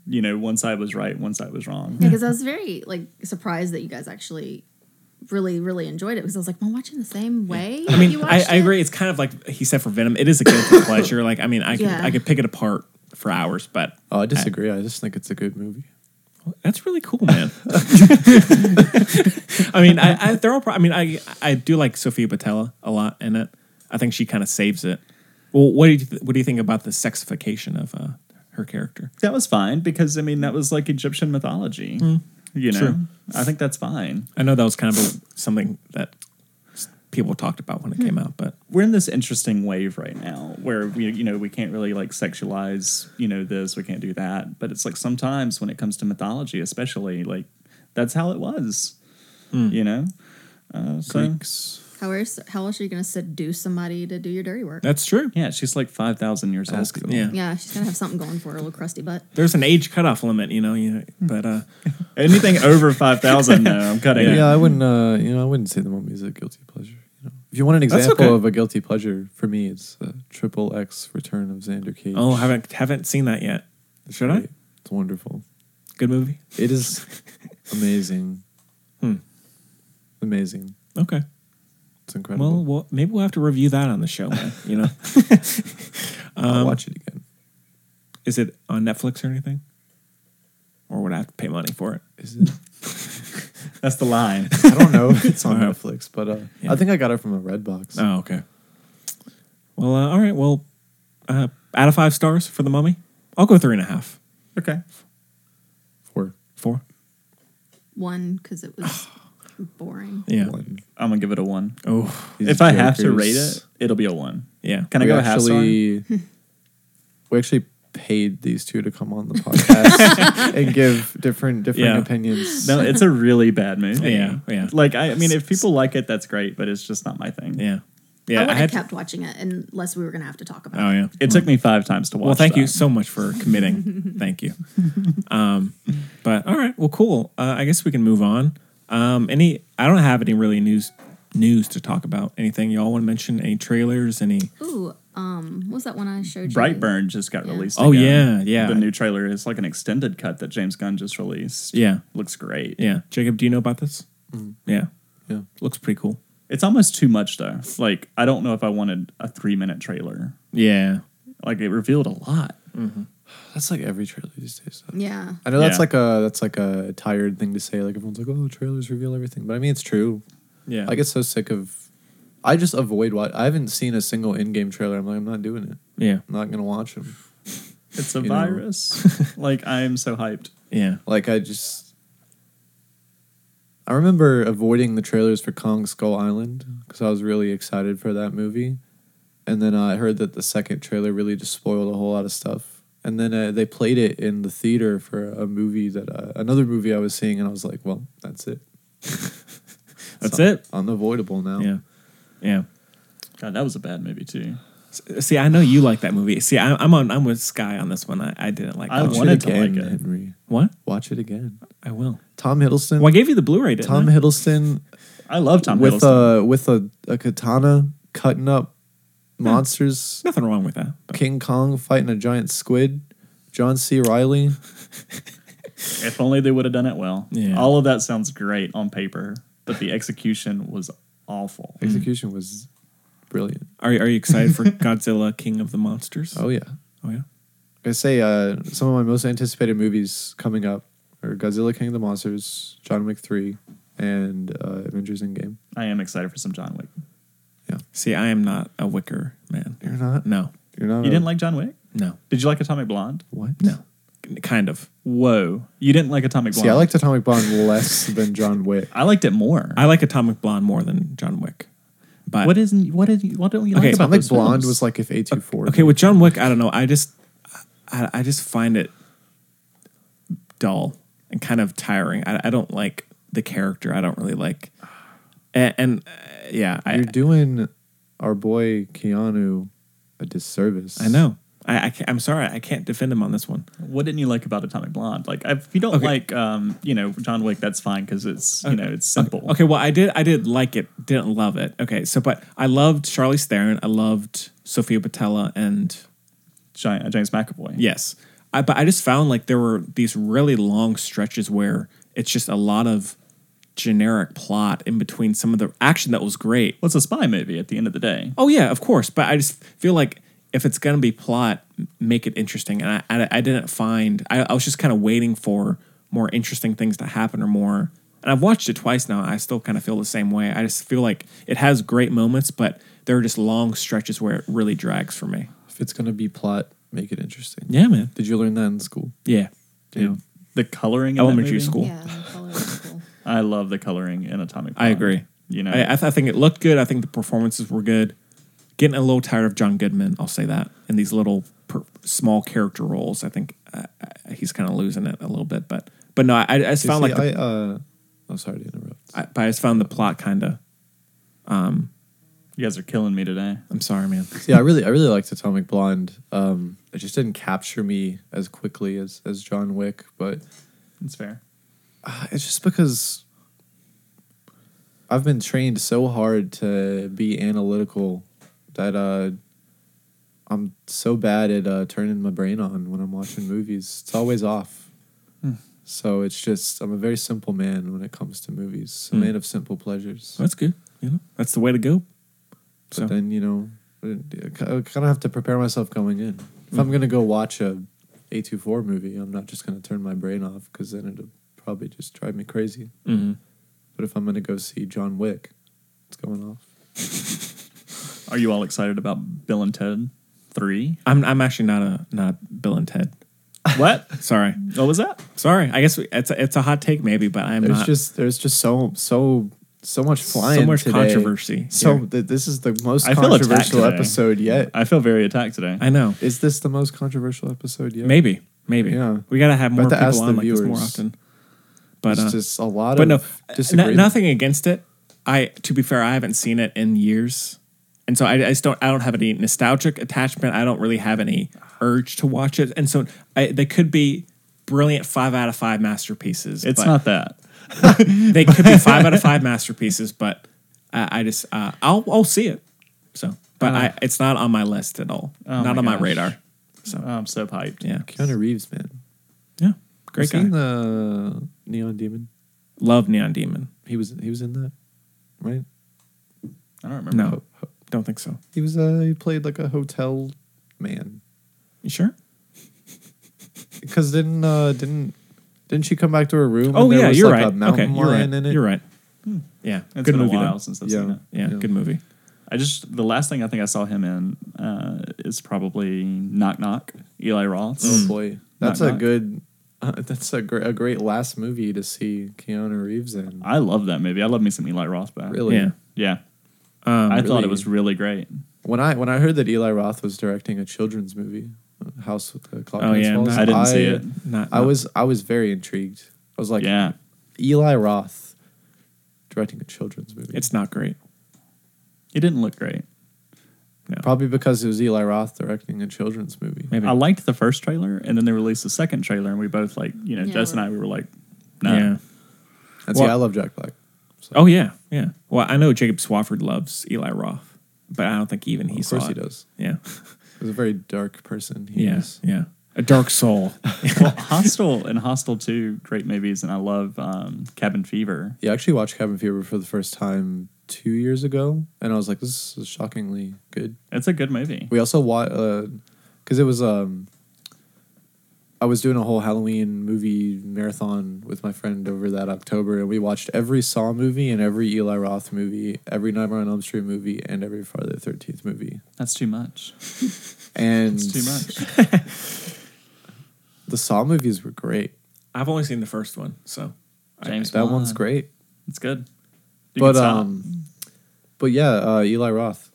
S3: you know, one side was right, one side was wrong."
S5: Because I was very like surprised that you guys actually really really enjoyed it because I was like, am I watching the same way?
S2: I mean,
S5: you
S2: I,
S5: watched
S2: I
S5: it?"
S2: agree. It's kind of like he said for Venom. It is a guilty pleasure. Like, I mean, I could
S5: Yeah.
S2: I could pick it apart for hours, but
S4: Oh, I disagree. I just think it's a good movie.
S2: that's really cool, man. I mean, I, I they're all. Pro- I mean, I I do like Sophia Patella a lot in it. I think she kind of saves it. Well, what do you th- what do you think about the sexification of uh, her character?
S3: That was fine because I mean that was like Egyptian mythology.
S4: Mm.
S3: You know,
S2: True.
S3: I think that's fine.
S2: I know that was kind of a, something that s- people talked about when it
S5: Hmm.
S2: came out, but
S3: We're in this interesting wave right now where we, you know, we can't really like sexualize, you know, this. We can't do that. But it's like sometimes when it comes to mythology, especially, like that's how it was.
S2: Hmm.
S3: You know, uh, so
S4: Greeks.
S5: How else, how else are you going to seduce somebody to do your dirty work?
S2: that's true.
S3: yeah, she's like five thousand years old.
S4: Ask them.
S2: Yeah.
S5: yeah, she's going to have something going for her, a little crusty butt.
S2: There's an age cutoff limit, you know. You know, but uh,
S3: Anything over five thousand, no, I'm cutting.
S4: Yeah,
S3: it.
S4: I wouldn't. Uh, you know, I wouldn't say the mummy is a guilty pleasure. You know, if you want an
S2: That's
S4: example
S2: okay.
S4: of a guilty pleasure for me, it's uh, Triple X Return of Xander Cage.
S2: oh, haven't haven't seen that yet. Should I?
S4: It's wonderful.
S2: Good movie.
S4: It is amazing.
S2: Hmm.
S4: Amazing.
S2: Okay.
S4: It's incredible.
S2: Well, well, maybe we'll have to review that on the show. Man, you know,
S4: I'll
S3: um,
S4: watch it again.
S2: is it on Netflix or anything? Or would I have to pay money for it?
S4: Is it?
S3: That's the line.
S4: I don't know if it's on
S2: All right.
S4: Netflix, but uh,
S2: Yeah.
S4: I think I got it from a red box.
S2: Oh, okay. Well, uh, all right. Well, uh, out of five stars for the Mummy, I'll go three and a half,
S3: okay.
S4: Four.
S2: four.
S5: One because it was boring.
S2: Yeah.
S4: One.
S3: I'm gonna give it a one.
S2: Oh,
S4: These
S3: if I have to
S4: jokers.
S3: rate it, it'll be a one.
S2: yeah.
S3: Can I
S4: we
S3: go half star?
S4: actually, we actually paid these two to come on the podcast and give different different
S2: Yeah.
S4: opinions.
S3: No, it's a really bad movie.
S2: Yeah, yeah.
S3: Like I, I mean, if people like it, that's great, but it's just not my thing.
S2: Yeah. Yeah.
S5: I would
S2: had
S5: have
S2: to-
S5: kept watching it unless we were going to have to talk about
S2: oh
S5: it.
S2: yeah.
S3: It took me five times to watch.
S2: Well, thank you
S3: that.
S2: so much for committing. thank you. Um, but all right, well, cool. Uh, I guess we can move on. Um, any? I don't have any really news news to talk about. Anything y'all want to mention? Any trailers? Any?
S5: Ooh, um, what was that one I showed you?
S3: Brightburn just got
S5: Yeah.
S3: released.
S2: Oh,
S3: again.
S2: yeah, yeah.
S3: The new trailer is like an extended cut that James Gunn just released.
S2: Yeah,
S3: looks great.
S2: yeah. Jacob, do you know about this? Yeah,
S4: yeah.
S2: looks pretty cool.
S3: It's almost too much though. Like I don't know if I wanted a three minute trailer.
S2: Yeah,
S3: Like it revealed a lot.
S4: That's like every trailer these days. Though.
S5: Yeah.
S4: I know that's
S3: Yeah.
S4: like a that's like a tired thing to say. Like everyone's like, "Oh, trailers reveal everything," but I mean, it's true.
S2: yeah.
S4: I get so sick of. I just avoid what I haven't seen a single in-game trailer. I'm like, I'm not doing it.
S2: Yeah,
S4: I'm not gonna watch them.
S3: It's a
S4: You know.
S3: virus. like I am so hyped.
S2: yeah.
S4: Like I just. I remember avoiding the trailers for Kong Skull Island because I was really excited for that movie, and then I heard that the second trailer really just spoiled a whole lot of stuff, And then uh, they played it in the theater for a movie that uh, another movie I was seeing, and I was like, well, that's it.
S2: That's it.
S4: Unavoidable now.
S2: Yeah. Yeah.
S3: God, that was a bad movie too.
S2: See, I know you like that movie. See, I, I'm on. I'm with Sky on this one. I, I didn't like.
S3: I
S2: that one.
S3: wanted to like it.
S4: Henry.
S2: What?
S4: Watch it again.
S2: I will.
S4: Tom Hiddleston.
S2: Well, I gave you the Blu-ray. Didn't
S4: Tom
S2: I?
S4: Hiddleston
S3: I love Tom
S4: with uh,
S3: Hiddleston.
S4: a with a, a katana cutting up
S3: Hmm.
S4: monsters.
S2: Nothing wrong with that.
S4: King Kong fighting a giant squid. John C.
S3: Hmm.
S4: Riley.
S3: if only they would have done it well.
S2: Yeah.
S3: All of that sounds great on paper, but the execution was awful.
S4: Execution was brilliant.
S2: Are Are you excited for Godzilla King of the Monsters?
S4: Oh yeah.
S2: Oh yeah.
S4: I say uh, some of my most anticipated movies coming up are Godzilla King of the Monsters, John Wick three, and uh, Avengers Endgame.
S3: I am excited for some John Wick.
S2: See, I am not a Wicker man.
S4: You're not.
S2: No.
S4: You're not.
S3: You didn't like John Wick?
S2: No.
S3: Did you like Atomic Blonde?
S4: what?
S2: No. Kind of.
S3: Whoa. You didn't like Atomic Blonde?
S4: See, I liked Atomic Bond less than John Wick.
S3: I liked it more.
S2: I like Atomic Blonde more than John Wick. But
S3: what isn't what is what don't you
S2: Okay,
S3: like about
S4: Atomic
S3: those
S4: Blonde
S3: films?
S4: was like if A two four.
S2: okay with John Wick, I don't know. I just I, I just find it dull and kind of tiring. I, I don't like the character. I don't really like. And, and uh, yeah, I
S4: You're doing our boy Keanu a disservice.
S2: I know. I, I can't, I'm sorry. I can't defend him on this one.
S3: What didn't you like about Atomic Blonde? Like, if you don't
S2: Okay.
S3: like, um, you know, John Wick, that's fine because it's you know it's simple.
S2: Okay, well, I did. I did like it. Didn't love it. Okay, so but I loved Charlize Theron. I loved Sophia Patella, and
S3: Giant, uh, James McAvoy.
S2: yes, I, but I just found like there were these really long stretches where it's just a lot of generic plot in between some of the action that was great.
S3: Well, it's a spy movie at the end of the day.
S2: Oh yeah, of course. But I just feel like if it's gonna be plot, m- make it interesting. And I, I, I didn't find. I, I was just kind of waiting for more interesting things to happen or more. And I've watched it twice now. I still kind of feel the same way. I just feel like it has great moments, but there are just long stretches where it really drags for me.
S4: If it's gonna be plot, make it interesting.
S2: Yeah, man.
S4: Did you learn that in school?
S2: Yeah.
S3: Dude, the coloring. In
S2: Elementary
S3: that
S2: school.
S3: movie,
S2: Cool.
S5: Yeah, the color was cool.
S3: I love the coloring in Atomic. Blonde.
S2: I agree.
S3: You know,
S2: I, I, th- I think it looked good. I think the performances were good. Getting a little tired of John Goodman, I'll say that, in these little per- small character roles. I think uh, uh, he's kind of losing it a little bit, but but no, I, I just
S4: You
S2: found
S4: see,
S2: like the,
S4: I. Uh, I'm sorry to interrupt.
S2: I, but I just found the plot kind of.
S3: you guys are killing me today.
S2: I'm sorry, man.
S4: yeah, I really, I really liked Atomic Blonde. Um, it just didn't capture me as quickly as as John Wick, but
S3: It's fair.
S4: uh, it's just because I've been trained so hard to be analytical that uh, I'm so bad at uh, turning my brain on when I'm watching movies. It's always off. So it's just I'm a very simple man when it comes to movies. A man of simple pleasures.
S2: That's good. You know, that's the way to go.
S4: But
S2: So
S4: then you know, I kind of have to prepare myself going in. If I'm gonna go watch a A24 movie, I'm not just gonna turn my brain off because then it'll probably just drive me crazy.
S3: Mm-hmm.
S2: Mhm.
S4: But if I'm gonna go see John Wick, it's going off.
S3: Are you all excited about Bill and Ted Three?
S2: I'm I'm actually not a not a Bill and Ted.
S3: What?
S2: Sorry,
S3: what was that?
S2: sorry. I guess we, it's a, it's a hot take maybe, but I'm
S4: There's
S2: not.
S4: just there's just so so so much flying.
S2: much
S4: today.
S2: controversy
S4: So
S2: here.
S4: th- this is the most
S3: I feel attacked
S4: controversial
S3: today.
S4: episode yet.
S3: I feel very attacked today.
S2: I know.
S4: Is this the most controversial episode yet?
S2: Maybe maybe.
S4: Yeah.
S2: We gotta have
S4: About
S2: more
S4: to
S2: people
S4: ask the
S2: on like this more
S4: viewers.
S2: often. But
S4: It's
S2: uh,
S4: just a lot
S2: but no,
S4: of
S2: no,
S4: disagreement.
S2: nothing against it. I to be fair, I haven't seen it in years, and so I, I just don't. I don't have any nostalgic attachment. I don't really have any urge to watch it, and so I, they could be brilliant five out of five masterpieces.
S3: It's
S2: but
S3: not that.
S2: They could be five out of five masterpieces, but I, I just uh, I'll I'll see it. So, but I, it's not on my list at all. not
S3: Uh, my
S2: on my
S3: gosh.
S2: radar.
S3: Oh, I'm so hyped.
S2: Yeah,
S4: Keanu Reeves, man.
S2: yeah, great
S4: you
S2: guy.
S4: seen the Neon Demon?
S2: Love Neon Demon.
S4: He was he was in that, right?
S3: I don't remember.
S2: No, don't think so.
S4: He was uh he played like a hotel man.
S2: You sure?
S4: Because didn't uh didn't didn't she come back to her room? and
S2: Oh
S4: there
S2: yeah,
S4: was
S2: you're
S4: like
S2: right.
S4: A mountain
S2: Okay, you're right.
S4: lion in it.
S2: You're right. Yeah,
S3: It's
S2: good
S3: been
S2: movie
S3: a while
S2: though.
S3: since I've
S4: Yeah.
S3: seen it.
S2: Yeah,
S4: Yeah.
S2: good movie.
S3: I just the last thing I think I saw him in uh, is probably Knock Knock, Eli Roth.
S2: Mm.
S4: Oh boy, that's
S3: Knock,
S4: a
S3: knock.
S4: good. Uh, that's a great a great last movie to see Keanu Reeves in.
S3: I love that movie. I love me some Eli Roth back.
S4: Really?
S2: Yeah.
S3: Yeah. I thought
S2: Um,
S4: really-
S3: it was really great.
S4: When I when I heard that Eli Roth was directing a children's movie, uh, House with the clock.
S3: Oh, yeah,
S4: Falls.
S3: I didn't see it.
S2: Not-
S4: I
S2: not-
S4: was I was very intrigued. I was like,
S3: Yeah.
S4: Eli Roth directing a children's movie.
S2: It's not great.
S3: It didn't look great.
S4: Probably because it was Eli Roth directing a children's movie.
S3: I liked the first trailer, and then they released the second trailer, and we both like, you know,
S4: Yeah,
S3: Jess and I, we were like, no.
S2: Yeah.
S4: And see, I love Jack Black.
S2: Oh yeah, yeah. Well, I know Jacob Swafford loves Eli Roth, but I don't think even he
S4: Of
S2: saw
S4: course he
S2: it.
S4: does.
S2: Yeah,
S4: He was a very dark person. He
S2: yeah,
S4: was.
S2: yeah. A dark soul.
S3: well, Hostel and Hostel 2, great movies, and I love um, Cabin Fever.
S4: Yeah, I actually watched Cabin Fever for the first time two years ago, and I was like, "This is shockingly good."
S3: It's a good movie.
S4: We also watched because it was um, I was doing a whole Halloween movie marathon with my friend over that October, and we watched every Saw movie and every Eli Roth movie, every Nightmare on Elm Street movie, and every Friday the Thirteenth movie,
S3: That's too much.
S4: and
S3: That's too much.
S4: the Saw movies were great.
S2: I've only seen the first one, so
S3: James
S4: that one's
S3: Wan.
S4: great.
S3: It's good. You
S4: but
S3: can stop.
S4: um, but yeah, uh, Eli Roth.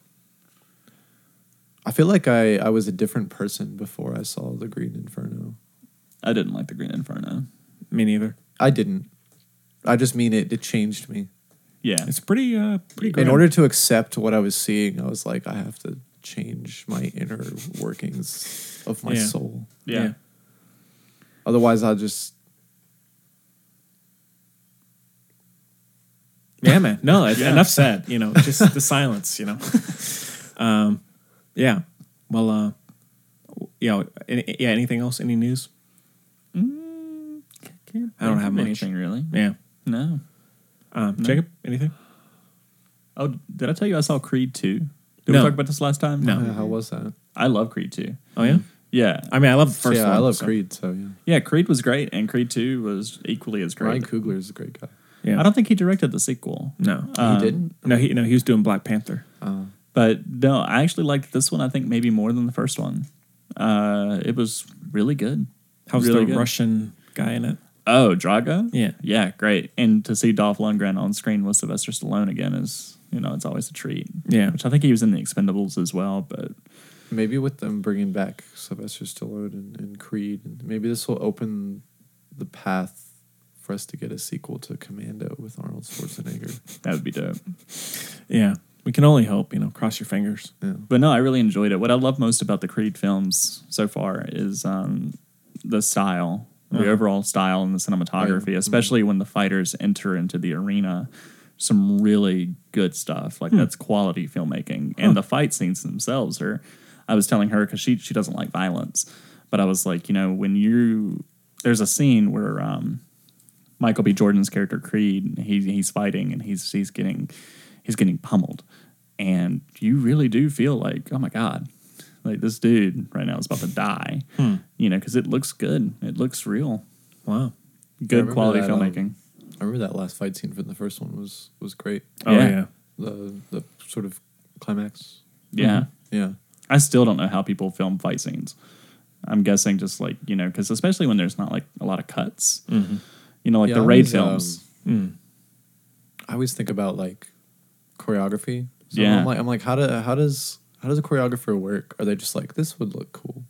S4: I feel like I I was a different person before I saw the Green Inferno.
S3: I didn't like The Green Inferno.
S2: me neither.
S4: I didn't. I just mean it. It changed me.
S3: Yeah.
S2: It's pretty, uh, pretty.
S4: In
S2: grand.
S4: order to accept what I was seeing, I was like, I have to change my inner workings of my
S2: Yeah.
S4: soul.
S3: Yeah.
S2: Yeah.
S4: Otherwise, I'll just
S2: Yeah, man. No, it's
S3: Yeah.
S2: enough said. You know, just the silence. You know. um, yeah. Well, uh, yeah, any, yeah. Anything else? Any news?
S3: Mm, Can't
S2: I don't
S3: think
S2: have
S3: of
S2: much.
S3: anything really.
S2: Yeah.
S3: No.
S2: Um,
S3: No.
S2: Jacob, anything?
S3: Oh, did I tell you I saw Creed 2? Did we
S2: No.
S3: talk about this last time?
S2: No.
S4: Yeah, how was that?
S3: I love Creed 2.
S2: Oh yeah.
S3: Yeah.
S2: I mean, I love the first
S4: yeah,
S2: one.
S4: I love
S2: so-
S4: Creed. So yeah,
S3: Yeah, Creed was great, and Creed 2 was equally as
S4: Ryan
S3: great.
S4: Coogler is a great guy.
S2: Yeah.
S3: I don't think he directed the sequel. Um,
S2: No.
S4: he didn't. Oh.
S2: no. He no. He was doing Black Panther.
S3: But no, I actually liked this one, I think, maybe more than the first one. Uh, it was really good.
S2: How was
S3: really
S2: the
S3: good.
S2: Russian guy in it?
S3: Oh, Drago?
S2: Yeah.
S3: Yeah, great. And to see Dolph Lundgren on screen with Sylvester Stallone again is, you know, it's always a treat.
S2: Yeah.
S3: Which I think he was in the Expendables as well, but
S4: Maybe with them bringing back Sylvester Stallone and, and Creed, and maybe this will open the path for us to get a sequel to Commando with Arnold Schwarzenegger.
S3: that would be dope.
S2: Yeah. We can only hope. You know, cross your fingers.
S4: yeah.
S3: But no, I really enjoyed it. What I love most about the Creed films so far is um, the style, the overall style, and the cinematography,
S4: Yeah.
S3: especially when the fighters enter into the arena. Some really good stuff. Like that's quality filmmaking, and the fight scenes themselves are. I was telling her because she she doesn't like violence, but I was like, you know, when you there's a scene where um, Michael B. Jordan's character Creed, he, he's fighting and he's he's getting he's getting pummeled, and you really do feel like, oh my god, like this dude right now is about to die,
S2: Hmm.
S3: you know, because it looks good, it looks real,
S2: Wow.
S3: good
S4: remember
S3: quality
S4: that, um,
S3: filmmaking.
S4: I remember that last fight scene from the first one was was great.
S2: Oh
S3: Yeah.
S2: yeah.
S4: The the sort of climax.
S2: hmm.
S3: yeah,
S4: Yeah.
S3: I still don't know how people film fight scenes. I'm guessing just like you know, because especially when there's not like a lot of cuts,
S2: Mm-hmm.
S3: you know, like
S4: Yeah,
S3: the
S4: I
S3: raid
S4: was,
S2: um,
S3: films.
S4: I always think about like choreography. So
S3: Yeah.
S4: I'm like I'm like how do how does how does a choreographer work? Are they just like this would look cool?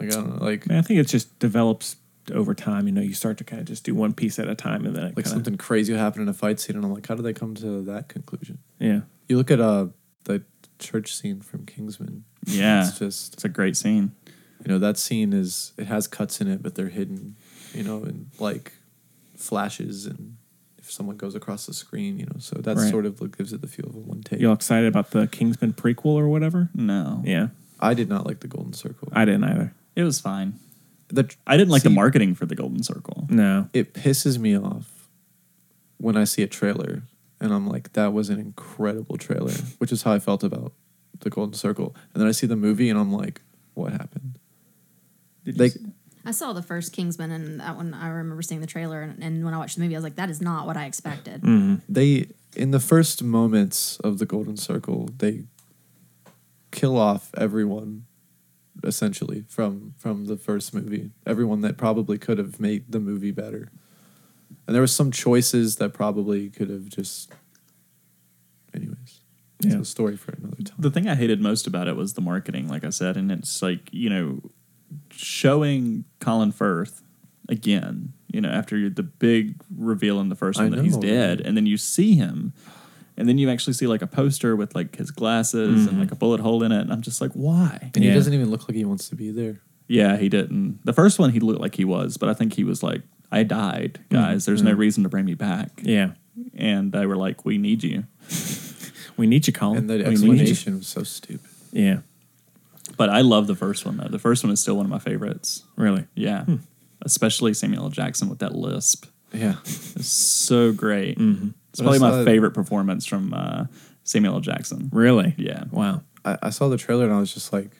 S4: Like I don't know, like
S2: I think it just develops over time. You know, you start to kind of just do one piece at a time, and then it
S4: like
S2: kinda-
S4: something crazy would happen in a fight scene and I'm like how do they come to that conclusion?
S2: Yeah.
S4: You look at uh the church scene from Kingsman.
S3: Yeah,
S4: It's just
S3: it's a great scene.
S4: you know that scene is it has cuts in it but they're hidden, you know, and like flashes and if someone goes across the screen, you know. So that's
S2: Right.
S4: sort of what gives it the feel of a one take.
S2: You all excited about the Kingsman prequel or whatever?
S3: No,
S2: Yeah.
S4: I did not like the golden circle.
S2: I didn't either.
S3: it was fine.
S4: the,
S3: I didn't like the
S4: See,
S3: marketing for the Golden Circle.
S2: No.
S4: It pisses me off when I see a trailer and I'm like, that was an incredible trailer, which is how I felt about the Golden Circle. And then I see the movie and I'm like, what happened? Like,
S5: I saw the first Kingsman, and that one I remember seeing the trailer. And, and when I watched the movie, I was like, "That is not what I expected."
S2: Mm.
S4: they, in the first moments of the Golden Circle, they kill off everyone essentially from from the first movie everyone that probably could have made the movie better and there were some choices that probably could have just anyways it's
S2: Yeah.
S4: a story for another time
S3: The thing I hated most about it was the marketing, like I said, and it's like you know, showing Colin Firth again, you know, after the big reveal in the first
S4: I
S3: one that he's
S4: know.
S3: dead, and then you see him, and then you actually see like a poster with like his glasses and
S2: Mm-hmm.
S4: Mhm.
S3: like a bullet hole in it, and I'm just like, why?
S4: And he doesn't even look like he wants to be there.
S3: Yeah, he didn't. The first one, he looked like he was, but I think he was like, I died, guys. There's no
S2: Mhm.
S3: reason to bring me back.
S2: Yeah.
S3: And they were like, we need you.
S2: we need you, Colin.
S4: And the
S3: We need you.
S4: explanation was so stupid.
S2: Yeah.
S3: But I love the first one, though. The first one is still one of my favorites.
S2: Really?
S3: Yeah.
S2: Hmm.
S3: Especially Samuel L. Jackson with that lisp.
S4: Yeah.
S3: It's so great.
S2: Mm-hmm.
S3: It's
S4: When
S3: probably
S4: I
S3: my
S4: saw-
S3: favorite performance from uh, Samuel L. Jackson.
S2: Really?
S3: Yeah.
S2: Wow.
S4: I, I saw the trailer and I was just like,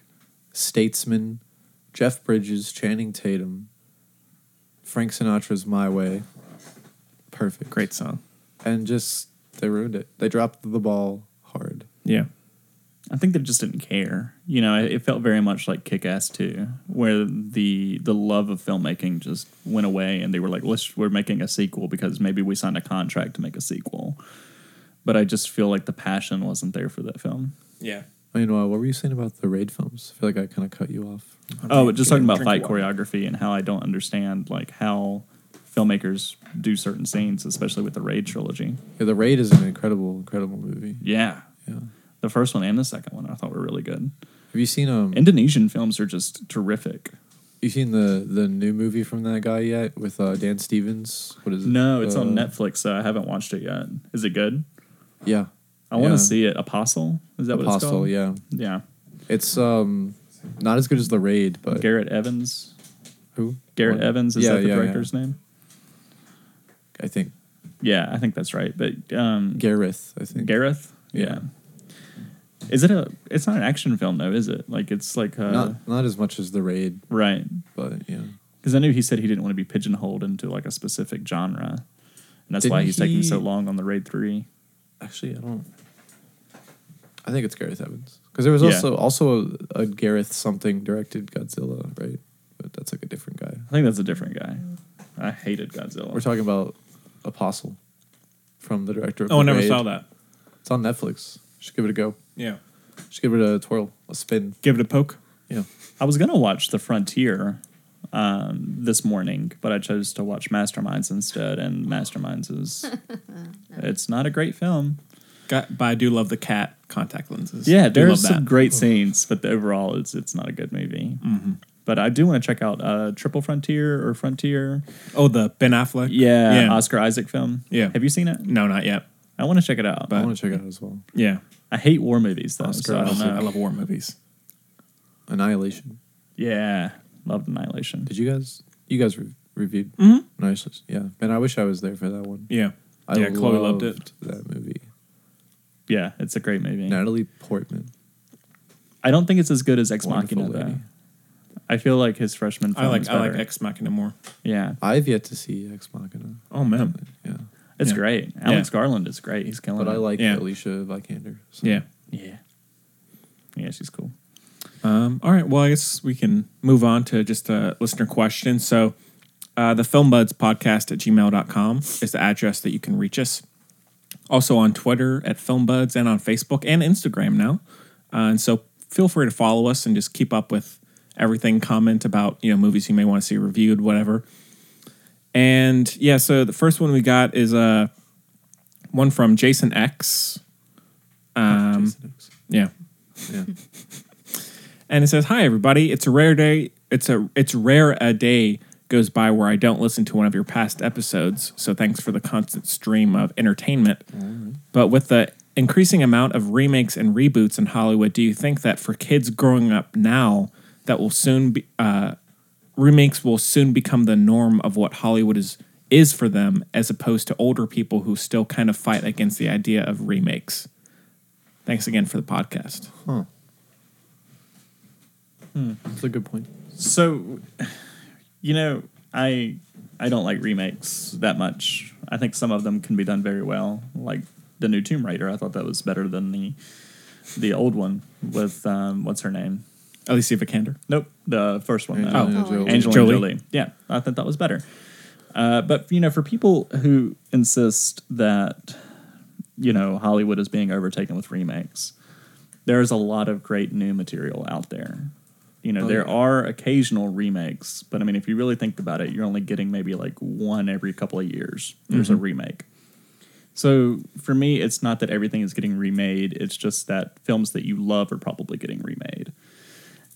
S4: Statesman, Jeff Bridges, Channing Tatum, Frank Sinatra's My Way. Perfect.
S2: Great song.
S4: And just, they ruined it. They dropped the ball hard.
S2: Yeah.
S3: I think they just didn't care. You know, it, it felt very much like Kick Ass 2, where the the love of filmmaking just went away and they were like, let's, we're making a sequel because maybe we signed a contract to make a sequel. But I just feel like the passion wasn't there for that film.
S2: Yeah.
S4: Meanwhile, what were you saying about the raid films? I feel like I kind of cut you off.
S3: Oh, but just talking about fight
S2: Drink water.
S3: choreography and how I don't understand like how filmmakers do certain scenes, especially with the Raid trilogy.
S4: Yeah, the raid is an incredible, incredible movie.
S3: Yeah,
S4: Yeah.
S3: the first one and the second one I thought were really good.
S4: Have you seen um?
S3: Indonesian films are just terrific.
S4: you seen the the new movie from that guy yet with uh, Dan Stevens? What is it?
S3: No, it's on
S4: Uh,
S3: Netflix, so I haven't watched it yet. Is it good?
S4: Yeah,
S3: I want to
S4: Yeah.
S3: see it. Apostle is that what it's
S4: Apostle.
S3: called?
S4: yeah,
S3: yeah.
S4: it's um not as good as the raid, but
S3: Garrett Evans.
S4: who?
S3: Garrett
S4: What?
S3: Evans is
S4: Yeah,
S3: that the
S4: yeah, yeah.
S3: director's name?
S4: I think
S3: Yeah, I think that's right. But um,
S4: Gareth. I think
S3: Gareth. Yeah.
S4: Yeah.
S3: Is it a? It's not an action film though, is it? Like it's like uh,
S4: not not as much as the raid,
S3: right.
S4: but yeah.
S3: Because I knew he said he didn't want to be pigeonholed into like a specific genre, and that's why
S4: Didn't
S3: he's taking so
S4: he-
S3: long on the raid three.
S4: Actually, I don't. I think it's Gareth Evans because there was
S3: Yeah.
S4: also also a, a Gareth something directed Godzilla, right? But that's like a different guy.
S3: I think that's a different guy. I hated Godzilla.
S4: We're talking about Apostle from the director. Of
S2: Oh, I
S4: The
S2: never
S4: Raid.
S2: saw that.
S4: It's on Netflix. Should give it a go.
S2: Yeah.
S4: Should give it a twirl, a spin.
S2: Give it a poke.
S4: Yeah,
S3: I was gonna watch The Frontier um, this morning, but I chose to watch Masterminds instead, and Masterminds is it's not a great film.
S2: Got, but I do love the cat contact lenses.
S3: Yeah,
S2: Do
S3: there are
S2: love
S3: some
S2: that.
S3: great scenes, but the overall, it's it's not a good movie. But I do want to check out uh, Triple Frontier or Frontier.
S2: Oh, the Ben Affleck.
S3: Yeah,
S2: Yeah.
S3: Oscar Isaac film.
S2: Yeah.
S3: have you seen it?
S2: No, not yet.
S3: I want to check it out.
S4: I
S2: But-
S4: want to check it out as well.
S2: Yeah.
S3: I hate war movies though,
S4: Oscar
S3: so I don't
S4: Isaac.
S3: know.
S2: I love war movies.
S4: Annihilation.
S3: Yeah, loved Annihilation.
S4: Did you guys? You guys re- reviewed Annihilation? Yeah, man. I wish I was there for that one.
S2: Yeah.
S4: I
S2: Mm-hmm. yeah, Chloe loved it.
S4: That movie.
S3: Yeah, it's a great movie.
S4: Natalie Portman.
S3: I don't think it's as good as Ex
S4: Wonderful
S3: Machina though.
S4: lady.
S3: I feel like his freshman. Film
S2: I like
S3: is
S2: I like
S3: better.
S2: Ex Machina more.
S3: Yeah,
S4: I've yet to see Ex Machina.
S2: Oh man.
S4: Yeah,
S3: it's
S2: Yeah.
S3: great. Alex Garland is great. He's killing
S4: but I
S3: it.
S4: like
S2: Yeah.
S4: Alicia Vikander. so-
S2: Yeah.
S3: Yeah, yeah, she's cool.
S2: Um, all right. Well, I guess we can move on to just a listener question. So, uh, the Film Buds podcast at gmail.com is the address that you can reach us. Also on Twitter at Film Buds and on Facebook and Instagram now. Uh, and so feel free to follow us and just keep up with everything, comment about, you know, movies you may want to see reviewed, whatever. And yeah, so the first one we got is uh, one from Jason X. Um,
S4: Jason X.
S2: yeah
S4: Yeah.
S2: and it says, "Hi everybody, it's a rare day. It's a it's rare a day goes by where I don't listen to one of your past episodes. So thanks for the constant stream of entertainment. But with the increasing amount of remakes and reboots in Hollywood, do you think that for kids growing up now, that will soon be uh, remakes will soon become the norm of what Hollywood is is for them, as opposed to older people who still kind of fight against the idea of remakes? Thanks again for the podcast. Hmm.
S4: That's a good point.
S3: So, you know, I I don't like remakes that much. I think some of them can be done very well, like the new Tomb Raider. I thought that was better than the the old one with um, what's her name?
S2: Alicia Vikander.
S3: Nope, the first one. though.
S4: Angelina Jolie.
S5: Oh, Angelina
S3: Angelina Jolie.
S2: Jolie.
S3: Yeah, I thought that was better. Uh, but you know, for people who insist that you know Hollywood is being overtaken with remakes, there's a lot of great new material out there, you know,
S2: Oh,
S3: there are occasional remakes, but I mean, if you really think about it, you're only getting maybe like one every couple of years. There's a
S2: Mhm.
S3: remake. So for me, it's not that everything is getting remade. It's just that films that you love are probably getting remade,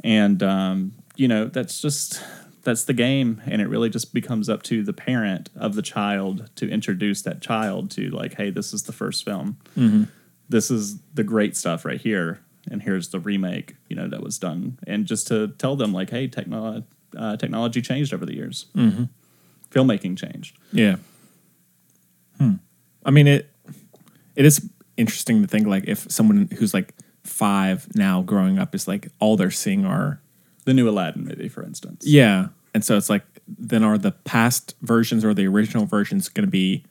S3: and um, you know that's just that's the game, and it really just becomes up to the parent of the child to introduce that child to like, hey, this is the first film
S2: Mhm.
S3: this is the great stuff right here and here's the remake you know that was done and just to tell them like hey techno- uh, technology changed over the years
S2: Mhm.
S3: filmmaking changed
S2: Yeah. Hmm. I mean it. It is interesting to think like if someone who's like five now growing up is like all they're seeing are
S3: the new Aladdin movie, for instance.
S2: Yeah, and so it's like then are the past versions or the original versions going to be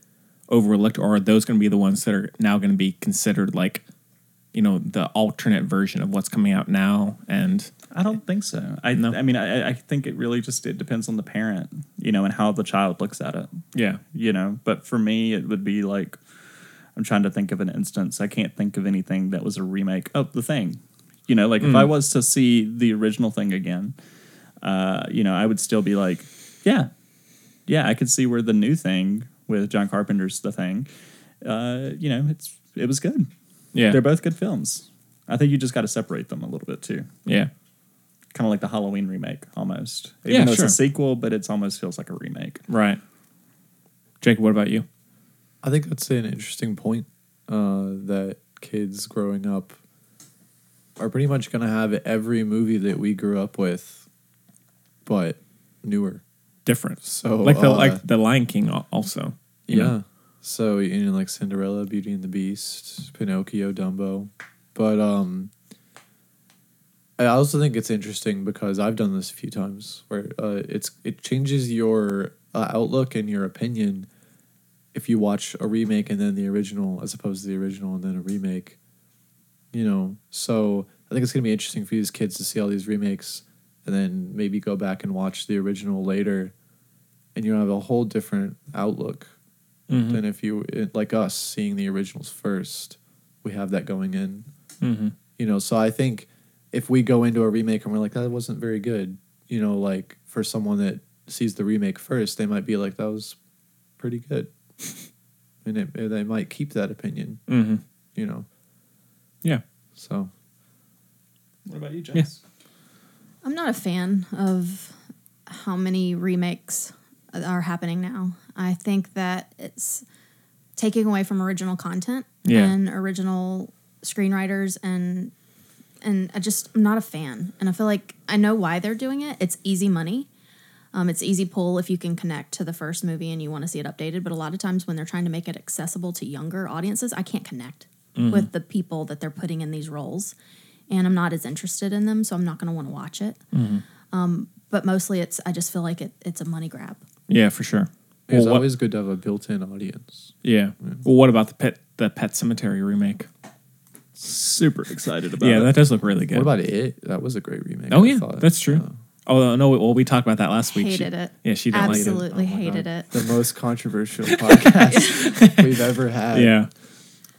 S2: overlooked, or are those going to be the ones that are now going to be considered like you know the alternate version of what's coming out now? And
S3: i don't think so i, I mean I, I think it really just it depends on the parent you know and how the child looks at it
S2: Yeah.
S3: you know but for me it would be like i'm trying to think of an instance i can't think of anything that was a remake of the thing you know like if
S2: Mm.
S3: i was to see the original thing again uh you know i would still be like yeah yeah i could see where the new thing with john carpenter's the thing uh you know it's it was good
S2: Yeah.
S3: they're both good films i think you just got to separate them a little bit too
S2: Yeah.
S3: kind of like the halloween remake almost even
S2: Yeah,
S3: though
S2: sure.
S3: it's a sequel but it's almost feels like a remake
S2: right, Jacob, what about you?
S4: I think that's an interesting point uh, that kids growing up are pretty much going to have every movie that we grew up with, but newer,
S2: different.
S4: So
S2: like the
S4: uh,
S2: like the Lion King al- also. you
S4: yeah.
S2: know?
S4: So you know, like Cinderella, Beauty and the Beast, Pinocchio, Dumbo, but um, I also think it's interesting because I've done this a few times where uh, it's it changes your uh, outlook and your opinion if you watch a remake and then the original as opposed to the original and then a remake. You know, so I think it's gonna be interesting for you as kids to see all these remakes and then maybe go back and watch the original later and you have a whole different outlook
S2: Mhm.
S4: than if you it- like us seeing the originals first we have that going in
S2: Mhm.
S4: you know so i think if we go into a remake and we're like that wasn't very good you know like for someone that sees the remake first they might be like that was pretty good and it, they might keep that opinion
S2: Mhm.
S4: you know
S2: Yeah.
S4: so
S3: what about you Jess?
S5: I'm not a fan of how many remakes are happening now. I think that it's taking away from original content
S2: Yeah.
S5: and original screenwriters and and I just I'm not a fan. And I feel like I know why they're doing it. It's easy money. Um, it's easy pull if you can connect to the first movie and you want to see it updated. But a lot of times when they're trying to make it accessible to younger audiences, I can't connect
S10: Mhm.
S5: with the people that they're putting in these roles, and I'm not as interested in them, so I'm not going to want to watch it. Um, but mostly, it's I just feel like it, it's a money grab.
S2: Yeah, for sure.
S4: it's
S2: Well, what-
S4: always good to have a built-in audience
S2: Yeah. Well, what about the pet the Pet Cemetery remake?
S3: Super excited about
S2: yeah,
S3: it.
S2: that does look really good.
S4: what about it that was a great remake
S2: Oh
S4: I
S2: yeah,
S4: thought.
S2: that's true. Oh no, well we talked about that last week. She-
S5: Hated it.
S2: Yeah, she didn't like
S5: absolutely hated it.
S4: Oh the most controversial podcast we've ever had
S2: it. Yeah,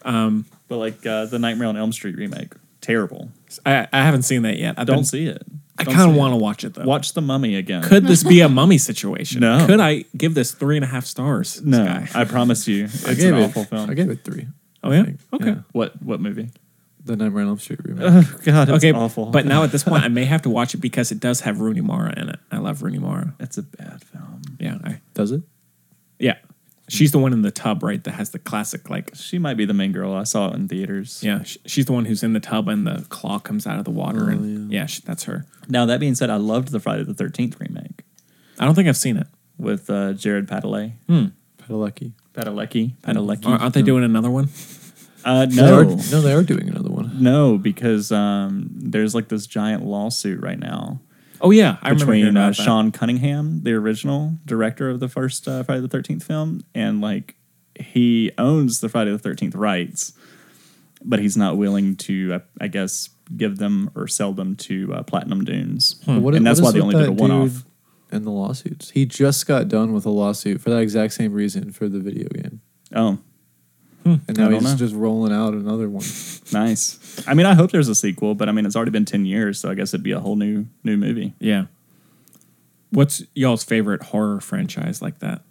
S2: um,
S3: but like uh, the Nightmare on Elm Street remake, terrible.
S2: I, I haven't seen that yet. I've
S3: Don't
S2: been-
S3: see it.
S2: I
S3: Don't
S2: kind
S3: see
S2: of
S3: it.
S2: want to watch it though.
S3: Watch The Mummy again.
S2: Could this be a mummy situation?
S3: No.
S2: Could I give this three and a half stars?
S3: No,
S2: Sky?
S3: I promise you, it's
S4: I gave
S3: an
S4: it,
S3: awful film.
S4: I gave it three.
S2: Oh yeah.
S4: think.
S2: Okay.
S4: Yeah.
S3: What what movie?
S4: The Nightmare on Elm Street remake.
S3: Uh. God,
S2: okay.
S3: awful.
S2: But now at this point, I may have to watch it because it does have Rooney Mara in it. I love Rooney Mara.
S3: it's a bad film.
S2: Yeah. I,
S4: Does it?
S2: yeah. She's the one in the tub, right? That has the classic like.
S3: She might be the main girl. I saw it in theaters.
S2: Yeah, sh- she's the one who's in the tub and the claw comes out of the water,
S4: Oh,
S2: and yeah, sh that's her.
S3: Now that being said, I loved the Friday the Thirteenth remake
S2: I don't think I've seen it.
S3: with uh, Jared Padalecki.
S2: Hmm.
S4: Padalecki.
S3: Padalecki. Padalecki.
S2: Aren't aren't they doing another one?
S3: Uh,
S4: They are,
S3: no,
S4: no, they are doing another one.
S3: no, because um, there's like this giant lawsuit right now
S2: Oh yeah, I remember hearing
S3: between
S2: about
S3: uh,
S2: that.
S3: Sean Cunningham, the original director of the first uh, Friday the Thirteenth film, and like he owns the Friday the Thirteenth rights, but he's not willing to, uh, I, I guess, give them or sell them to uh, Platinum Dunes,
S4: But
S3: Hmm. and that's
S4: Hmm.
S3: why
S4: is
S3: they only
S4: with
S3: did a
S4: that
S3: one-off.
S4: dude And the lawsuits. He just got done with a lawsuit for that exact same reason for the video game.
S3: Oh,
S4: and now
S3: I don't
S4: he's
S3: know.
S4: just rolling out another one.
S3: Nice. I mean, I hope there's a sequel, but I mean, it's already been ten years, so I guess it'd be a whole new new movie.
S2: Yeah. What's y'all's favorite horror franchise like that?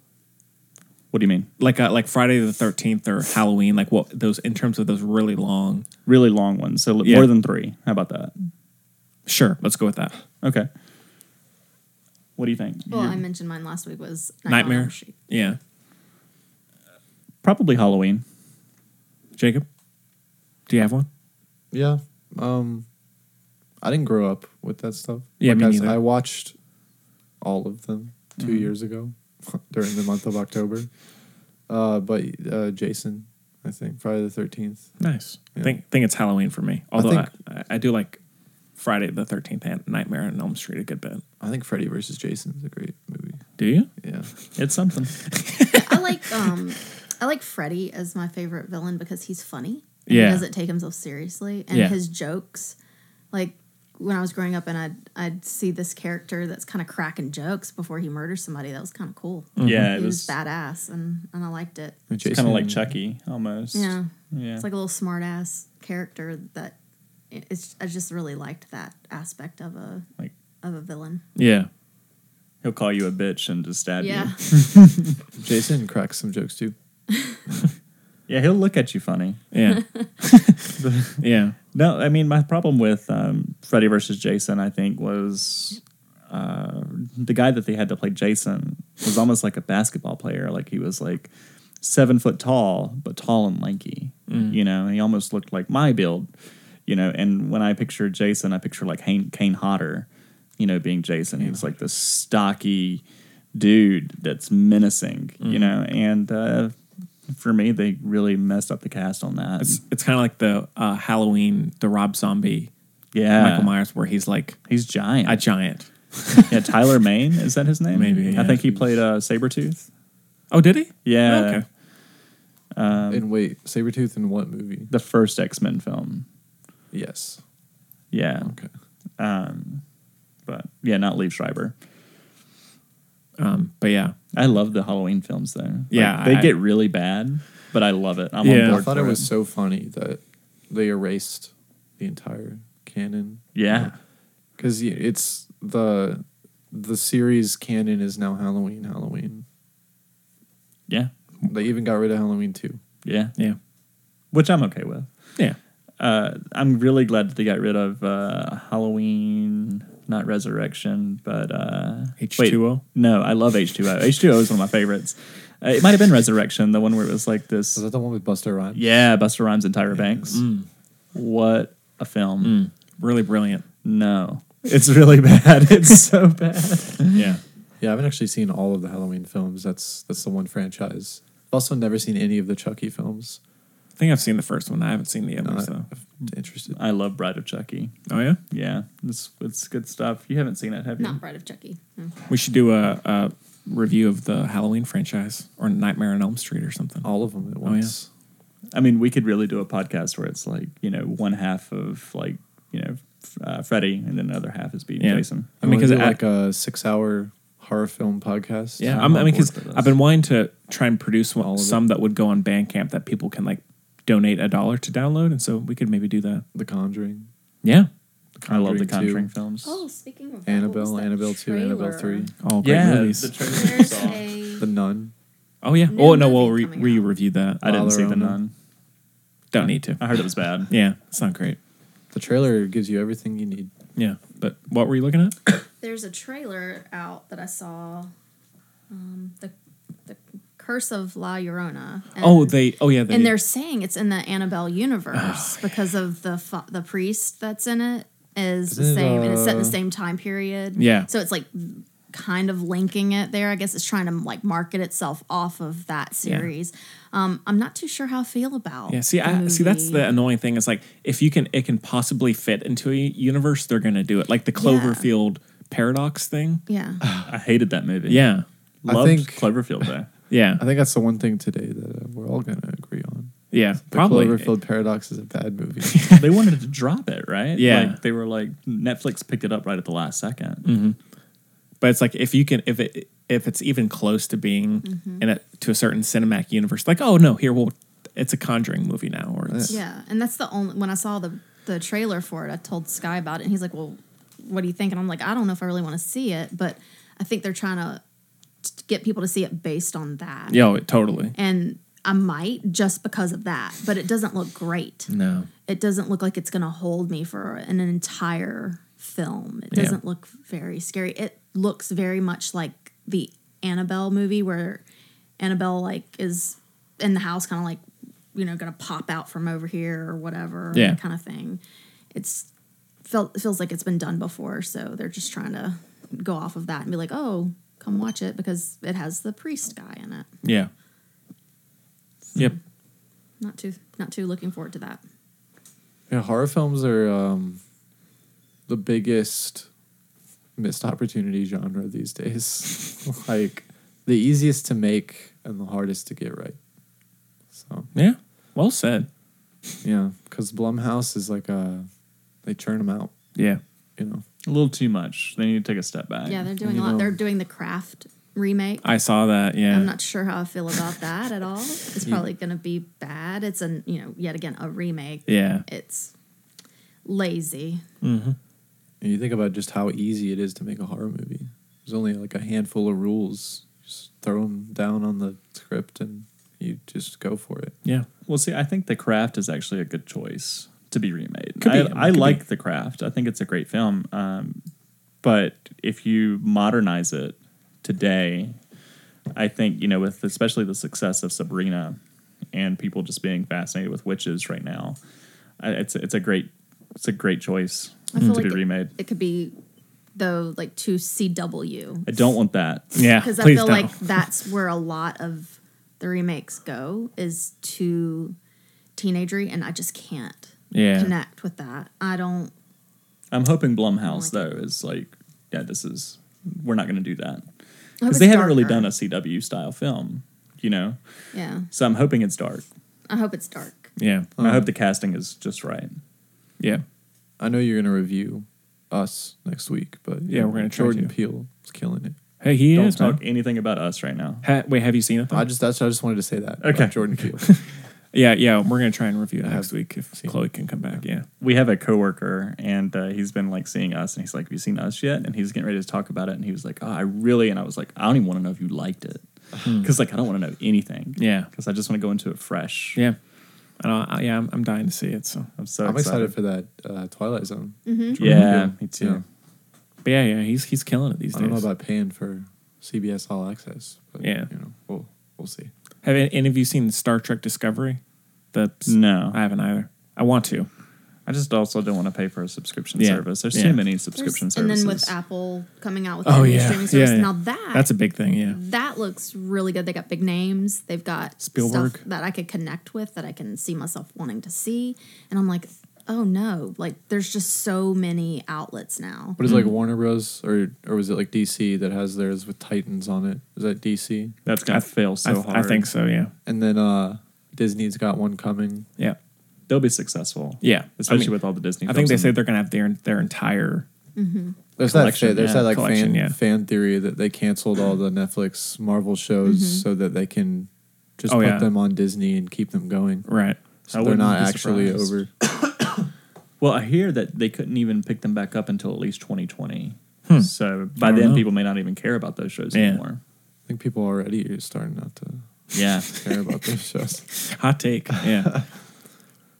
S3: What do you mean?
S2: Like uh, like Friday the Thirteenth or Halloween? Like what those in terms of those really long?
S3: Really long ones. So
S2: Yeah.
S3: more than three. How about that?
S2: Sure, let's go with that.
S3: Okay. What do you think?
S5: Well,
S3: You're-
S5: I mentioned mine last week was
S2: Nightmare.
S5: Nightmare. Street.
S2: Yeah,
S3: probably Halloween.
S2: Jacob, do you have one?
S4: Yeah. Um I didn't grow up with that stuff.
S2: Yeah, me
S4: I,
S2: neither.
S4: I watched all of them 2
S3: Hmm.
S4: years ago during the month of October. Uh but uh Jason, I think Friday the 13th.
S2: Nice.
S4: Yeah.
S2: Think think it's Halloween for me. Although I,
S4: think-
S2: I, do like Friday the Thirteenth and Nightmare on Elm Street a good bit.
S4: I think Freddy versus Jason is a great movie.
S2: Do you?
S4: Yeah.
S3: It's something.
S5: I like um I like Freddy as my favorite villain because he's funny. And
S2: Yeah.
S5: He doesn't take himself seriously. And
S2: Yeah.
S5: his jokes like when I was growing up and I'd I'd see this character that's kind of cracking jokes before he murders somebody. That was kind of cool.
S3: Yeah, it
S5: He was
S3: was,
S5: badass and, and I liked it.
S3: it's kind of like Chucky almost.
S5: Yeah.
S3: Yeah.
S5: It's like a little smart ass character that it's I just really liked that aspect of a
S3: Like-
S5: of a villain.
S2: Yeah.
S3: He'll call you a bitch and just stab
S5: Yeah.
S3: you. E.
S4: Jason cracks some jokes too.
S3: Yeah, he'll look at you funny.
S2: Yeah. yeah.
S3: No, I mean my problem with um, Freddy versus Jason, I think, was uh, the guy that they had to play Jason was almost like a basketball player. Like he was like seven foot tall, but tall and lanky.
S2: Mm-hmm.
S3: You know, and he almost looked like my build. You know, and when I picture Jason, I picture like Hain- Kane Hodder. You know, being Jason, he was like this stocky dude that's menacing.
S2: Mm-hmm.
S3: You know, and uh, for me, they really messed up the cast on that.
S2: It's it's kind of like the uh, Halloween, the Rob Zombie,
S3: yeah,
S2: Michael Myers, where he's like
S3: He's giant.
S2: a giant.
S3: yeah, Tyler Maine is that his name?
S2: Maybe, yeah.
S3: I think he played uh, Sabretooth.
S2: Oh, did he?
S3: Yeah,
S2: Okay.
S3: Um,
S4: and wait, Sabretooth in what movie?
S3: the first X Men film.
S4: Yes.
S3: Yeah,
S4: Okay.
S3: but yeah, not Lee Schreiber.
S2: Um, but yeah,
S3: I love the Halloween films though. Like,
S2: Yeah,
S3: they
S2: I-
S3: get really bad, but I love it. I'm
S2: Yeah.
S3: on
S4: I
S3: board.
S4: thought
S3: for
S4: it was so funny that they erased the entire canon
S3: Yeah,
S4: because it's the the series canon is now Halloween. Halloween.
S3: yeah,
S4: They even got rid of Halloween too.
S3: yeah,
S2: yeah,
S3: which I'm okay with.
S2: yeah.
S3: Uh, I'm really glad that they got rid of uh, Halloween, not Resurrection, but uh, wait,
S2: H2O?
S3: No, I love H2O. H2O is one of my favorites. Uh, it might have been Resurrection, the one where it was like this.
S4: Is that the one with Buster Rhymes?
S3: Yeah, Buster Rhymes and Tyra Banks.
S2: Mm.
S3: What a film.
S2: Really brilliant.
S3: No. It's really bad. It's so bad.
S2: Yeah.
S4: Yeah, I haven't actually seen all of the Halloween films. That's that's the one franchise. I've also never seen any of the Chucky films.
S2: I think I've seen the first one. I haven't seen the others
S4: Not
S2: though.
S4: interested.
S3: I love Bride of Chucky.
S2: Uh, Oh yeah.
S3: Yeah, it's it's good stuff. You haven't seen it, have you?
S5: Not Bride of Chucky. No.
S2: We should do a, a review of the Halloween franchise or Nightmare on Elm Street or something.
S4: All of
S2: Oh,
S4: them at once.
S3: I mean, we could really do a podcast where it's like, you know, one half of like, you know, uh, Freddy and then another half is being
S2: Yeah.
S3: Jason.
S2: I mean,
S4: because
S2: because
S4: like a six-hour horror film podcast.
S2: yeah,
S3: I'm
S2: I'm, I mean,
S3: on board
S2: because
S3: for this.
S2: I've been wanting to try and produce one,
S4: of it.
S2: some that would go on Bandcamp that people can like donate a dollar to download, and so we could maybe do that.
S4: The Conjuring,
S2: Yeah.
S3: I love the
S4: Conjuring
S3: Conjuring
S4: 2.
S3: films.
S5: Oh, speaking of that, what was
S4: Annabelle,
S5: that
S4: Annabelle two, Annabelle
S5: trailer?
S4: three,
S2: All great
S3: yeah,
S2: movies.
S3: the trailer we
S5: There's
S3: saw.
S5: a
S4: The Nun.
S2: oh yeah.
S5: new
S2: Oh no,
S5: movie
S2: we'll re-
S5: coming out.
S2: re-review that.
S3: I didn't see the Ah.
S4: Ballerina.
S3: nun.
S2: Don't need to.
S3: I heard it was bad.
S2: Yeah, it's not great.
S4: The trailer gives you everything you need.
S2: Yeah, but what were you looking at?
S5: There's a trailer out that I saw. Um, the the Curse of La Llorona. And,
S2: oh, they. Oh yeah, they.
S5: and they're saying it's in the Annabelle universe because of the fa- the priest that's in it is the
S4: Isn't it,
S5: same and it's set in the
S4: uh,
S5: same time period.
S2: Yeah.
S5: So it's like kind of linking it there. I guess it's trying to like market itself off of that series. Um, I'm not too sure how I feel about.
S2: Yeah, see,
S5: the
S2: I see. That's
S5: movie.
S2: the annoying thing. It's like if you can, it can possibly fit into a universe, they're gonna do it, like the Cloverfield paradox thing.
S5: yeah.
S3: I hated that movie.
S2: Yeah,
S4: I
S3: Loved
S4: think-
S3: Cloverfield though.
S2: yeah,
S4: I think that's the one thing today that uh, we're all going to agree on.
S2: yeah.
S4: The
S2: Probably.
S4: Cloverfield Paradox is a bad movie.
S3: they wanted to drop it, right?
S2: Yeah.
S3: Like they were like Netflix picked it up right at the last 2nd
S4: Mm-hmm.
S2: But it's like if you can, if
S5: Mm-hmm.
S2: it, if it's even close to being in a to a certain cinematic universe, like oh no, here we'll it's a Conjuring movie now, or it's
S5: Yeah, and that's the only when I saw the the trailer for it, I told Sky about it, and he's like, "Well, what do you think?" And I'm like, "I don't know if I really want to see it, but I think they're trying to t- get people to see it based on that."
S2: Yeah, oh, it- totally.
S5: and I might just because of that, but it doesn't look great.
S2: No.
S5: It doesn't look like it's going to hold me for an entire film. It
S2: Yeah.
S5: doesn't look very scary. It looks very much like the Annabelle movie where Annabelle like is in the house kind of like you know going to pop out from over here or whatever
S2: Yeah.
S5: kind of thing. It's felt feels like it's been done before, so they're just trying to go off of that and be like, "Oh, come watch it because it has the priest guy in it."
S2: Yeah. Yep.
S5: Not too not too looking forward to that.
S4: Yeah, horror films are um, the biggest missed opportunity genre these days. like the easiest to make and the hardest to get right. So
S2: yeah, well said.
S4: Yeah, because Blumhouse is like a they churn them out.
S3: Yeah.
S4: You know,
S3: a little too much. They need to take a step back.
S5: Yeah, they're doing a lot. They're doing the craft remake.
S2: I saw that. Yeah.
S5: I'm not sure how I feel about that at all. It's
S2: Yeah.
S5: probably going to be bad. It's an you know yet again a remake.
S2: Yeah.
S5: it's lazy.
S4: Mm-hmm. And you think about just how easy it is to make a horror movie. There's only like a handful of rules. Just throw them down on the script and you just go for it.
S2: Yeah.
S3: Well, see, I think The Craft is actually a good choice to be remade.
S4: Could be,
S3: I, I
S4: could be.
S3: like The Craft. I think it's a great film. Um, but if you modernize it today, I think you know, with especially the success of Sabrina and people just being fascinated with witches right now, I, it's it's a great it's a great choice
S5: I
S3: Mm, to
S5: feel like
S3: be remade.
S5: It could be though like to CW.
S3: I don't want that.
S5: because I feel like that's where a lot of the remakes go is to teenagery, and I just can't
S3: Yeah.
S5: connect with that. I don't.
S3: I'm hoping Blumhouse though is like, yeah, this is we're not going to do that
S5: hope
S3: because they
S5: it's
S3: haven't really
S5: darker.
S3: done a CW style film, you know.
S5: Yeah,
S3: So I'm hoping it's dark.
S5: I hope it's dark.
S2: Yeah,
S3: and I hope the casting is just right.
S2: Yeah.
S4: I know you're gonna review us next week, but
S2: Yeah, we're gonna try
S4: Jordan
S2: to.
S4: Peele is killing it.
S2: Hey, he
S3: Don't
S2: is,
S3: talk
S2: man.
S3: anything about us right now.
S2: Ha- wait, have you seen it? Though?
S4: I just that's I just wanted to say that. about
S2: Okay.
S4: Jordan Peele.
S2: yeah, yeah. We're gonna try and review it next week if Chloe can come back. Yeah.
S3: We have a coworker, and uh, he's been like seeing us, and he's like, "Have you seen us yet?" And he's getting ready to talk about it, and he was like, "Oh, I really," and I was like, "I don't even want to know if you liked it,
S2: Hmm.
S3: because like I don't want to know anything,
S2: Yeah.
S3: because I just want to go into it fresh."
S2: Yeah. I don't, I, yeah, I'm, I'm dying to see it. So
S3: I'm so
S4: I'm excited for that uh, Twilight Zone.
S3: Mm-hmm.
S5: Mhm.
S4: Jordan
S2: Yeah,
S4: Peele.
S2: me too. But yeah, yeah, he's he's killing it these
S4: I
S2: days.
S4: don't know about paying for CBS All Access, but
S2: Yeah.
S4: you know, we'll we'll see.
S2: Have any, any of you seen Star Trek Discovery? The
S3: no,
S2: I haven't either. I want to.
S3: I just also don't want to pay for a subscription
S2: Yeah.
S3: service. There's
S2: Yeah.
S3: too many subscription
S5: There's-
S3: services.
S5: And then with Apple coming out with
S2: Oh,
S5: their new
S2: yeah.
S5: streaming service.
S2: Yeah, yeah.
S5: Now that
S2: That's a big thing, yeah.
S5: That looks really good. They got big names. They've got
S2: Spielberg.
S5: stuff that I could connect with that I can see myself wanting to see. And I'm like, oh no. Like there's just so many outlets now.
S4: What is
S2: Mm-hmm.
S4: like Warner Bros. or or was it like DC that has theirs with Titans on it? Is that DC?
S3: That's gonna I- fail so I th- I hard. think so, yeah.
S4: And then uh Disney's got one coming.
S2: Yeah.
S3: They'll be successful.
S2: Yeah,
S3: especially
S2: I mean,
S3: with all the Disney.
S2: I think they
S3: films
S2: say they're gonna have their their entire.
S4: There's that,
S2: Collection,
S4: fa- there's
S2: yeah.
S4: that like
S2: Collection,
S4: fan,
S2: yeah.
S4: fan theory that they canceled all the Netflix Marvel shows
S2: Mhm.
S4: so that they can just
S2: Oh,
S4: put
S2: yeah.
S4: them on Disney and keep them going.
S2: Right.
S4: So
S3: I
S4: they're
S3: wouldn't
S4: not
S3: be
S4: actually
S3: surprised.
S4: over.
S3: Well, I hear that they couldn't even pick them back up until at least 2020.
S2: Hmm.
S3: So by
S4: I don't
S3: then,
S4: know.
S3: people may not even care about those shows
S2: Yeah.
S3: anymore.
S4: I think people already are starting not to
S3: Yeah.
S4: care about those shows.
S2: Hot take. Yeah.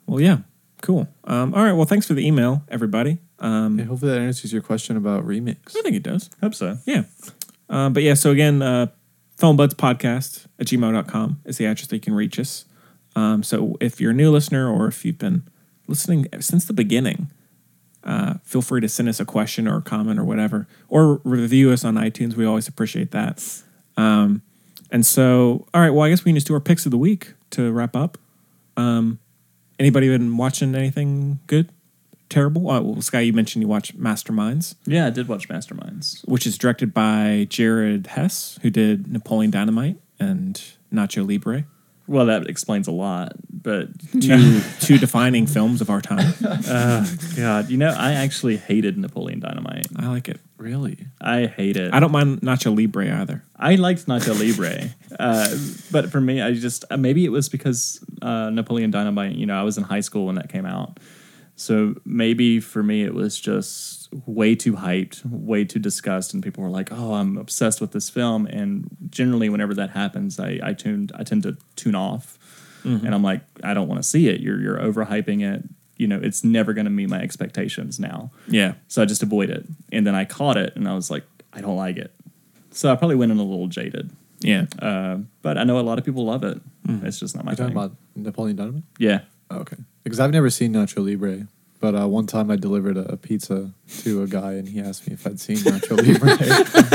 S2: well, yeah. Cool. Um, all right. Well, thanks for the email, everybody. Um,
S4: hopefully that answers your question about remix.
S2: I think it does.
S3: Hope so.
S2: Yeah. Um, but yeah, so again, uh, filmbudspodcast at gmail.com is the address that you can reach us. Um, so if you're a new listener or if you've been listening since the beginning, uh, feel free to send us a question or a comment or whatever, or review us on iTunes. We always appreciate that. Um, and so, all right, well, I guess we can just do our picks of the week to wrap up. Um, anybody been watching anything good? Terrible? Uh, well, Sky, you mentioned you watch Masterminds
S3: Yeah, I did watch Masterminds.
S2: which is directed by Jared Hess, who did Napoleon Dynamite and Nacho Libre.
S3: Well, that explains a lot, but
S2: Two two defining films of our time.
S3: Uh, God, you know, I actually hated Napoleon Dynamite.
S2: I like it.
S4: Really?
S3: I hate it.
S2: I don't mind Nacho Libre either.
S3: I liked Nacho Libre, uh, but for me, I just uh, maybe it was because uh, Napoleon Dynamite. You know, I was in high school when that came out, so maybe for me it was just way too hyped, way too discussed, and people were like, "Oh, I'm obsessed with this film." And generally, whenever that happens, I I tuned I tend to tune off,
S2: Mhm.
S3: and I'm like, I don't want to see it. You're you're overhyping it. You know, it's never going to meet my expectations now.
S2: Yeah.
S3: So I just avoid it. And then I caught it and I was like, I don't like it. So I probably went in a little jaded.
S2: Yeah.
S3: Uh, but I know a lot of people love it.
S2: Mm.
S4: Mhm.
S3: It's just not my
S4: You're
S3: thing.
S4: talking about Napoleon Dynamite? Oh,
S3: yeah.
S4: Okay. Because I've never seen Nacho Libre, but uh, one time I delivered a, a pizza to a guy and he asked me if I'd seen Nacho Libre.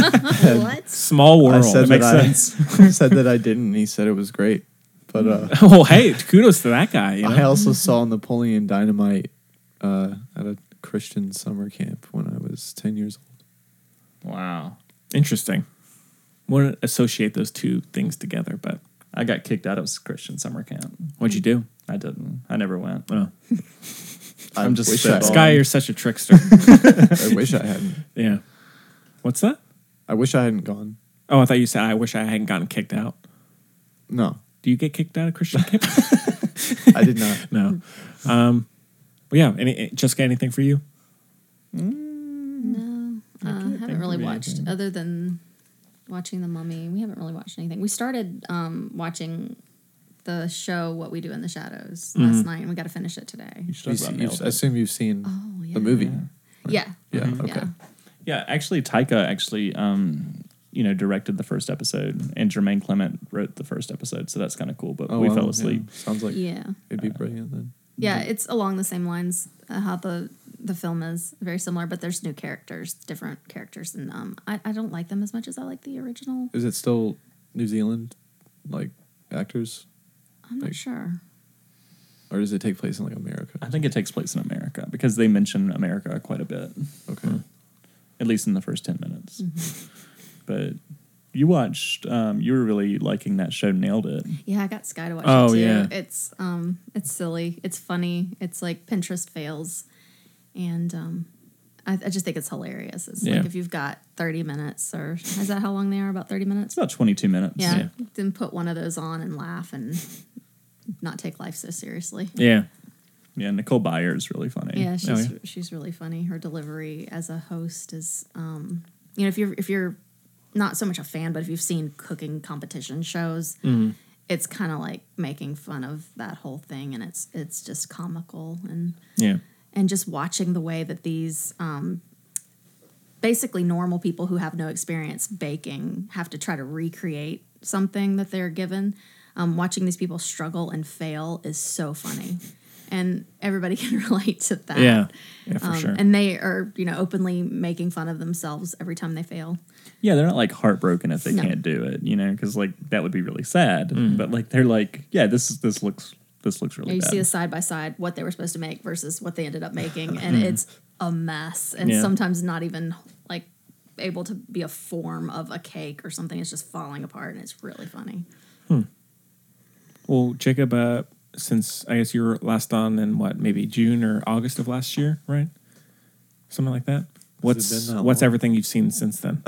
S4: And
S5: What?
S2: Small
S4: I
S2: world.
S4: said
S2: That makes
S4: I-
S2: sense.
S4: I said that I didn't and he said it was great. But uh,
S2: oh, hey, kudos to that guy. You know?
S4: I also saw Napoleon Dynamite uh, at a Christian summer camp when I was 10 years old.
S3: Wow.
S2: Interesting. Wouldn't associate those two things together, but
S3: I got kicked out of Christian summer camp.
S2: what'd you do?
S3: I didn't. I never went.
S2: Oh.
S4: I
S3: I'm just
S4: wish I,
S3: spitballing.
S2: This guy, you're such a trickster.
S4: I wish I hadn't.
S2: yeah. What's that?
S4: I wish I hadn't gone.
S2: Oh, I thought you said, I wish I hadn't gotten kicked out.
S4: No,
S2: Do you get kicked out of Christian camp?
S4: I did not.
S2: no. Um, well, yeah. Any, eh, Jessica, anything for you?
S5: No, uh, haven't really
S2: of
S5: watched other than watching The Mummy. We haven't really watched anything. We started um, watching the show What We Do in the Shadows last night, and we got to finish it today.
S3: You should talk
S4: You see-
S3: about
S4: you-
S3: Nailed
S4: I
S3: It.
S4: assume you've seen
S5: Oh, yeah.
S4: the movie.
S5: Yeah.
S4: Yeah,
S3: Mm-hmm.
S4: okay.
S5: Yeah.
S3: Yeah, actually, Taika actually, um, you know, directed the first episode, and Jermaine Clement wrote the first episode, so that's kind of cool. But
S4: Oh,
S3: we
S4: wow,
S3: fell
S4: yeah.
S3: asleep.
S4: Sounds like
S5: Yeah.
S3: Uh,
S4: it'd be brilliant then.
S5: Yeah, it's along the same lines uh, how the the film is very similar, but there's new characters, different characters, and um, I, I don't like them as much as I like the original.
S4: Is it still New Zealand, like actors,
S5: I'm not
S4: Like-
S5: sure.
S4: or does it take place in like America?
S3: I think it takes place in America because they mention America quite a bit. Hmm.
S4: Okay.
S3: at least in the first 10 minutes.
S5: Mm-hmm.
S3: But you watched, um, you were really liking that show, Nailed It.
S5: Yeah, I got Sky to watch
S2: Oh,
S5: it too.
S2: yeah.
S5: It's um it's silly. It's funny. It's like Pinterest fails. And um I, I just think it's hilarious. It's
S2: Yeah.
S5: like if you've got 30 minutes or is that how long they are? About 30 minutes?
S3: It's about 22 minutes.
S5: Yeah. Then put one of those on and laugh and not take life so seriously.
S2: Yeah.
S3: Yeah, Nicole Byers really funny.
S5: Yeah, she's
S2: Oh, yeah.
S5: she's really funny. Her delivery as a host is, um, you know, if you're if you're not so much a fan, but if you've seen cooking competition shows,
S2: Mm-hmm.
S5: it's kind of like making fun of that whole thing, and it's it's just comical and
S2: Yeah.
S5: and just watching the way that these um, basically normal people who have no experience baking have to try to recreate something that they're given um, watching these people struggle and fail is so funny and everybody can relate to that
S2: Yeah. Yeah, for
S5: Um,
S2: sure.
S5: and they are you know openly making fun of themselves every time they fail
S3: Yeah, they're not like heartbroken if they
S5: No.
S3: can't do it, you know, because like that would be really sad.
S2: Mm-hmm.
S3: But like they're like, yeah, this is this looks this looks really
S5: you
S3: bad.
S5: see a side by side what they were supposed to make versus what they ended up making and it's a mess and
S2: Hmm. Yeah.
S5: sometimes not even like able to be a form of a cake or something it's just falling apart and it's really funny
S2: Well, Jacob, uh, since I guess you were last on in what, maybe June or August of last year, right? Something like that. What's
S4: been that
S2: what's
S4: long?
S2: everything you've seen since then?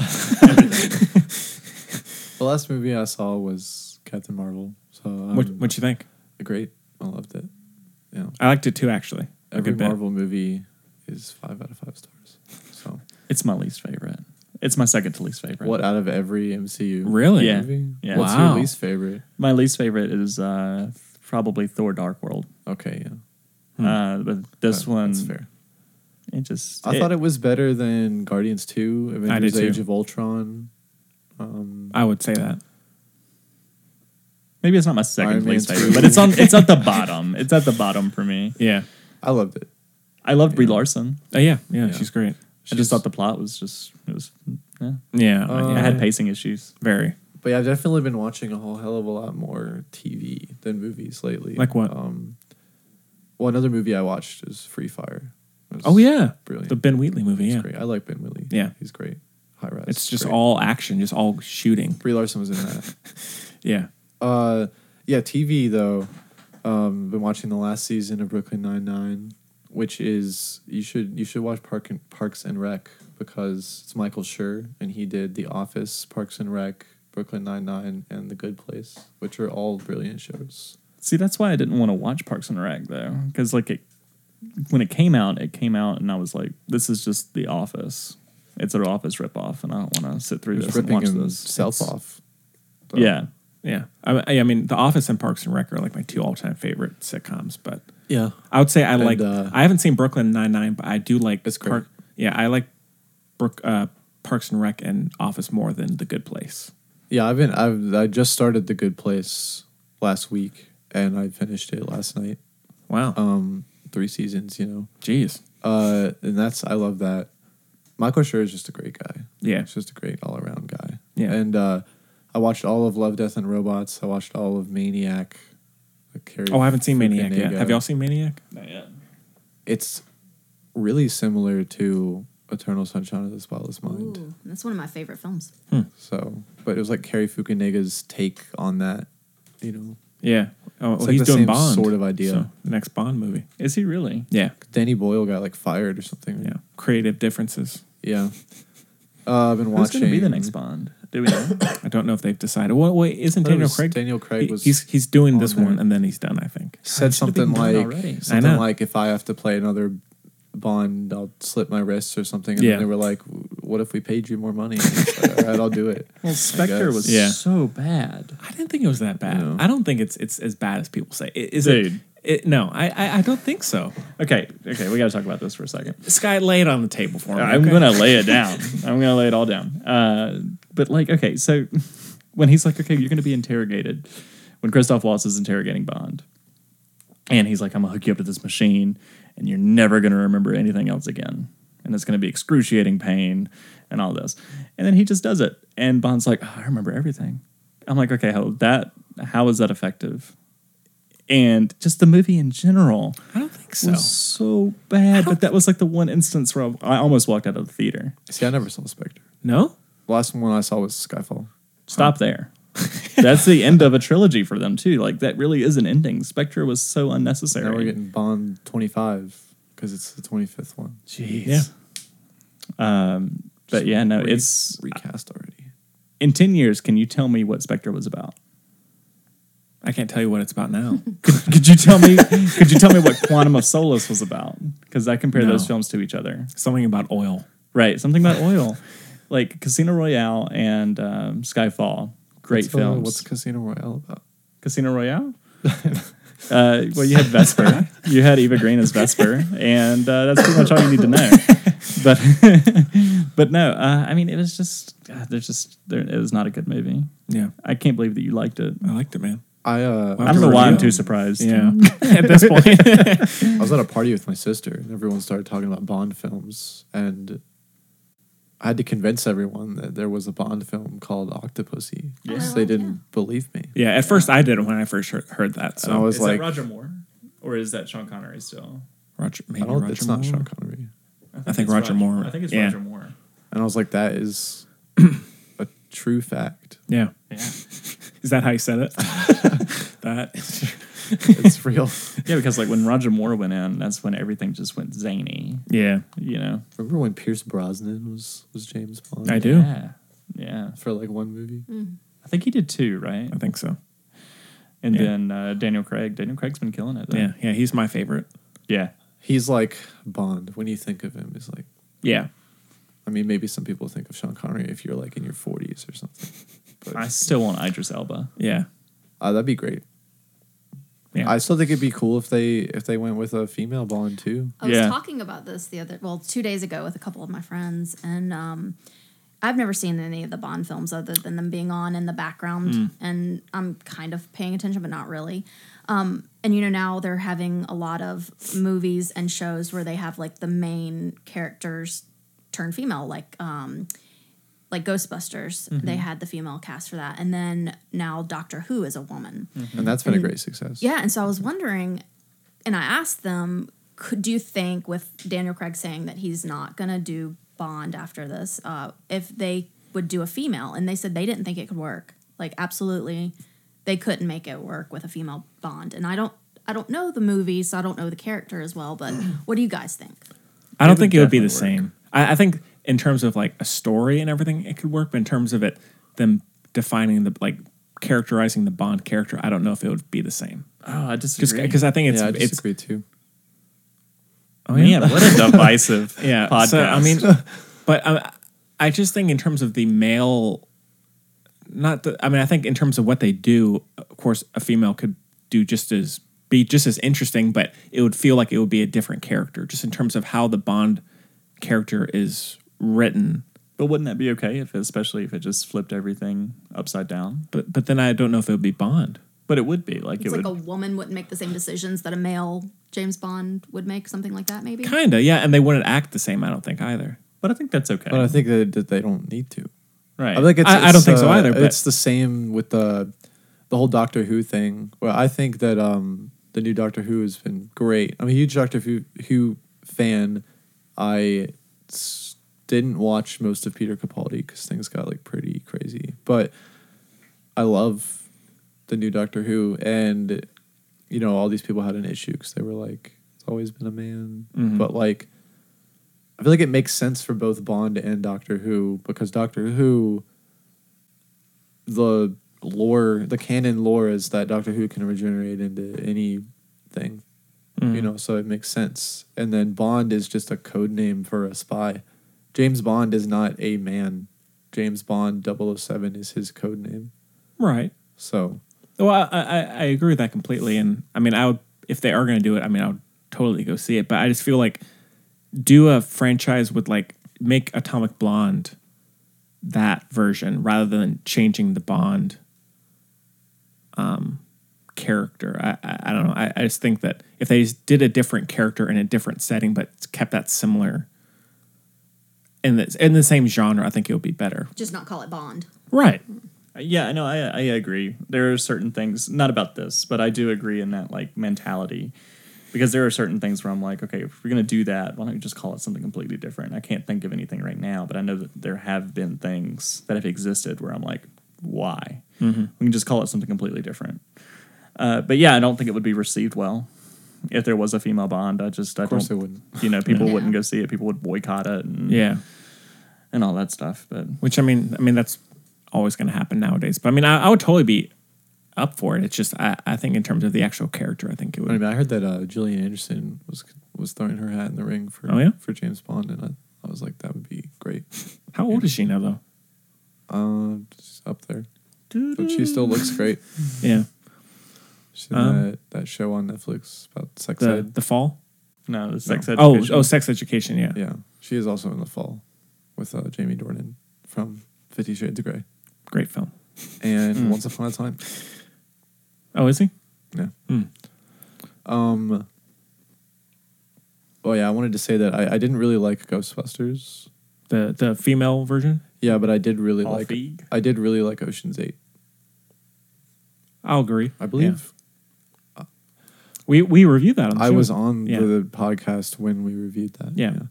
S4: The last movie I saw was Captain Marvel. So um,
S2: what what you think?
S4: great. I loved it. Yeah.
S2: I liked it too, actually. A
S4: Every
S2: good bit.
S4: Marvel movie is five out of five stars. So
S3: it's my least favorite. It's my second to least favorite.
S4: what out of every MCU?
S2: Really?
S3: Yeah.
S4: Movie?
S3: Yeah.
S4: What's
S2: Wow.
S4: your least favorite?
S3: My least favorite is uh, probably Thor: Dark World.
S4: Okay. Yeah.
S2: Hmm.
S3: Uh, but this
S4: That-
S3: one,
S4: That's fair.
S3: it just
S4: I thought it was better than Guardians Two,
S2: I did
S4: Avengers Age
S2: too.
S4: of Ultron,
S2: I would say that.
S3: Maybe it's not my second
S4: Iron
S3: place
S4: Man
S3: favorite,
S4: two.
S3: but it's on. It's at the bottom. It's at the bottom for me.
S2: Yeah.
S4: I loved it.
S3: I love Brie Larson.
S2: Oh yeah, yeah,
S4: Yeah.
S2: she's great.
S3: I just thought the plot was just it was. Yeah.
S2: Yeah,
S3: I
S2: yeah,
S3: had pacing issues.
S2: very.
S4: But yeah, I've definitely been watching a whole hell of a lot more TV than movies lately.
S2: Like what?
S4: Um, well, another movie I watched is Free Fire. It was
S2: Oh yeah,
S4: brilliant.
S2: The Ben Wheatley movie.
S4: It's
S2: Yeah,
S4: great. I like Ben Willie.
S2: Yeah.
S4: he's great. High rise.
S2: it's just
S4: great.
S2: all action, just all shooting.
S4: Brie Larson was in that.
S2: Yeah,
S4: uh, yeah, TV though. Um, been watching the last season of Brooklyn Nine Nine, which is you should you should watch Park and, Parks and Rec. because it's Michael Schur, and he did The Office, Parks and Rec, Brooklyn Nine Nine, and The Good Place, which are all brilliant shows.
S3: See, that's why I didn't want to watch Parks and Rec though, because like it, when it came out, it came out, and I was like, "This is just The Office. It's an Office ripoff, and I don't want to sit through
S4: It's
S3: this
S4: ripping
S3: and watch this."
S4: himself off. So-
S3: Yeah,
S2: Yeah, I, I mean, The Office and Parks and Rec are like my two all-time favorite sitcoms. But
S4: Yeah.
S2: I would say I
S4: And,
S2: like.
S4: uh,
S2: I haven't seen Brooklyn Nine Nine, but I do like.
S4: It's great.
S2: yeah, I like Brook, uh, Parks and Rec and Office more than The Good Place.
S4: Yeah, I've been I've I just started The Good Place last week and I finished it last night.
S2: Wow.
S4: Um three seasons, you know.
S2: Jeez.
S4: Uh and that's I love that. Michael Schur is just a great guy.
S2: Yeah.
S4: He's just a great all around guy.
S2: Yeah.
S4: And uh I watched all of Love, Death and Robots. I watched all of Maniac. Carrie
S2: Oh, I haven't seen
S4: freaking
S2: Maniac yet.
S4: Nego.
S2: Have y'all seen Maniac?
S3: Not yet.
S4: It's really similar to Eternal Sunshine of the Spotless Mind.
S5: Ooh, that's one of my favorite films.
S4: So, but it was like Cary Fukunaga's take on that, you know.
S2: Yeah. Oh, well,
S4: It's like
S2: he's
S4: the
S2: doing
S4: same
S2: Bond.
S4: sort of idea.
S2: the next Bond movie.
S3: Is he really?
S2: Yeah.
S4: Danny Boyle got like fired or something.
S2: Yeah. Creative differences.
S4: Yeah. Uh, I've been
S3: Who's
S4: watching.
S3: going to be the next Bond? Do we know?
S2: I don't know if they've decided. Well, wait, isn't
S4: thought it
S2: Daniel
S4: was-
S2: Craig?
S4: Daniel Craig
S2: he-
S4: was
S2: he's he's doing
S4: on
S2: this
S4: there.
S2: one and then he's done. I think.
S4: Said
S3: should have been
S4: something
S3: done
S4: like
S3: already.
S4: something
S2: know.
S4: like if I have to play another Bond, I'll slip my wrists or something. And
S2: Yeah.
S4: then they were like, "What if we paid you more money?" And it's like, All right, I'll do it.
S3: Well, Spectre was
S2: Yeah.
S3: so bad.
S2: I didn't think it was that bad.
S4: No.
S2: I don't think it's it's as bad as people say. I- Is
S3: Dude.
S2: it? it no, I, I I don't think so.
S3: Okay, okay, we got to talk about this for a second.
S2: Sky, lay it on the table for me.
S3: I'm
S2: okay?
S3: gonna lay it down. I'm gonna lay it all down. Uh, but like, okay, so when he's like, okay, you're gonna be interrogated, when Christoph Waltz is interrogating Bond, and he's like, I'm gonna hook you up to this machine, and you're never gonna remember anything else again, and it's gonna be excruciating pain and all this, and then he just does it, and Bond's like, "Oh, I remember everything. I'm like, okay, how that how is that effective? And just the movie in general
S2: I don't think so.
S3: was so bad. But that was like the one instance where I I almost walked out of the theater.
S4: See, I never saw Spectre.
S2: No.
S4: The last one I saw was Skyfall.
S3: Stop there. That's the end of a trilogy for them too. Like that really is an ending. Spectre was so unnecessary.
S4: Now we're getting Bond twenty five because it's the twenty fifth one.
S2: Jeez.
S3: yeah. Um, but yeah, no,
S4: Re-
S3: it's
S4: recast already.
S3: in ten years. Can you tell me what Spectre was about?
S2: I can't tell you what it's about now.
S3: Could you tell me? could you tell me what Quantum of Solace was about? Because I compare
S2: No.
S3: those films to each other.
S2: Something about oil.
S3: Right, something about oil, like Casino Royale and um, Skyfall. Great
S4: What's, uh,
S3: films.
S4: what's Casino Royale about?
S3: Casino Royale. uh, well, you had Vesper. you had Eva Green as Vesper, and uh, that's pretty much all you need to know. But but no, uh, I mean it was just God, there's just there, it was not a good movie.
S2: Yeah.
S3: I can't believe that you liked it.
S2: I liked it, man.
S4: I uh,
S3: I don't know why I'm too
S4: Um,
S3: surprised.
S2: Yeah. At this point.
S4: I was at a party with my sister, and everyone started talking about Bond films, and I had to convince everyone that there was a Bond film called Octopussy. Yes, they didn't believe me.
S2: Yeah. At first, I did it when I first heard, heard that. So
S4: And I was like,
S3: Moore, or is that Sean Connery still?
S2: Roger. Maybe
S4: I don't.
S2: Roger
S4: it's
S2: Moore.
S4: not Sean Connery.
S2: I think Roger Moore. yeah.
S3: Moore.
S4: And I was like, that is a true fact.
S2: Yeah.
S3: Yeah.
S2: Is that how you said it? that.
S4: It's real.
S3: yeah, because like when Roger Moore went in, that's when everything just went zany.
S2: Yeah.
S3: You know.
S4: Remember when Pierce Brosnan was was James Bond?
S2: I do.
S3: Yeah. Yeah.
S4: for like one movie.
S3: I think he did two, right?
S2: I think so.
S3: And
S2: Yeah.
S3: then uh, Daniel Craig. Daniel Craig's been killing it. Though.
S2: Yeah. Yeah. He's my favorite.
S3: Yeah.
S4: He's like Bond. When you think of him, he's like.
S2: Yeah.
S4: I mean, maybe some people think of Sean Connery if you're like in your 40s or something. But
S3: I still want Idris Elba.
S2: Yeah.
S4: uh, that'd be great.
S2: Yeah.
S4: I still think it'd be cool if they if they went with a female Bond too.
S5: I was
S3: Yeah.
S5: talking about this the other, well, two days ago with a couple of my friends, and um, I've never seen any of the Bond films other than them being on in the background, and I'm kind of paying attention, but not really. Um, and you know, now they're having a lot of movies and shows where they have like the main characters turn female, like um, like Ghostbusters. They had the female cast for that, and then now Doctor Who is a woman.
S4: And that's been a great success.
S5: Yeah, and so I was wondering, and I asked them, could do you think with Daniel Craig saying that he's not gonna do Bond after this, uh, if they would do a female? And they said they didn't think it could work. Like absolutely, they couldn't make it work with a female Bond. And I don't, I don't know the movie, so I don't know the character as well. But what do you guys think?
S2: I don't
S3: It would
S2: think it would be the
S3: definitely
S2: same. I, I think in terms of like a story and everything, it could work. But in terms of it, them defining the like characterizing the Bond character, I don't know if it would be the same.
S3: Oh, I disagree.
S2: Because I think it's
S4: Yeah, I
S2: it's
S4: disagree too.
S2: Oh yeah,
S3: Man, what a divisive
S2: yeah. So
S3: podcast.
S2: I mean, but I, I just think in terms of the male, not the. I mean, I think in terms of what they do, of course, a female could do just as be just as interesting, but it would feel like it would be a different character, just in terms of how the Bond character is written.
S3: But wouldn't that be okay if, especially if it just flipped everything upside down?
S2: But but then I don't know if it would be Bond.
S3: But it would be like
S5: It's
S3: it
S5: like
S3: would.
S5: a woman wouldn't make the same decisions that a male James Bond would make, something like that, maybe.
S2: Kinda, yeah, and they wouldn't act the same. I don't think either.
S3: but I think that's okay.
S4: But I think that, that they don't need to.
S3: right.
S4: I, think it's,
S2: I- I don't
S4: it's,
S2: think so
S4: uh,
S2: either, but-
S4: It's the same with the the whole Doctor Who thing. Well, I think that um, the new Doctor Who has been great. I'm a huge Doctor Who, Who fan. I s- didn't watch most of Peter Capaldi because things got like pretty crazy, but I love the new Doctor Who, and you know all these people had an issue because they were like, "It's always been a man,"
S2: Mm-hmm.
S4: but like. I feel like it makes sense for both Bond and Doctor Who because Doctor Who, the lore, the canon lore is that Doctor Who can regenerate into anything,
S2: Mm.
S4: you know, so it makes sense. And then Bond is just a code name for a spy. James Bond is not a man. James Bond 007 is his code name.
S2: Right.
S4: So
S2: Well, I, I, I agree with that completely, and I mean, I would if they are going to do it. I mean, I would totally go see it, but I just feel like do a franchise with like make Atomic Blonde that version rather than changing the Bond um character. I I, I don't know. I, I just think that if they just did a different character in a different setting, but kept that similar in the in the same genre, I think it would be better.
S5: Just not call it Bond.
S2: Right.
S3: Yeah, no, I I agree. There are certain things not about this, but I do agree in that like mentality because there are certain things where I'm like, okay, if we're gonna do that, why don't we just call it something completely different? I can't think of anything right now, but I know that there have been things that have existed where I'm like, why? We can just call it something completely different. Uh, but yeah, I don't think it would be received well if there was a female Bond. I just, I
S4: of course
S3: don't,
S4: it wouldn't.
S3: you know, people
S5: Yeah.
S3: wouldn't go see it. People would boycott it and
S2: Yeah.
S3: and all that stuff. But
S2: Which I mean, I mean that's always going to happen nowadays. But I mean, I, I would totally be up for it. It's just I, I think in terms of the actual character, I think it would.
S4: I mean, I heard that uh, Gillian Anderson was was throwing her hat in the ring for
S2: Oh, yeah?
S4: for James Bond, and I, I was like, that would be great.
S2: How old is she now, though?
S4: Uh, just up there, but she still looks great.
S2: Yeah,
S4: She's in
S2: Um,
S4: that, that show on Netflix about sex
S2: the
S4: ed.
S2: the fall.
S3: no, the sex
S2: Oh,
S3: education.
S2: oh, sex education. Yeah.
S4: yeah, she is also in the fall with uh, Jamie Dornan from Fifty Shades of Grey
S2: great film.
S4: and
S2: Hmm.
S4: Once Upon a Time.
S2: Oh, is he?
S4: Yeah.
S2: Hmm.
S4: Um. Oh yeah, I wanted to say that I, I didn't really like Ghostbusters.
S2: The the female version.
S4: Yeah, but I did really
S3: Paul
S4: like
S3: Feig?
S4: I did really like Ocean's Eight.
S2: I'll agree.
S4: I believe
S2: Yeah. we we reviewed that. on the
S4: I
S2: show.
S4: was on
S2: Yeah.
S4: the podcast when we reviewed that.
S2: Yeah.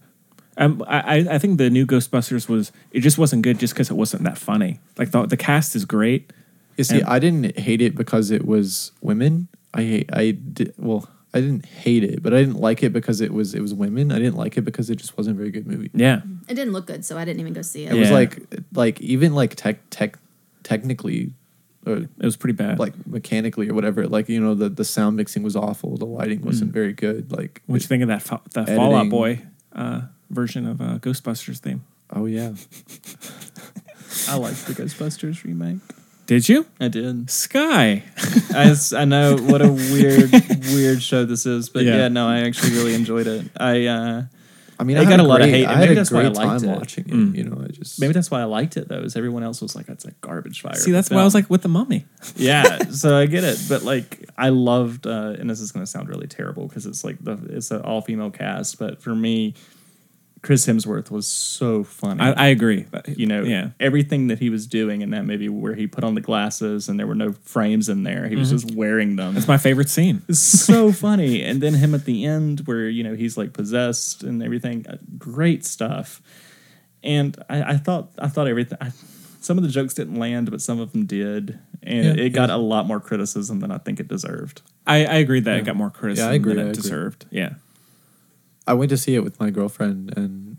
S2: Um, I I- I think the new Ghostbusters was it just wasn't good just because it wasn't that funny. Like the the cast is great.
S4: You see,
S2: And-
S4: I didn't hate it because it was women. I hate. I did. Well, I didn't hate it, but I didn't like it because it was it was women. I didn't like it because it just wasn't a very good movie.
S2: Yeah,
S5: It didn't look good, so I didn't even go see it.
S4: It was
S2: Yeah.
S4: like like even like tech tech technically, or
S2: it was pretty bad.
S4: like mechanically or whatever. Like you know the the sound mixing was awful. The lighting
S3: Hmm.
S4: wasn't very good. Like
S2: What you
S4: it-
S2: think of that fa- the
S4: Editing.
S2: Fallout Boy uh, version of uh, Ghostbusters theme?
S4: Oh yeah.
S3: I liked the Ghostbusters remake.
S2: Did you?
S3: I did.
S2: Sky.
S3: I, s- I know what a weird weird show this is, but
S2: Yeah.
S3: yeah, no, I actually really enjoyed it. I uh,
S4: I mean,
S3: It
S4: I
S3: got
S4: had
S3: a lot of
S4: great-
S3: hate,
S4: I
S3: and
S4: had
S3: maybe
S4: a
S3: that's why I
S4: great
S3: liked
S4: time
S3: it. Hmm.
S4: watching it. You know, I just
S3: maybe that's why I liked it though, is everyone else was like, "That's a garbage fire."
S2: See,
S3: of a
S2: that's why I was
S3: film."
S2: like with the mummy.
S3: yeah. So I get it, but like, I loved, uh, and this is going to sound really terrible because it's like the it's an all female cast, but for me, Chris Hemsworth was so funny.
S2: I, I agree.
S3: you know
S2: yeah.
S3: everything that he was doing in that movie where he put on the glasses and there were no frames in there he was just wearing them
S2: That's my favorite scene.
S3: it's so funny and then him at the end where you know he's like possessed and everything Uh, great stuff and i, I thought i thought everything I, some of the jokes didn't land but some of them did and
S4: Yeah,
S3: it got a lot more criticism than i think it deserved
S2: I, I agree that it got more criticism
S4: Yeah, I agree,
S2: than it
S4: I agree.
S2: deserved. Yeah.
S4: I went to see it with my girlfriend and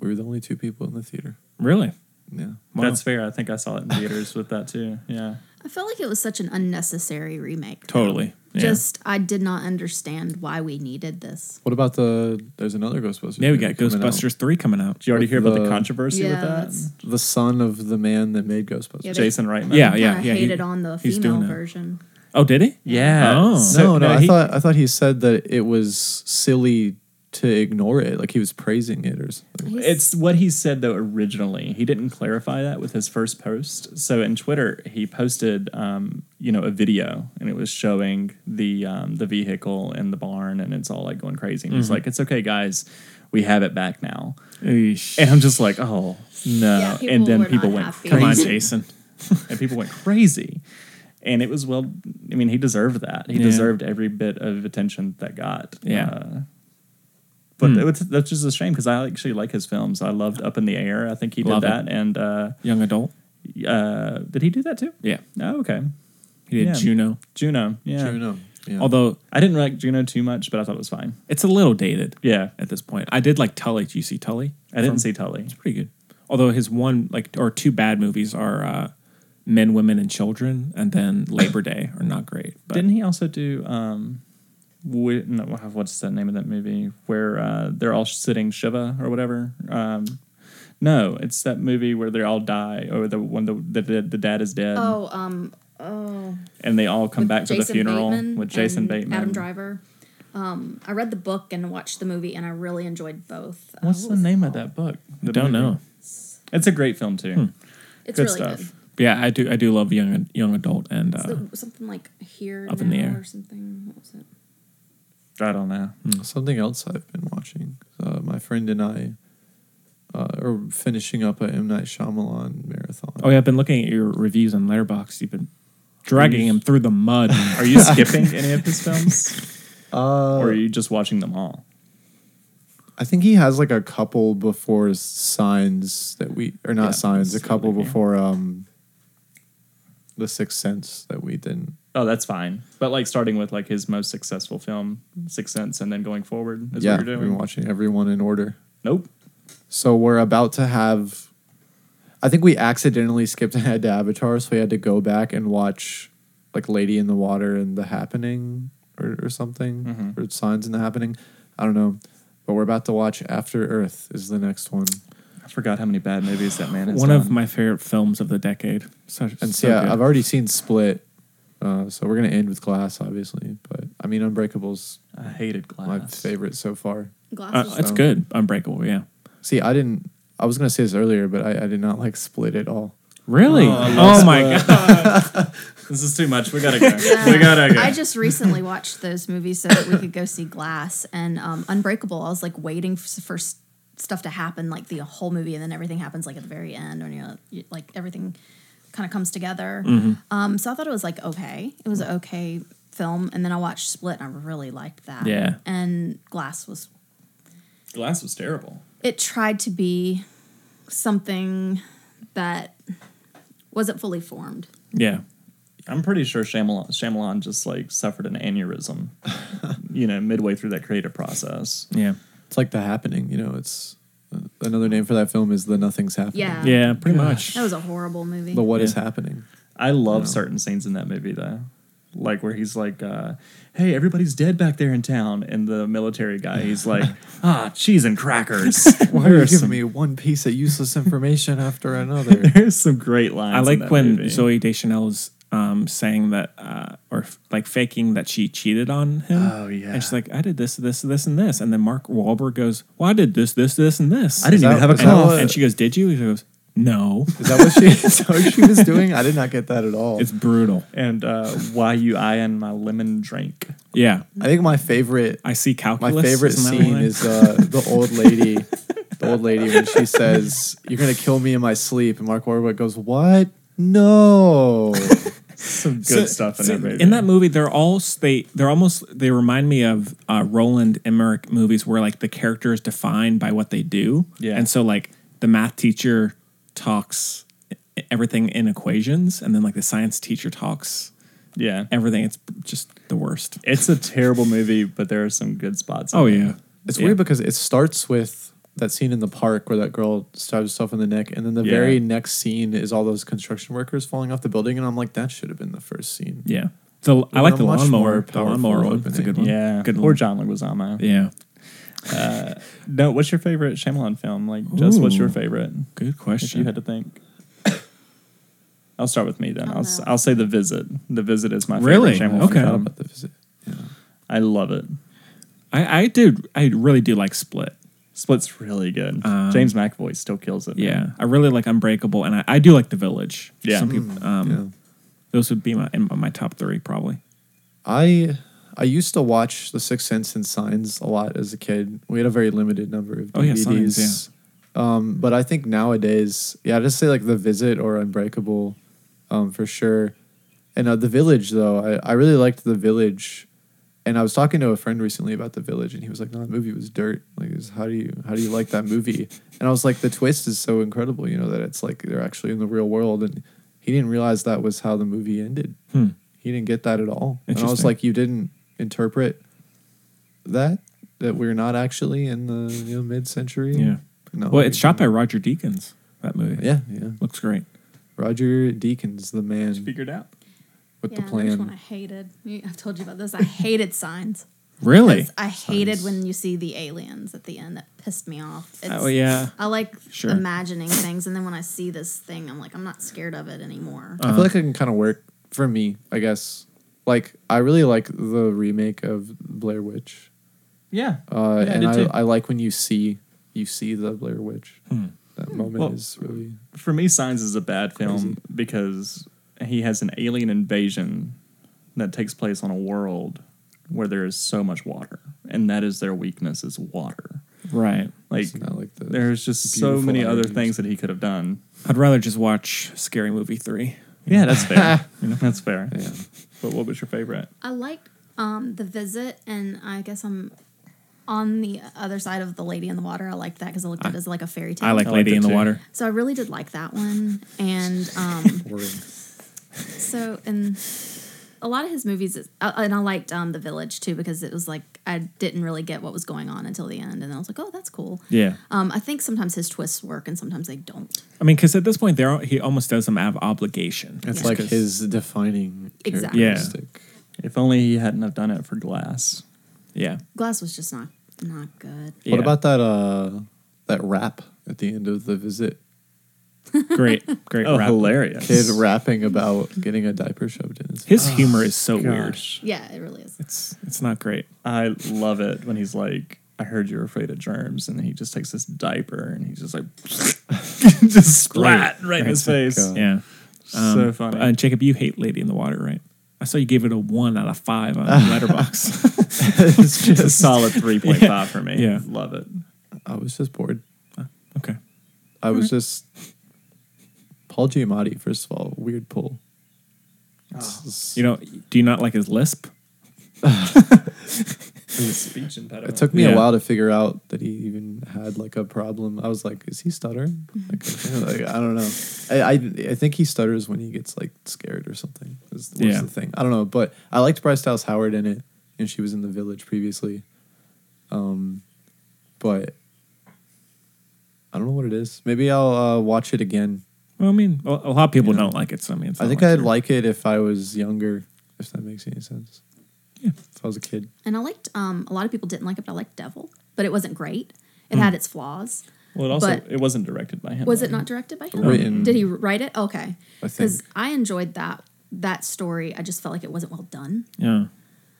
S4: we We were the only two people in the theater.
S3: Really?
S4: Yeah.
S3: That's fair. I think I saw it in theaters with that too. Yeah.
S5: I felt like it was such an unnecessary remake.
S3: Totally. Yeah.
S5: Just I did not understand why we needed this.
S4: What about the? There's another Ghostbusters.
S2: Yeah, we got
S4: movie coming out.
S2: Ghostbusters 3 coming out.
S3: Did you already
S4: With
S3: hear about the controversy
S5: Yeah, that's-
S4: with that? The son of the man that made Ghostbusters.
S5: Yeah, they
S3: Jason Reitman.
S2: Yeah,
S5: I
S2: yeah, yeah. he-
S5: hated on the
S2: he's doing
S5: female
S2: that.
S5: version.
S2: Oh, did he?
S3: Yeah.
S2: Oh.
S3: So-
S4: no, no.
S3: no,
S4: I
S3: he-
S4: thought I thought he said that it was silly to ignore it. Like he was praising it or something.
S3: It's what he said though originally. He didn't clarify that with his first post. So in Twitter, he posted, um, you know, a video, and it was showing the um, the vehicle in the barn, and it's all like going crazy. And he's
S2: Mhm.
S3: like, "It's okay, guys, we have it back now."
S2: Eesh.
S3: And I'm just like, "Oh no!"
S5: Yeah, people
S3: and then
S5: were
S3: people
S5: not
S3: went
S5: happy.
S3: crazy.
S2: Come on, Jason.
S3: and people went crazy. And it was well. I mean, he deserved that. He
S2: Yeah.
S3: deserved every bit of attention that got.
S2: Yeah.
S3: Uh, but
S2: Hmm.
S3: it was- that's just a shame because I actually like his films. I loved Up in the Air. I think he did
S2: Love it.
S3: that. And uh,
S2: Young adult.
S3: uh, did he do that too?
S2: Yeah.
S3: Oh, okay.
S2: He did
S3: Yeah.
S2: Juno.
S3: Juno. Yeah.
S4: Juno. Yeah.
S2: Although
S3: I didn't like Juno too much, but I thought it was fine.
S2: it's a little dated
S3: Yeah.
S2: at this point. I did like Tully. Did you see Tully?
S3: I didn't
S2: From-
S3: see Tully.
S2: It's pretty good. Although his one like or two bad movies are uh, Men, Women, and Children, and then Labor Day are not great. But
S3: Didn't he also do um, wi- no, what's the name of that movie where uh, they're all sitting Shiva or whatever? Um, no, it's that movie where they all die, or the one the the, the dad is dead,
S5: Oh, um, oh.
S3: and they all come
S5: with
S3: back to the
S5: Jason
S3: funeral
S5: Bateman
S3: with Jason
S5: and
S3: Bateman.
S5: Adam Driver. Um, I read the book and watched the movie, and I really enjoyed both. Uh,
S3: What's
S5: what
S3: the
S5: was it
S3: name of
S5: called?
S3: that book?
S2: I
S3: The
S2: don't
S3: movie?
S2: know.
S3: It's a great film too.
S2: Hmm.
S5: It's
S3: Good
S5: really
S3: stuff.
S5: good.
S2: Yeah, I do. I do love young young adult and
S5: It's
S2: uh,
S5: the- something like here
S2: Up
S5: now
S2: in the Air.
S5: or something. What was it?
S3: I don't know.
S2: Hmm.
S4: Something else I've been watching. Uh, my friend and I uh, are finishing up a M Night Shyamalan marathon.
S2: oh yeah, I've been looking at your reviews on Letterboxd. You've been dragging him through the mud.
S3: Are you skipping any of his films, or are you just watching them all?
S4: I think he has like a couple before signs that we or not
S3: Yeah,
S4: signs, a
S3: that's
S4: couple
S3: what I mean.
S4: before um the Sixth Sense that we didn't.
S3: Oh, that's fine. But like starting with like his most successful film, Six Sense, and then going forward is
S4: yeah,
S3: what you're
S4: we've been
S3: doing.
S4: watching everyone in order.
S3: Nope.
S4: So we're about to have. I think we accidentally skipped ahead to Avatar, so we had to go back and watch like Lady in the Water and The Happening or, or something,
S3: Mm-hmm.
S4: or Signs in the Happening. I don't know, but we're about to watch After Earth is the next one.
S3: I forgot how many bad movies that man has
S2: one of
S3: done.
S2: my favorite films of the decade. Such,
S4: And
S2: so
S4: so, yeah,
S2: good.
S4: I've already seen Split, uh, so we're gonna end with Glass, obviously. But I mean, Unbreakable's
S3: I hated Glass.
S4: my favorite so far.
S2: Uh,
S5: Glasses.
S2: it's good. Unbreakable. Yeah.
S4: See, I didn't. I was gonna say this earlier, but I, I did not like Split at all.
S2: Really? Oh, my god.
S3: This is too much. We gotta go.
S5: Yeah.
S3: We gotta go.
S5: I just recently watched those movies so that we could go see Glass and um, Unbreakable. I was like waiting for, for s- stuff to happen, like the whole movie, and then everything happens like at the very end, when you're you- like everything kind of comes together.
S2: Mm-hmm.
S5: Um, so I thought it was like okay, it was an okay film, and then I watched Split, and I really liked that.
S2: Yeah.
S5: and Glass was
S3: Glass was terrible.
S5: it tried to be something that wasn't fully formed.
S2: Yeah.
S3: I'm pretty sure Shyamalan, Shyamalan just like suffered an aneurysm, you know, midway through that creative process.
S2: Yeah.
S4: It's like The Happening, you know. It's uh, another name for that film is The Nothing's Happening.
S5: Yeah.
S2: Yeah. Pretty much.
S5: That was a horrible movie.
S4: The What is
S2: Yeah.
S4: Happening?
S3: I love certain scenes in that movie though. Like where he's like, uh, "Hey, everybody's dead back there in town," and the military guy, he's like, "Ah, cheese and crackers."
S4: Why are you giving me one piece of useless information after another?
S3: There's some great lines.
S2: I
S3: in
S2: like
S3: that
S2: when
S3: movie.
S2: Zoe Deschanel is um, saying that, uh, or f- like faking that she cheated on him.
S3: Oh, yeah.
S2: And she's like, I did this, this, this, and this. And then Mark Wahlberg goes, Well, I did this, this, this, and this.
S3: I didn't
S4: that-
S3: even have a
S4: is that
S3: cough.
S4: what-
S2: And she goes, Did you? He goes, No.
S4: Is that what she, is that what she was doing? I did not get that at all.
S2: It's brutal.
S3: and uh, why you eyeing my lemon drink?
S2: Yeah.
S4: I think my favorite
S2: I see
S4: My
S2: calculus.
S4: favorite
S2: isn't that
S4: scene
S2: one?
S4: is uh, the old lady, the old lady when she says, "You're gonna kill me in my sleep," and Mark Wahlberg goes, "What? No."
S3: Some good
S2: So-
S3: stuff in
S2: so
S3: that movie.
S2: In that movie, they're all s- they they're almost they remind me of uh, Roland Emmerich movies where like the character is defined by what they do.
S3: Yeah.
S2: And so like the math teacher talks e- everything in equations, and then like the science teacher talks
S3: yeah,
S2: everything. It's just the worst.
S3: it's a terrible movie, but there are some good spots. in
S2: Oh
S3: it.
S2: yeah.
S4: It's weird because it starts with that scene in the park where that girl stabs herself in the neck, and then the
S3: Yeah.
S4: very next scene is all those construction workers falling off the building, and I'm like, that should have been the first scene.
S2: Yeah. The, I like the
S4: Much more
S2: lawnmower. The
S4: powerful
S2: lawnmower one. That's a
S4: opening.
S2: good one.
S3: Yeah.
S2: Good
S3: Or
S2: one.
S3: John Leguizamo.
S2: Yeah.
S3: Uh, no, what's your favorite Shyamalan film? Like, just what's your
S2: Ooh,
S3: favorite?
S2: Good
S3: If you
S2: question.
S3: had to think. I'll start with me then. I'll, s-
S5: know.
S3: I'll say The Visit. The Visit is my
S2: Really?
S3: favorite Shyamalan
S2: Okay.
S3: film.
S4: But the visit.
S3: I love it.
S2: I, I do. I really do like Split. Um,
S3: Split's really good. James McAvoy still kills it. man.
S2: Yeah. I really like Unbreakable, and I, I do like The Village.
S3: Yeah.
S2: Some people. Um, Those would be my in my top three probably.
S4: I I used to watch The Sixth Sense and Signs a lot as a kid. We had a very limited number of DVDs.
S2: Oh, yeah, Signs,
S4: um, but I think nowadays, yeah, I just say like The Visit or Unbreakable, um, for sure. And uh, The Village though, I, I really liked The Village. And I was talking to a friend recently about The Village, and he was like, "No, that movie was dirt. Like, it was- how do you how do you like that movie?" And I was like, "The twist is so incredible, you know, that it's like they're actually in the real world." And he didn't realize that was how the movie ended.
S2: Hmm.
S4: He didn't get that at all. And I was
S2: Interesting.
S4: like, you didn't interpret that that we're not actually in the you know, mid-century.
S2: Yeah.
S3: Oh,
S4: No.
S2: well, it's shot by Roger Deakins. That movie.
S4: Yeah, yeah.
S2: Looks great.
S4: Roger Deakins, the man
S3: Figured out.
S4: with
S5: yeah,
S4: the
S5: There's one I
S4: plan.
S5: hated. You- I've told you about this. I hated signs.
S2: Really?
S5: I hated when you see the aliens at the end. That pissed me off. It's,
S2: Oh yeah.
S5: I like
S2: Sure.
S5: imagining things, and then when I see this thing, I'm like, I'm not scared of it anymore.
S2: Uh.
S4: I feel
S3: Uh-huh.
S4: like it can kind of work for me, I guess. Like I really like the remake of Blair Witch.
S3: Yeah.
S4: Uh,
S3: Yeah, I
S4: and
S3: did
S4: I,
S3: too.
S4: I like when you see you see the Blair Witch. That moment
S3: Hmm. Well,
S4: is really
S3: for me, Signs is a bad film because he has an alien invasion that takes place on a world where there is so much water, and that is their weakness is water.
S2: Right.
S3: Like
S4: it's not like the
S3: there's just so
S4: beautiful
S3: many other
S4: ideas.
S3: things that he could have done.
S2: I'd rather just watch Scary Movie three.
S3: Yeah, that's fair. You know, that's fair.
S4: Yeah.
S3: But what was your favorite?
S5: I liked um, the visit, and I guess I'm on the other side of the lady in the water. I liked that because I looked at it as like a fairy tale.
S2: I like
S3: I liked
S2: Lady
S3: it
S2: in the
S3: too.
S2: Water.
S5: So I really did like that one, and um, so and a lot of his movies, is, uh, and I liked um, the Village too because it was like I didn't really get what was going on until the end, and then I was like, oh, that's cool.
S2: Yeah.
S5: Um, I think sometimes his twists work and sometimes they don't.
S2: I mean, because at this point, there he almost does them out of obligation.
S4: It's
S5: Yeah.
S4: like his defining
S5: Exactly.
S2: Yeah.
S4: characteristic.
S3: If only he hadn't have done it for Glass.
S2: Yeah.
S5: Glass was just not not good.
S2: Yeah.
S4: What about that uh that rap at the end of the visit?
S2: Great, great.
S3: Oh,
S2: rap.
S3: hilarious!
S4: Kid rapping about getting a diaper shoved in his
S2: His humor is so weird.
S3: Oh, Gosh.
S5: Yeah, it really is.
S2: It's it's not great.
S3: I love it when he's like, "I heard you're afraid of germs," and then he just takes this diaper and he's just like, just splat right in his face.
S4: God.
S2: Yeah.
S3: so funny.
S2: Uh, Jacob, you hate Lady in the Water, right? I saw you gave it a one out of five on Letterbox.
S3: it's just a solid three point five for me.
S2: Yeah.
S3: love it.
S4: I was just bored.
S2: okay.
S4: I was
S3: Mm-hmm.
S4: just Paul Giamatti, first of all, weird pull.
S3: Oh.
S2: You know, do you not like his lisp?
S3: Speech impediment.
S4: It took me
S2: Yeah.
S4: a while to figure out that he even had like a problem. I was like, is he stuttering? Like, I, like, I don't know. I, I I think he stutters when he gets like scared or something. Is was
S2: Yeah.
S4: the thing. I don't know, but I liked Bryce Dallas Howard in it, and she was in The Village previously. Um, but I don't know what it is. Maybe I'll uh, watch it again.
S2: Well, I mean, a a lot of people don't like it. So I mean, it's
S4: I
S2: not
S4: think
S2: like
S4: I'd
S2: you're-
S4: like it if I was younger, if that makes any sense.
S2: Yeah.
S4: If I was a kid.
S5: And I liked um, a lot of people didn't like it, but I liked Devil, but it wasn't great.
S4: Hmm.
S5: It had its flaws.
S3: Well, it also
S5: but-
S3: it wasn't directed by him.
S5: Was
S3: though.
S5: it not directed by him?
S4: Written.
S5: Did he write it? Okay.
S4: I
S5: Because
S4: think.
S5: I enjoyed that that story. I just felt like it wasn't well done.
S2: Yeah.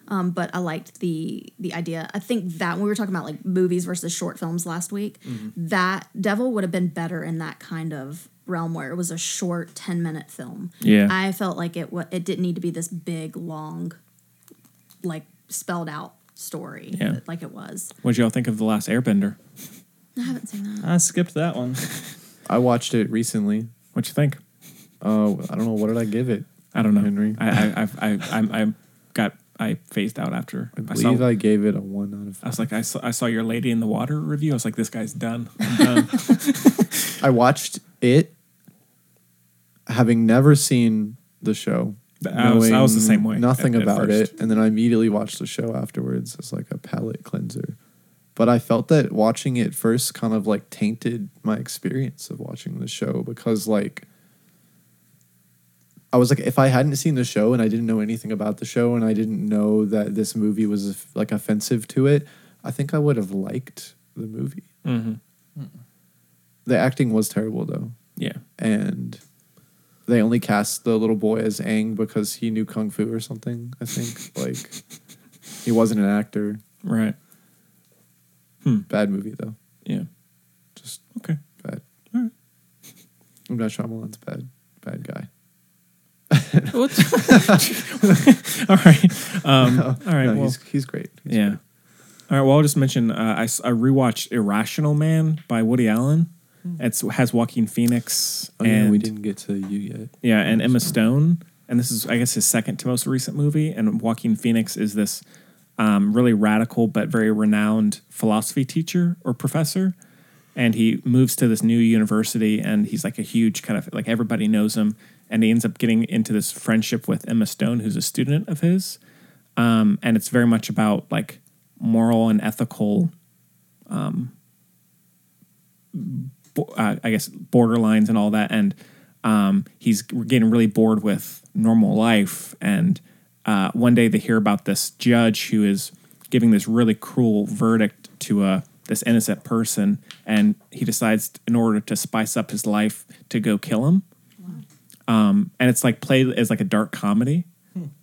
S5: Um, but I liked the the idea. I think that when we were talking about like movies versus short films last week,
S2: Mm-hmm.
S5: that Devil would have been better in that kind of realm where it was a short ten minute film.
S2: Yeah.
S5: I felt like it wa it didn't need to be this big long, like spelled out story
S2: Yeah.
S5: like it was.
S2: What'd y'all think of the Last Airbender?
S5: I haven't seen that.
S3: I skipped that one.
S4: I watched it recently.
S2: What'd you think?
S4: Uh, I don't know. What did I give it?
S2: I don't know.
S4: Henry.
S2: I I I've, I I I got I phased out after.
S4: I
S2: I
S4: believe
S2: saw.
S4: I gave it a one out of
S2: I
S4: five.
S2: was like, I saw, I saw your Lady in the Water review. I was like, this guy's done. I'm done.
S4: I watched it having never seen the show.
S2: I was- I was the
S4: knowing
S2: same way
S4: Nothing
S2: at- at
S4: about
S2: first.
S4: it. And then I immediately watched the show afterwards as like a palate cleanser. But I felt that watching it first kind of like tainted my experience of watching the show because like I was like, if I hadn't seen the show and I didn't know anything about the show and I didn't know that this movie was like offensive to it, I think I would have liked the movie.
S2: Mm-hmm.
S4: The acting was terrible though,
S2: Yeah.
S4: and they only cast the little boy as Aang because he knew kung fu or something. I think like he wasn't an actor.
S2: Right.
S4: Bad movie though.
S2: Yeah.
S4: Just
S2: Okay.
S4: bad.
S2: All right.
S4: I'm not Shyamalan's bad bad guy.
S2: all right. Um, all right.
S4: No,
S2: well,
S4: he's he's great. He's
S2: yeah.
S4: great.
S2: All right. Well, I'll just mention uh, I, s- I rewatched Irrational Man by Woody Allen. It's has Joaquin Phoenix
S4: Hmm. Oh,
S2: and
S4: yeah, we didn't get to you yet.
S2: Yeah, and Emma Stone, and this is I guess his second to most recent movie. And Joaquin Phoenix is this um, really radical but very renowned philosophy teacher or professor, and he moves to this new university, and he's like a huge kind of like everybody knows him, and he ends up getting into this friendship with Emma Stone, who's a student of his, um, and it's very much about like moral and ethical bo- uh, I guess borderlines and all that, and um, he's getting really bored with normal life. And uh, one day they hear about this judge who is giving this really cruel verdict to a this innocent person, and he decides in order to spice up his life to go kill him. Um, and it's like played as like a dark comedy.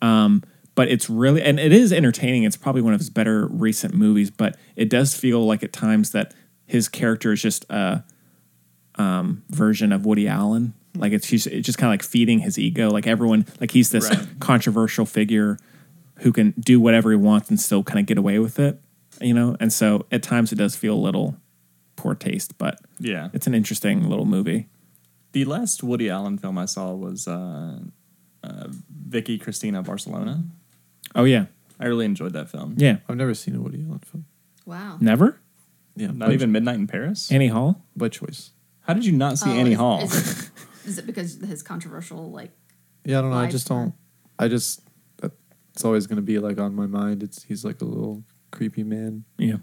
S2: Um, but it's really and it is entertaining. It's probably one of his better recent movies, but it does feel like at times that his character is just a um, version of Woody Allen. Like it's he's it's just kind of like feeding his ego. Like everyone, like he's this
S3: Right.
S2: controversial figure who can do whatever he wants and still kind of get away with it, you know. And so at times it does feel a little poor taste, but
S3: Yeah.
S2: it's an interesting little movie.
S3: The last Woody Allen film I saw was uh, uh, Vicky Cristina Barcelona.
S2: Oh yeah,
S3: I really enjoyed that film.
S2: yeah.
S4: I've never seen a Woody Allen film.
S5: Wow.
S2: Never
S4: Yeah,
S3: Not even Midnight in Paris.
S2: Annie Hall.
S4: by choice.
S3: How did you not see
S5: Oh,
S3: Annie
S5: is-
S3: Hall?
S5: Is it, is it because his controversial like?
S4: Yeah, I don't know. I
S5: Live
S4: just
S5: star.
S4: don't. I just. that- It's always gonna be like on my mind. It's he's like a little creepy man.
S2: Yeah.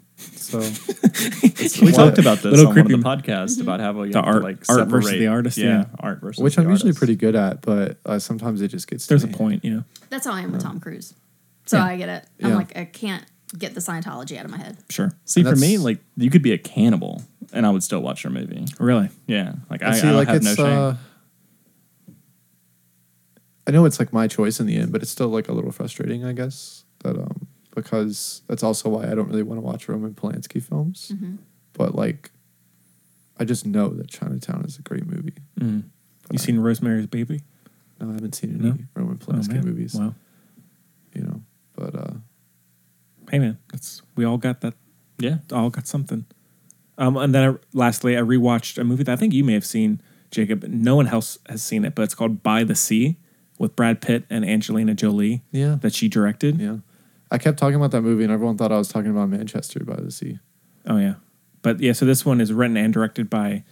S4: So
S3: we
S4: What?
S3: talked about this
S2: Little
S3: on one of the
S2: creepy-
S3: podcasts about how you
S2: The
S3: have to,
S2: art-
S3: like
S2: art versus
S3: separate-
S2: the artist, yeah.
S3: art versus
S4: which
S3: the
S4: I'm usually
S3: artist.
S4: pretty good at, but uh, sometimes it just gets. to
S2: There's a
S4: me.
S2: point, you know.
S5: That's how I am with Tom Cruise. So
S2: Uh, Yeah.
S5: I get it. I'm
S4: Yeah.
S5: like I can't get the Scientology out of my head.
S2: Sure.
S3: See, for me,
S4: That's-
S3: like you could be a cannibal, and I would still watch your movie.
S2: Really?
S3: Yeah, like
S4: I
S3: I,
S4: see,
S3: I don't
S4: like
S3: have
S4: it's.
S3: no shame.
S4: uh, I know it's like my choice in the end, but it's still like a little frustrating, I guess. That um, because that's also why I don't really want to watch Roman Polanski films. But like, I just know that Chinatown is a great movie.
S2: Mm. You seen Rosemary's Baby?
S4: No, I haven't seen any
S2: No?
S4: Roman
S2: Oh,
S4: Polanski
S2: man.
S4: movies.
S2: Wow.
S4: You know, but uh,
S2: Hey man, that's we all got that.
S3: yeah,
S2: All got something. Um, and then I, lastly, I rewatched a movie that I think you may have seen, Jacob. No one else has seen it, but it's called By the Sea with Brad Pitt and Angelina Jolie.
S4: Yeah.
S2: That she directed.
S4: yeah, I kept talking about that movie, and everyone thought I was talking about Manchester by the Sea.
S2: Oh yeah. But yeah, so this one is written and directed by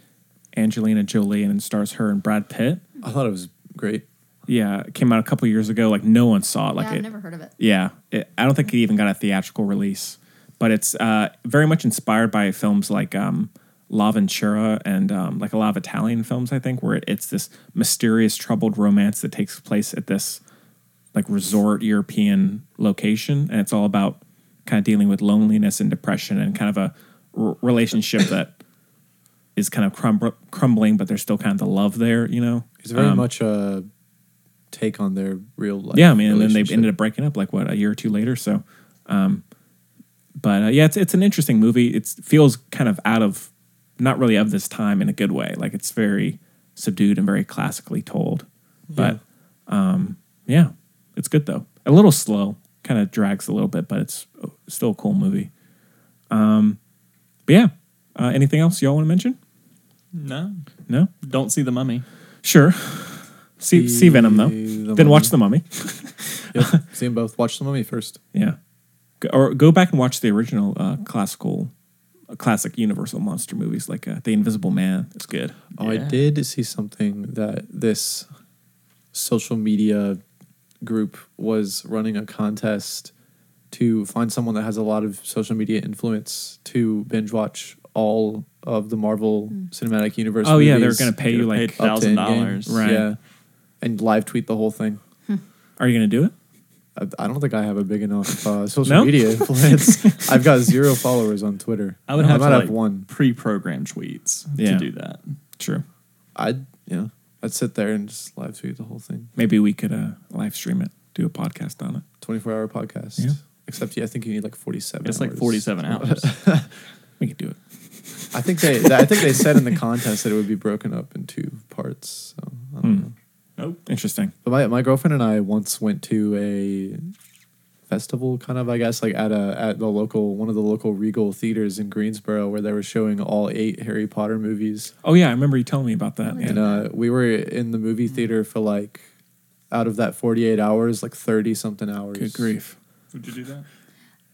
S2: Angelina Jolie and it stars her and Brad Pitt.
S4: I thought it was great.
S2: Yeah, it came out a couple years ago. Like no one saw it. Like
S5: yeah,
S2: it,
S5: I've never heard of it.
S2: Yeah, it, I don't think it even got a theatrical release, but it's uh, very much inspired by films like um, La Ventura and um, like a lot of Italian films, I think, where it's this mysterious, troubled romance that takes place at this like resort European location, and it's all about kind of dealing with loneliness and depression and kind of a r- relationship that is kind of crumbl- crumbling, but there's still kind of the love there, you know.
S4: It's very
S2: Um,
S4: much a take on their real life.
S2: yeah, I mean, and then they
S4: relationship.
S2: ended up breaking up like what a year or two later. So, um, but uh, yeah, it's it's an interesting movie. It feels kind of out of, not really of this time in a good way. Like it's very subdued and very classically told. But um, yeah, it's good though. A little slow, kind of drags a little bit, but it's uh, still a cool movie. Um, but yeah, uh, anything else y'all want to mention?
S3: no,
S2: No,
S3: don't see the mummy.
S2: sure. See, see Venom though.
S4: See The
S2: then watch
S4: Mummy.
S2: The Mummy.
S4: Yep. See them both. Watch the mummy first.
S2: Yeah, Go, or go back and watch the original uh, classical, uh, classic Universal monster movies like uh, The Invisible Man. It's good.
S4: Oh, I
S3: Yeah.
S4: did see something that this social media group was running a contest to find someone that has a lot of social media influence to binge watch all of the Marvel Cinematic Universe.
S2: Oh, yeah, they're
S4: movies.
S2: gonna pay you, Could've like, paid
S4: up to
S2: $1,000.
S4: Endgame.
S2: Right.
S4: Yeah, and live tweet the whole thing.
S2: Are you gonna do it?
S4: I, I don't think I have a big enough uh, social
S2: No?
S4: media influence. I've got zero followers on Twitter.
S3: I would
S4: I
S3: have
S4: might
S3: to
S4: have
S3: like,
S4: one.
S3: pre-program tweets
S2: Yeah.
S3: to do that.
S2: True.
S4: I'd yeah. I'd sit there and just live tweet the whole thing.
S2: Maybe we could uh, live stream it, do a podcast on it.
S4: Twenty four hour podcast.
S2: Yeah.
S4: Except yeah, I think you need like forty seven.
S3: It's like 47 hours.
S2: We could do it.
S4: I think they I think they said in the contest that it would be broken up in two parts. So I don't
S2: Hmm.
S4: know.
S3: nope.
S2: Interesting.
S4: But my, my girlfriend and I once went to a festival kind of I guess like at a at the local one of the local Regal theaters in Greensboro where they were showing all eight Harry Potter movies.
S2: Oh yeah, I remember you telling me about that.
S5: Oh,
S2: yeah.
S4: And uh, we were in the
S5: Mm-hmm.
S4: movie theater for like out of that 48 hours like 30 something hours.
S2: Good grief.
S3: Would you do that?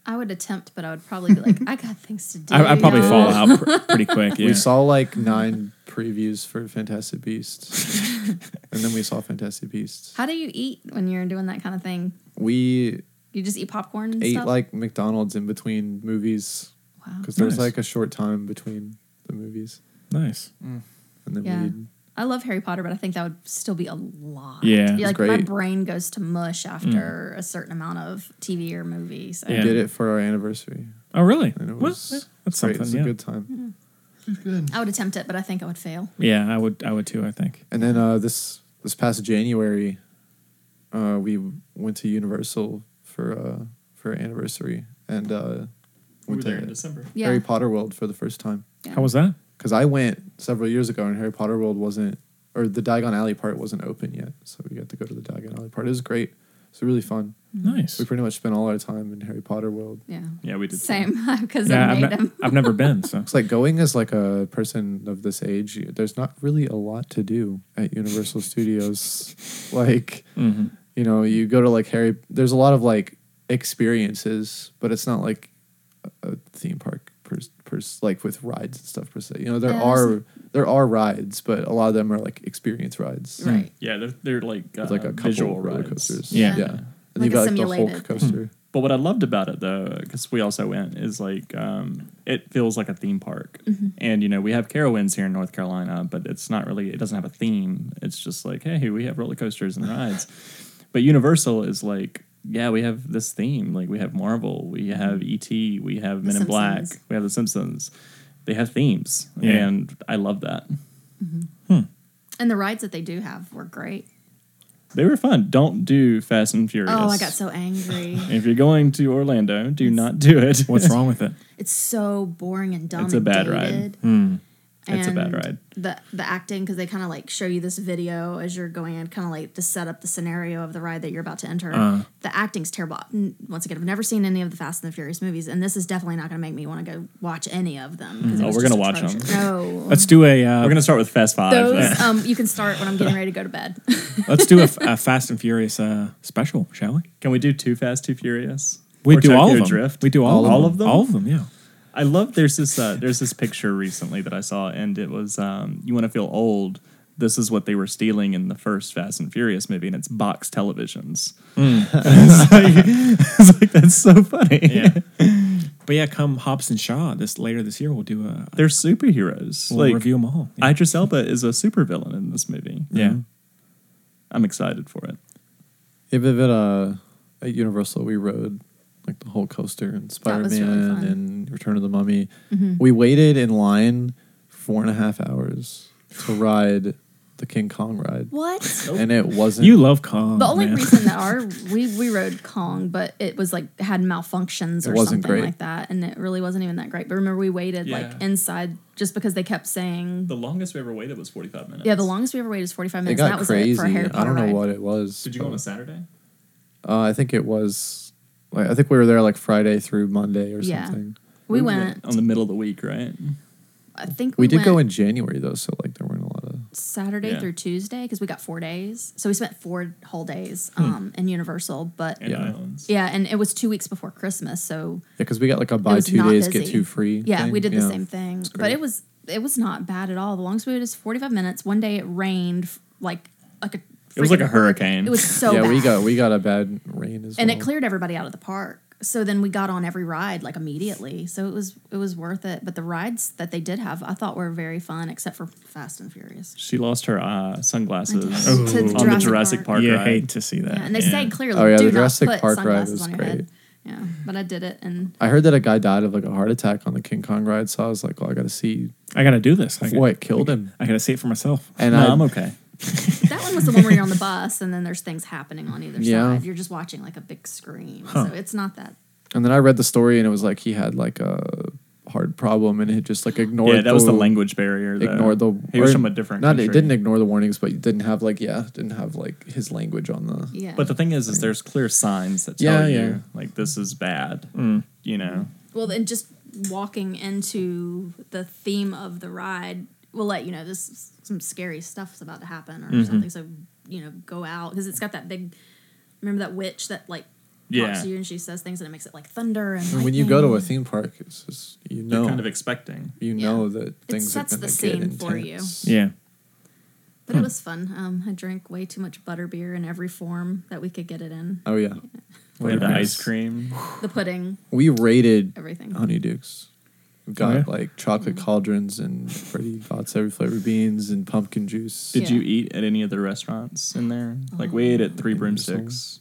S5: I would attempt, but I would probably be like, I got things to do.
S2: I, I'd probably
S5: y'all."
S2: fall out pr- pretty quick. Yeah.
S4: We saw like nine previews for Fantastic Beasts. and then we saw Fantastic Beasts.
S5: How do you eat when you're doing that kind of thing?
S4: We
S5: You just eat popcorn and
S4: ate
S5: stuff. Oh.
S4: like McDonald's in between movies
S5: wow.
S4: because there's
S2: Nice.
S4: like a short time between the movies.
S2: nice.
S4: And then
S5: Yeah.
S4: we'd
S5: I love Harry Potter, but I think that would still be a lot.
S2: Yeah, it's Mm.
S5: like my
S4: great.
S5: brain goes to mush after a certain amount of TV or movie. So
S2: Yeah.
S4: did it for our anniversary.
S2: Oh really?
S4: And it
S2: Well,
S4: was
S2: yeah, that's something.
S4: great. It was
S2: yeah.
S4: a good time.
S5: I would attempt it, but I think I would fail.
S2: yeah, I would. I would too. I think.
S4: And then uh, this this past January, uh, we went to Universal for uh, for our anniversary and uh,
S3: We were
S4: went
S3: there in
S4: to
S3: December.
S5: Yeah.
S4: Harry Potter World for the first time.
S2: How was that?
S4: Because I went several years ago, and Harry Potter World wasn't, or the Diagon Alley part wasn't open yet, so we got to go to the Diagon Alley part. It was great. It was really fun.
S2: Nice.
S4: We pretty much spent all our time in Harry Potter World.
S5: Yeah.
S3: Yeah, we did.
S5: Same, because
S2: Yeah,
S5: I
S2: I've,
S5: made
S2: ne-
S5: them.
S2: I've never been. So
S4: It's like going as like a person of this age. There's not really a lot to do at Universal Studios. Like,
S3: Mm-hmm.
S2: Mhm.
S4: you know, you go to like Harry. There's a lot of like experiences, but it's not like a a theme park per, per like with rides and stuff per se. You know, there
S5: Yeah,
S4: are there are rides, but a lot of them are like experience rides,
S2: Hmm.
S5: Right.
S3: Yeah, they're, they're like, uh,
S4: With like a couple
S3: visual
S4: roller
S3: rides.
S4: coasters.
S2: Yeah.
S4: yeah. And
S5: Like
S4: you've
S5: a
S4: got like the
S5: simulated
S4: Hulk coaster.
S3: But what I loved about it though, because we also went, is like um, it feels like a theme park.
S5: Mm-hmm.
S3: And you know, we have Carowinds here in North Carolina, but it's not really. It doesn't have a theme. It's just like, hey, we have roller coasters and rides. but Universal is like, yeah, we have this theme. Like we have Marvel, we have ET, we have Men in Black,
S5: Simpsons.
S3: we have The Simpsons. They have themes,
S2: Yeah.
S3: and I love that.
S5: And the rides that they do have were great.
S3: They were fun. Don't do Fast and Furious.
S5: Oh, I got so angry.
S3: If you're going to Orlando, do not do it.
S2: what's wrong with it?
S5: it's so boring and dumb.
S3: It's a
S5: and
S3: bad ride. Hmm.
S5: dated.
S3: It's a bad ride.
S5: The the acting because they kind of like show you this video as you're going in, kind of like to set up the scenario of the ride that you're about to enter.
S3: Uh-huh.
S5: The acting's terrible. N- Once again, I've never seen any of the Fast and the Furious movies, and this is definitely not going to make me want to go watch any of them. 'cause it
S3: Oh,
S5: was
S3: we're gonna
S5: just
S3: watch 'em.
S5: atrocious. No,
S2: Let's do a. Uh,
S3: We're gonna start with Fast Five. then.
S5: those um, you can start when I'm getting ready to go to bed.
S2: let's do a, f- a Fast and Furious uh, special, shall we?
S3: Can we do Too Fast, Too Furious?
S2: We
S3: Or
S2: do all of
S3: Tokyo
S2: them. We do all,
S3: all
S2: of them. All of them. Yeah.
S3: I love. There's this. Uh, there's this picture recently that I saw, and it was. Um, you want to feel old? This is what they were stealing in the first Fast and Furious movie, and it's box televisions. it's, like, it's like, that's so funny.
S2: Yeah. but yeah, come Hobbs and Shaw this later this year. We'll do a.
S3: They're superheroes.
S2: We'll
S3: like
S2: review them all. Yeah.
S3: Idris Elba is a supervillain in this movie.
S2: yeah.
S3: I'm excited for it.
S4: Yeah, but at, uh, at Universal, we rode like the whole coaster and Spider
S5: was really
S4: Man
S5: fun. Mm-hmm.
S4: and Return of the Mummy. We waited in line four and a half hours to ride the King Kong ride,
S5: What?
S4: and it wasn't.
S2: You love Kong.
S4: Oh,
S5: The only
S2: man.
S5: reason that our we we rode Kong, but it was like had malfunctions
S4: It
S5: or
S4: wasn't
S5: something
S4: great.
S5: like that, and it really wasn't even that great. But remember, we waited
S3: Yeah.
S5: like inside just because they kept saying,
S3: The longest we ever waited was 45 minutes.
S5: "Yeah, the longest we ever waited is forty five
S4: it
S5: minutes." and that
S4: got
S5: was it
S4: crazy.
S5: for a Harry
S4: I
S5: Potter
S4: don't know
S5: ride.
S4: what it was.
S3: Did you go
S4: but,
S3: on a Saturday?
S4: Uh, I think it was. Like, I think we were there like Friday through Monday or
S5: Yeah.
S4: something.
S5: we went.
S3: on the middle of the week, right?
S5: I think we,
S4: We did go
S5: went
S4: in January though, so like there weren't a lot of.
S5: Saturday
S3: Yeah.
S5: through Tuesday because we got four days, so we spent four whole days
S4: Hmm.
S5: um, in Universal. But
S3: And
S4: Yeah.
S3: islands.
S5: yeah, and it was two weeks before Christmas, so
S4: Yeah, because we got like a
S5: it
S4: buy
S5: was
S4: two
S5: not
S4: days get
S5: busy.
S4: two free.
S5: Yeah, we
S4: thing.
S5: did
S4: Yeah.
S5: the same thing, but it was it was not bad at all. The longest we did is forty five minutes. One day it rained f- like like a
S3: It was like a
S5: freaking-
S3: hurricane.
S5: It was so
S4: yeah,
S5: bad.
S4: we got we got a bad rain as well.
S5: and it cleared everybody out of the park. so then we got on every ride like immediately. So it was it was worth it. But the rides that they did have, I thought were very fun, except for Fast and Furious.
S3: She lost her uh, sunglasses
S5: I did. To the
S3: on the
S5: Jurassic
S3: Jurassic
S5: Park.
S3: Park
S2: Yeah,
S3: ride.
S2: hate to see that.
S5: Yeah, and they say clearly,
S4: Oh, yeah,
S5: do
S4: the
S5: not
S4: Jurassic
S5: put
S4: Park ride
S5: sunglasses
S4: was
S5: on your
S4: great.
S5: head. Yeah, but I did it, and
S4: I heard that a guy died of like a heart attack on the King Kong ride, so I was like, "Well, I gotta see
S2: I gotta do this. I
S4: what killed him."
S2: I gotta see it for myself.
S4: And
S3: no,
S4: I,
S3: I'm okay.
S5: that one was the one where you're on the bus, and then there's things happening on either
S4: Yeah.
S5: side. You're just watching like a big screen, so it's not that.
S4: and then I read the story, and it was like he had like a heart problem, and it just like ignored.
S3: yeah, that was the language barrier. Though.
S4: Ignored the.
S3: He was
S4: or
S3: from a different.
S4: Not
S3: country.
S4: it didn't ignore the warnings, but it didn't have like yeah, didn't have like his language on the.
S5: Yeah,
S3: But the thing is, is there's clear signs that tell
S4: Yeah, Mm.
S3: you
S4: yeah.
S3: like this is bad. You know,
S5: Well, and just walking into the theme of the ride will let you know this some scary stuff's about to happen or something. So you know, go out because it's got that big. Remember that witch that like
S3: Yeah.
S5: talks to you and she says things and it makes it like thunder and.
S4: And when you go to a
S5: lightning.
S4: theme park, it's just you
S3: you're
S4: know
S3: kind of expecting.
S4: you
S5: Yeah.
S4: know that things
S5: sets
S4: are gonna
S5: the
S4: get
S5: scene for you.
S4: intense.
S2: Yeah.
S5: but it was fun. Um, I drank way too much butter beer in every form that we could get it in.
S4: Oh yeah,
S3: We had the
S2: Yes.
S3: ice cream.
S5: The pudding,
S4: we rated
S5: everything.
S4: honeydukes. We got
S2: yeah?
S4: like chocolate cauldrons and pretty dots every flavor beans and pumpkin juice.
S3: Did
S5: Yeah.
S3: you eat at any of the restaurants in there? Like we
S4: Oh,
S3: ate at Three Broomsticks.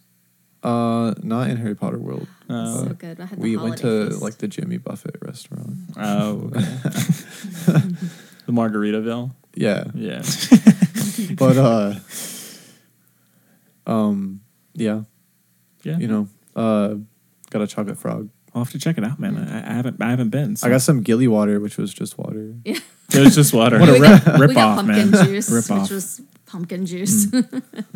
S4: Uh, not in Harry Potter World.
S5: so
S3: Uh,
S5: good. I had the
S4: we went
S5: holiday
S4: to
S5: feast.
S4: like the Jimmy Buffett restaurant.
S3: oh, okay. the Margaritaville.
S4: Yeah,
S3: Yeah,
S4: but uh, um, yeah,
S3: yeah.
S4: you know, uh, got a chocolate frog.
S2: I'll have to check it out, man. I, I haven't I haven't been. so-
S4: I got some gilly water, which was just water.
S5: yeah.
S2: it was just water.
S5: we got,
S2: rip
S5: we got
S2: off,
S5: pumpkin
S2: man.
S5: juice,
S2: Rip off. Mm.
S5: which was pumpkin juice. but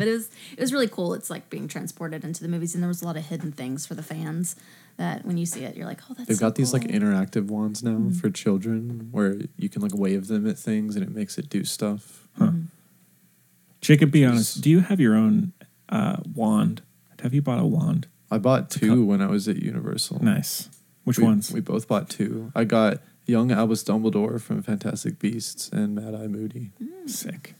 S5: it was it was really cool. It's like being transported into the movies, and there was a lot of hidden things for the fans that when you see it, you're like, oh, that's.
S4: They've
S5: so
S4: got these like
S5: cool. Mm-hmm.
S4: interactive wands now for children, where you can like wave them at things and it makes it do stuff.
S2: Mm-hmm. Jacob, be honest. Do you have your own uh, wand? Have you bought a wand?
S4: I bought
S2: cup.
S4: two when I was at Universal.
S2: Nice. Which
S4: we,
S2: ones?
S4: We both bought two. I got young Albus Dumbledore from Fantastic Beasts and Mad Eye Moody.
S2: Sick.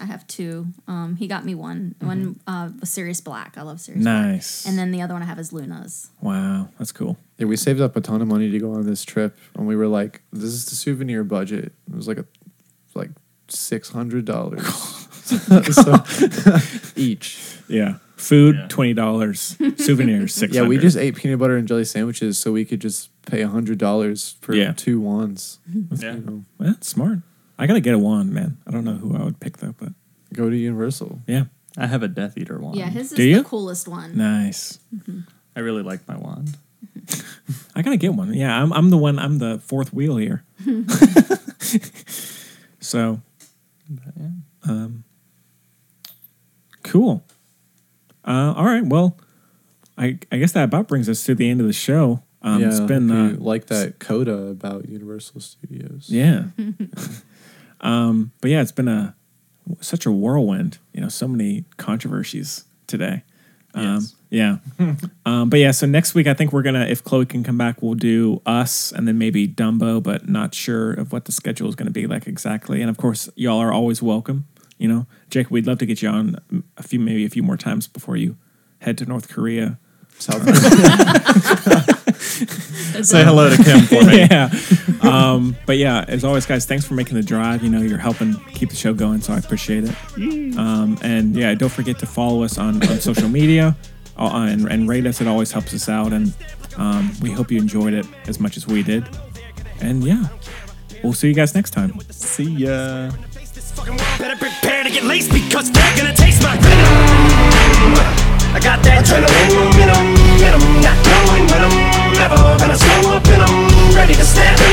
S5: I have two. Um, he got me one. One uh, was Sirius Black. I love Sirius. Black.
S2: Mm-hmm. Nice.
S5: And then the other one I have is Luna's.
S2: wow, that's cool.
S4: Yeah, we saved up a ton of money to go on this trip, and we were like, "This is the souvenir budget." It was like a like six hundred dollars each.
S2: Yeah. Food
S3: Yeah.
S2: twenty dollars. Souvenirs six.
S4: Yeah, we just ate peanut butter and jelly sandwiches, so we could just pay hundred dollars for
S2: Yeah.
S4: two wands.
S3: Yeah.
S4: You know,
S2: Well, that's smart. I gotta get a wand, man. I don't know who I would pick though, but
S4: go to Universal.
S2: yeah,
S3: I have a Death Eater wand.
S5: Yeah, his is
S2: Do you?
S5: the coolest one.
S2: nice.
S3: I really like my wand.
S2: I gotta get one. Yeah, I'm, I'm the one. I'm the fourth wheel here. so, um, cool. Uh, all right. Well, I I guess that about brings us to the end of the show. Um, it's been
S4: if
S2: uh,
S4: you like that coda about Universal Studios.
S2: Yeah. um, but yeah, it's been a such a whirlwind. You know, so many controversies today. Um,
S3: Yes.
S2: Yeah. um, but yeah, so next week I think we're gonna, if Chloe can come back, we'll do us and then maybe Dumbo, but not sure of what the schedule is gonna be like exactly. And of course, y'all are always welcome. You know, Jake, we'd love to get you on a few, maybe a few more times before you head to North Korea.
S4: South
S3: Say hello to Kim for me.
S2: yeah. Um, but yeah, as always, guys, thanks for making the drive. You know, you're helping keep the show going, so I appreciate it. Um, and yeah, don't forget to follow us on, on social media uh, and, and rate us. It always helps us out. And um, we hope you enjoyed it as much as we did. And yeah, we'll see you guys next time.
S3: See ya.
S11: Better prepare to get laced because they're gonna taste my venom. I got that adrenaline in 'em, in 'em, not going with 'em. Never gonna slow up in 'em, ready to snap.